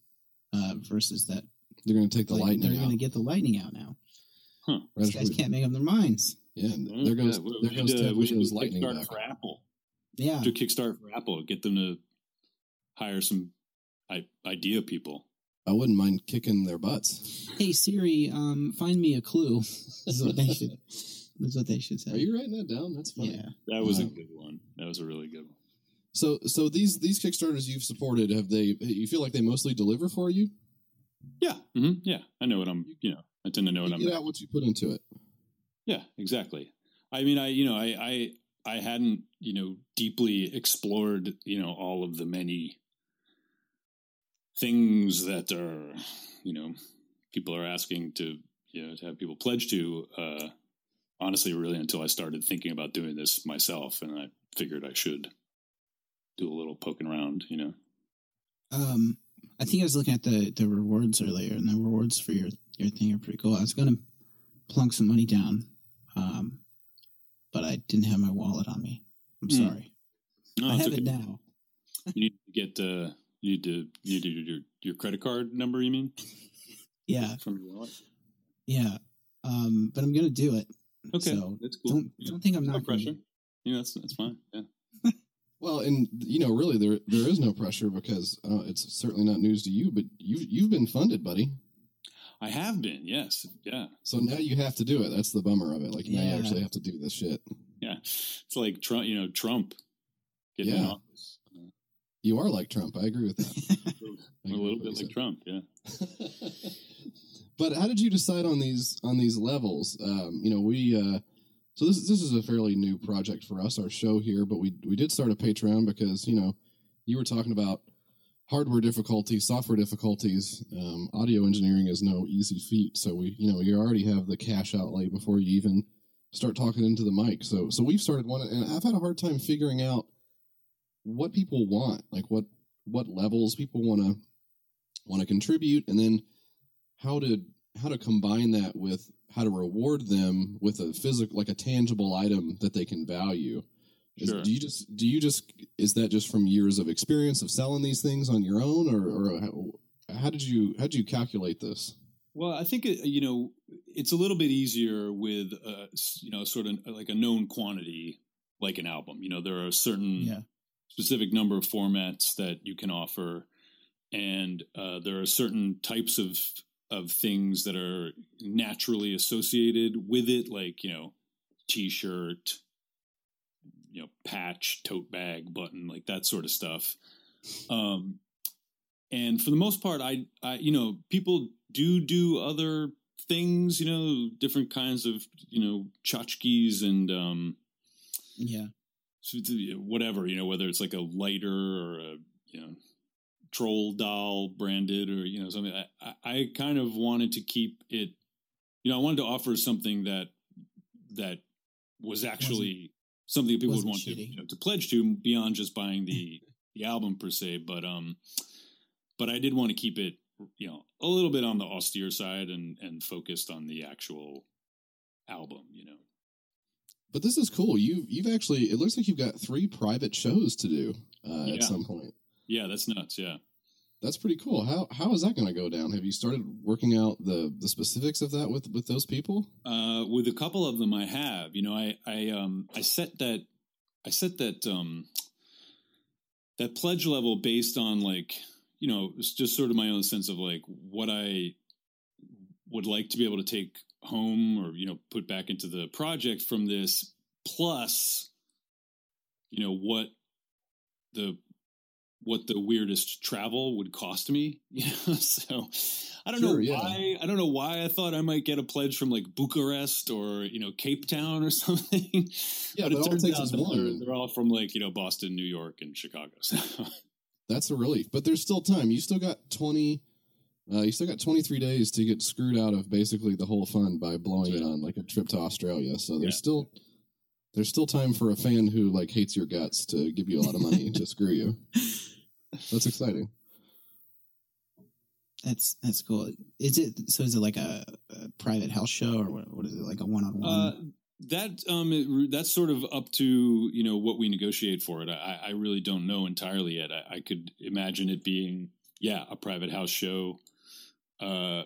uh, versus that.
They're going to take the
like,
lightning
they're
out.
going to get the lightning out now.
Right
These
after
guys
we-
can't make up their minds.
yeah, and there goes
Mm-hmm. Yeah,
there goes Ted
we should
Windows
do a
lightning
Kickstart
back.
for Apple.
Yeah.
Do a Kickstart for Apple. Get them to hire some I- idea people.
I wouldn't mind kicking their butts.
Hey Siri, um, find me a clue. [LAUGHS] this is what they should. This is what they should say.
Are you writing that down? That's funny.
yeah.
That was a
Wow.
good one. That was a really good one.
So so these these kickstarters you've supported have they you feel like they mostly deliver for you?
Yeah, hmm yeah. I know what I'm. You know, I tend to know what
You
I'm.
get out what you put into it.
Yeah, exactly. I mean, I you know, I I I hadn't you know deeply explored you know all of the many things that are you know people are asking to you know to have people pledge to. Uh, honestly, really, until I started thinking about doing this myself, and I figured I should do a little poking around. You know,
Um, I think I was looking at the the rewards earlier, and the rewards for your your thing are pretty cool. I was gonna plunk some money down, um, but I didn't have my wallet on me. I'm
Hmm.
sorry.
no,
I
it's
have
okay.
it now.
You need to get uh, you need to you need to do your your credit card number. You mean
Yeah,
from your wallet?
yeah. Um, but I'm gonna do it.
Okay,
So
that's cool.
don't
Yeah.
don't think I'm
no
not gonna-
pressure. Yeah, that's that's fine. Yeah.
Well, and you know, really, there there is no pressure because uh, it's certainly not news to you. But you you've been funded, buddy.
I have been, yes. Yeah.
So now you have to do it. That's the bummer of it. Like now
Yeah.
you actually have to do this shit.
Yeah. It's like Trump, you know, Trump getting in
Yeah.
office. Uh,
You are like Trump. I agree with that. I
A
agree
little
with
bit like Trump, yeah.
what you said. [LAUGHS] but how did you decide on these on these levels? Um, you know, we uh, so this this is a fairly new project for us, our show here. But we we did start a Patreon because you know you were talking about hardware difficulties, software difficulties. Um, audio engineering is no easy feat, so we you know you already have the cash outlay before you even start talking into the mic. So so we've started one, and I've had a hard time figuring out what people want, like what what levels people want to want to contribute, and then how to how to combine that with how to reward them with a physical like a tangible item that they can value. Is-
Sure.
do you just do you just is that just from years of experience of selling these things on your own, or, or how, how did you how did you calculate this?
Well, I think it, you know it's a little bit easier with uh, s- you know sort of like a known quantity, like an album. You know, there are certain
Yeah.
specific number of formats that you can offer, and uh, there are certain types of of things that are naturally associated with it, like you know, T-shirt, you know, patch, tote bag, button, like that sort of stuff. Um, and for the most part i i you know people do do other things you know different kinds of you know tchotchkes and um
Yeah.
whatever you know whether it's like a lighter or a you know troll doll branded or you know something i I- i kind of wanted to keep it you know i wanted to offer something that that was actually something that people would want
wasn't
to,
shitty.
you know, to pledge to beyond just
[LAUGHS]
buying the the album per se but um but i did want to keep it you know a little bit on the austere side and and focused on the actual album you know
But this is cool. You you've actually it looks like you've got three private shows to do uh,
Yeah.
at some point.
yeah that's nuts yeah
That's pretty cool. How how is that going to go down? Have you started working out the the specifics of that with with those people?
Uh, with a couple of them, I have. You know, I I um I set that I set that um that pledge level based on like you know it's just sort of my own sense of like what I would like to be able to take home or you know put back into the project from this plus you know what the what the weirdest travel would cost me [LAUGHS] you know so i don't know
Sure, yeah.
why i don't know why i thought i might get a pledge from like bucharest or you know cape town or [LAUGHS] something
Yeah, but all it takes is
that they're,
one.
they're all from like you know boston new york and chicago so
Mm-hmm. That's a relief. But there's still time. You still got twenty. Uh, you still got 23 days to get screwed out of basically the whole fund by blowing it on like a trip to Australia. So there's
Yeah.
still there's still time for a fan who like hates your guts to give you a lot of money to screw
[LAUGHS]
you. That's exciting.
That's that's cool. Is it so? Is it like a, a private health show or what? What is it like a one on
Uh,
one?
that um, it, that's sort of up to you know what we negotiate for it. I, I really don't know entirely yet. I, I could imagine it being yeah a private house show. Uh,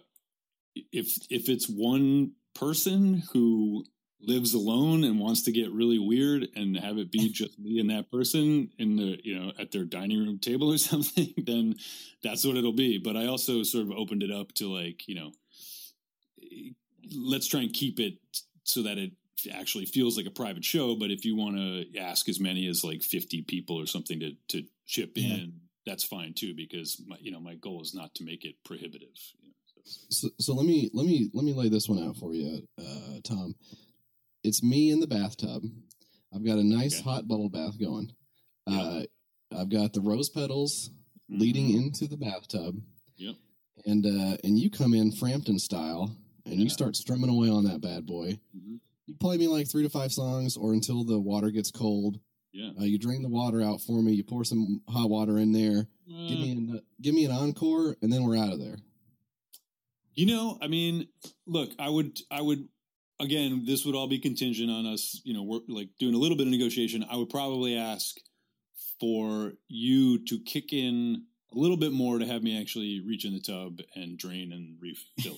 if if it's one person who lives alone and wants to get really weird and have
[LAUGHS]
it be just me and that person in the you know at their dining room table or [LAUGHS] something, then that's what it'll be. But I also sort of opened it up to like you know let's try and keep it so that it actually feels like a private show. But if you want to ask as many as like 50 people or something to, to chip
Yeah.
in, that's fine too, because my, you know, my goal is not to make it prohibitive. you know, so.
So, so let me let me let me lay this one out for you, uh, Tom. It's me in the bathtub. I've got a nice
Okay.
hot bubble bath going. Uh, I've got the rose petals leading into the bathtub.
Yep.
And uh, and you come in Frampton style, and you
Yeah.
start strumming away on that bad boy.
Mm-hmm.
Mhm.
You play me like three to five songs, or until the water gets cold.
Yeah.
Uh, you drain the water out for me. You pour some hot water in there. Give
Uh.
me an give me an encore, and then we're out of there.
You know, I mean, look, I would, I would, again, this would all be contingent on us, you know, we're like doing a little bit of negotiation. I would probably ask for you to kick in a little bit more to have me actually reach in the tub and drain and refill.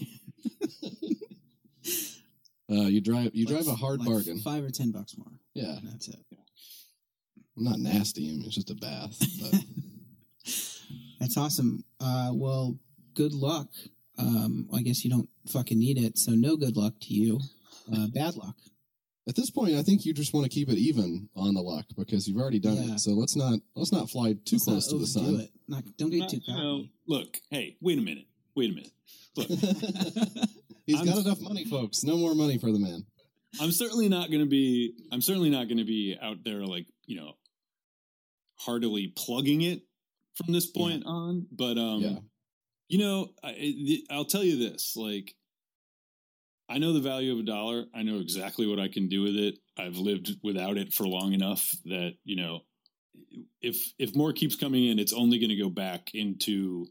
Uh, you drive you
Like
drive a
f-
hard
like
bargain.
Five or ten bucks more.
Yeah,
And that's it.
I'm not nasty. I mean, it's just a bath. But [LAUGHS]
That's awesome. Uh, well, good luck. Um, I guess you don't fucking need it, so no good luck to you. Uh, bad luck.
at this point, I think you just want to keep it even on the luck because you've already done
Yeah.
it. So let's not let's not fly [LAUGHS] too
Let's not
close to the
uh, overdo
sun.
It. Not, don't get too
You
cocky.
know, look, hey, wait a minute. Wait a minute. Look,
[LAUGHS] He's
I'm-
got enough money, folks. No more money for the man.
I'm certainly not going to be. I'm certainly not going to be out there like you know, heartily plugging it from this point on. But um,
Yeah.
you know, I, it- I'll tell you this: like, I know the value of a dollar. I know exactly what I can do with it. I've lived without it for long enough that you know, if if more keeps coming in, it's only going to go back into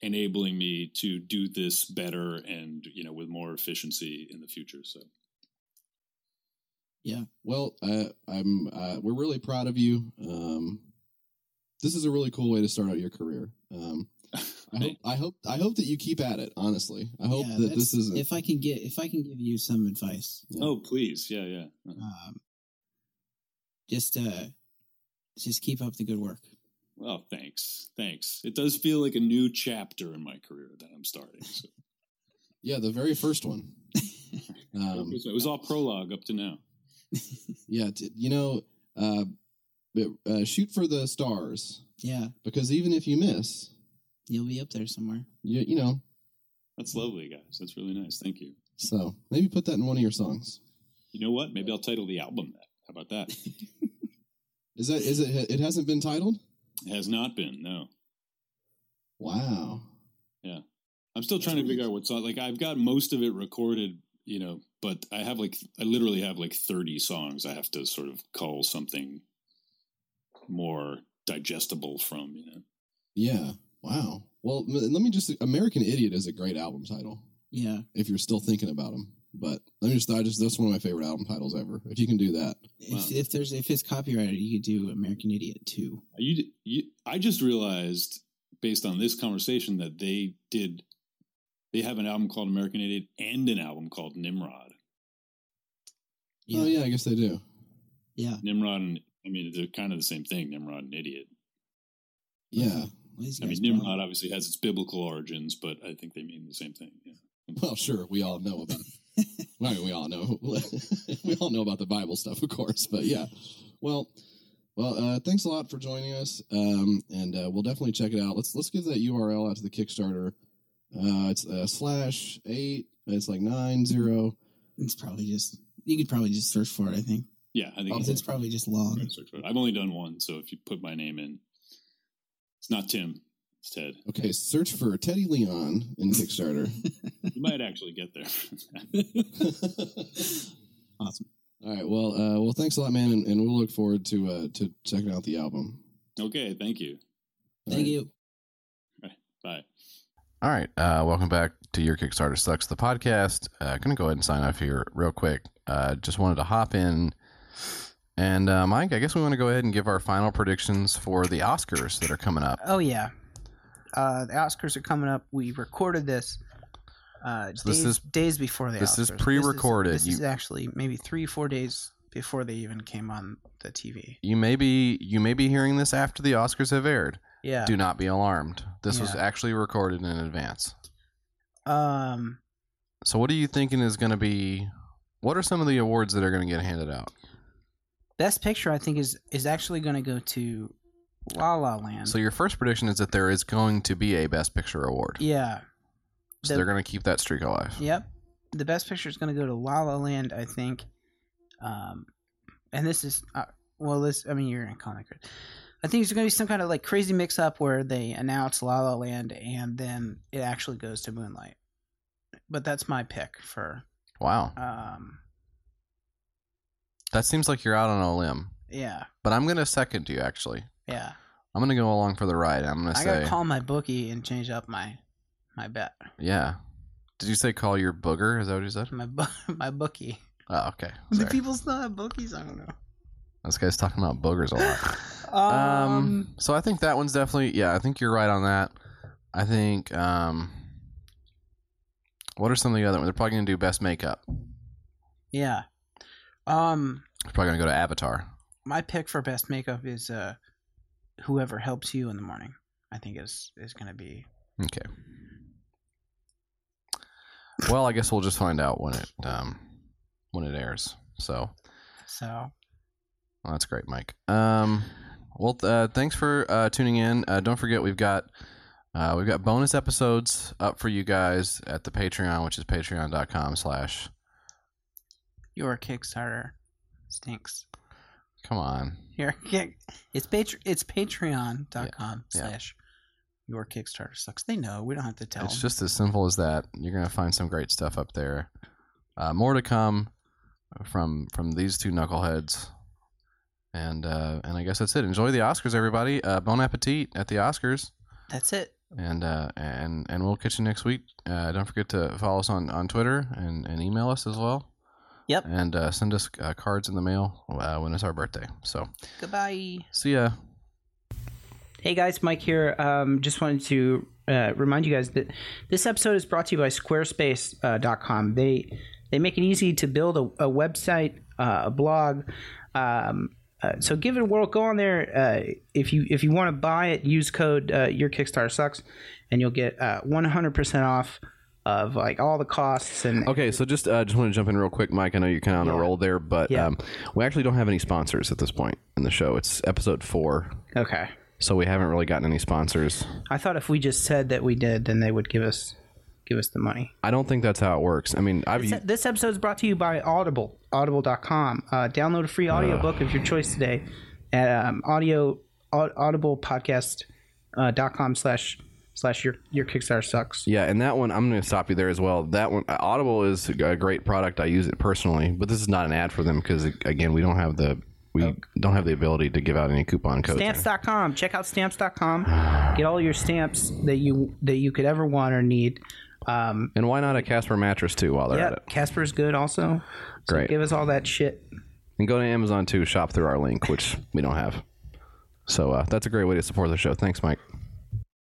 enabling me to do this better and you know with more efficiency in the future. So.
Well, uh, I'm. Uh, we're really proud of you. Um, this is a really cool way to start out your career. Um,
[LAUGHS]
I hope. I hope. I hope that you keep at it. Honestly, I hope
Yeah,
that
that's-
this isn't.
If I can get, if I can give you some advice,
Oh, please. Yeah, yeah.
um, just uh, just keep up the good work.
Well, thanks. Thanks. It does feel like a new chapter in my career that I'm starting. So.
yeah, the very
[LAUGHS]
first one. um,
it was all prologue up to now.
Yeah, t- you know, uh, but, uh, shoot for the stars
Yeah,
because even if you miss,
you'll be up there somewhere.
you you know,
That's lovely, guys. That's really nice. Thank you.
so maybe put that in one of your songs.
You know what? Maybe I'll title the album that. How about that?
Is that is it? It hasn't been titled.
It has not been. No.
Wow.
I'm still trying to figure out what's on. Like, I've got most of it recorded, you know, but I have like, I literally have like 30 songs I have to sort of cull something more digestible from, you know.
Yeah. Wow. Well, m- let me just. American Idiot is a great album title
Yeah,
if you're still thinking about them. But let me just. I just. That's one of my favorite album titles ever. If you can do that.
Wow.
if, if there's if it's copyrighted, you could do American Idiot too.
You, you, I just realized based on this conversation that they did, they have an album called American Idiot and an album called Nimrod.
Oh yeah, I guess they do.
yeah.
Nimrod and I mean they're kind of the same thing. Nimrod and Idiot.
Yeah.
What is
I mean
guys'
Nimrod
problem?
obviously has its biblical origins, but I think they mean the same thing. Yeah.
[LAUGHS] Well, sure, we all know about. [LAUGHS] I mean, we all know. [LAUGHS] we all know about the Bible stuff, of course. But yeah, well, well, uh, thanks a lot for joining us, um, and uh, we'll definitely check it out. Let's let's give that URL out to the Kickstarter. Uh, it's uh, slash eight. It's like nine zero.
[LAUGHS] It's probably just you could probably just search for it. I think
Yeah, I think
Oh,
because it's probably just long.
[LAUGHS] Search for it. I've only done one, so if you put my name in, it's not Tim, it's Ted.
Okay, search for Teddy Leon in Kickstarter.
You might actually get there. [LAUGHS]
awesome.
[LAUGHS] All right. Well, uh, well, thanks a lot, man, and, and we'll look forward to uh, to checking out the album.
okay, thank you.
All
Thank
right.
you.
Bye.
All right. Uh, welcome back to Your Kickstarter Sucks, the podcast. Uh, going to go ahead and sign off here real quick. Uh, just wanted to hop in. And uh, Mike, I guess we want to go ahead and give our final predictions for the Oscars that are coming up.
Oh yeah, uh, the Oscars are coming up. We recorded this uh,
So this
days,
is-
days before the
this
Oscars.
is
This
pre-recorded.
This,
You-
is actually maybe three, four days before they even came on the TV.
You may be you may be hearing this after the Oscars have aired.
Yeah.
Do not be alarmed. This was
Yeah.
actually recorded in advance.
Um,
So, what are you thinking is going to be? What are some of the awards that are going to get handed out?
Best Picture, I think, is is actually going to go to La La Land.
So, your first prediction is that there is going to be a Best Picture award.
yeah.
So
the-
they're going to keep that streak alive.
Yep. The best picture is going to go to La La Land, I think. Um, and this is, uh, well, this, I mean, you're going to comment. Chris. I think it's going to be some kind of like crazy mix up where they announce La La Land and then it actually goes to Moonlight. But that's my pick for,
Wow,
um,
that seems like you're out on a limb.
yeah,
But I'm going to second you. Actually,
yeah.
I'm going to go along for the ride. I'm going to
I got
say,
to call my bookie and change up my, my bet.
yeah. Did you say call your booger? Is that what you said?
My, bu- [LAUGHS] my bookie. [LAUGHS]
Oh, okay.
Do
Sorry.
people still have bookies? I don't know.
This guy's talking about boogers a lot.
[LAUGHS] Um,
Um, so I think that one's definitely yeah. I think you're right on that. I think um, what are some of the other ones? They're probably gonna do best makeup.
yeah. Um,
They're probably gonna go to Avatar.
my pick for best makeup is uh whoever helps you in the morning i think is is gonna be
Okay. Well, I guess we'll just find out when it um, when it airs. So
so
Well, that's great, Mike. Um, well, th- uh, thanks for uh, tuning in. Uh, don't forget, we've got uh, we've got bonus episodes up for you guys at the Patreon, which is patreon.com slash.
your kickstarter stinks
Come on,
your kick it's patr it's patreon.com
Yeah, yeah.
slash your kickstarter sucks they know we don't have to tell
It's
them.
just as simple as that. You're gonna find some great stuff up there. Uh, more to come from from these two knuckleheads. And uh, and I guess that's it. Enjoy the Oscars, everybody. Uh, bon appetit at the Oscars.
that's it
And uh, and and we'll catch you next week. Uh, don't forget to follow us on, on Twitter and, and email us as well.
Yep.
And uh, send us uh, cards in the mail uh, when it's our birthday. So
goodbye
see ya.
Hey guys, Mike here. Um, just wanted to uh, remind you guys that this episode is brought to you by Squarespace.com. Uh, dot com. they they make it easy to build a, a website, uh, a blog. Um, uh, so give it a whirl. Go on there uh, if you if you want to buy it. Use code uh, Your Kickstarter Sucks, and you'll get uh, one hundred percent off of like all the costs and
Okay, so just uh, just want to jump in real quick, Mike. I know you're kind of on a roll there, but
Yeah.
um, we actually don't have any sponsors at this point in the show. It's episode four,
okay.
so we haven't really gotten any sponsors.
I thought if we just said that we did, then they would give us give us the money.
I don't think that's how it works. I mean, I've
This, this episode is brought to you by Audible, audible.com. Uh, download a free audiobook of your choice today at um, audio, au- audiblepodcast.com slash slash your, your Kickstarter sucks.
yeah, and that one I'm going to stop you there as well. That one, Audible is a great product. I use it personally, but this is not an ad for them because again, we don't have the we don't have the ability to give out any coupon codes. or
Stamps.com. Check out stamps.com. Get all your stamps that you that you could ever want or need. Um,
And why not a Casper mattress too while they're
yeah,
at it?
Casper's good also. So
Great.
Give us all that shit.
And go to Amazon too, shop through our link, which we don't have. So uh, that's a great way to support the show. Thanks, Mike.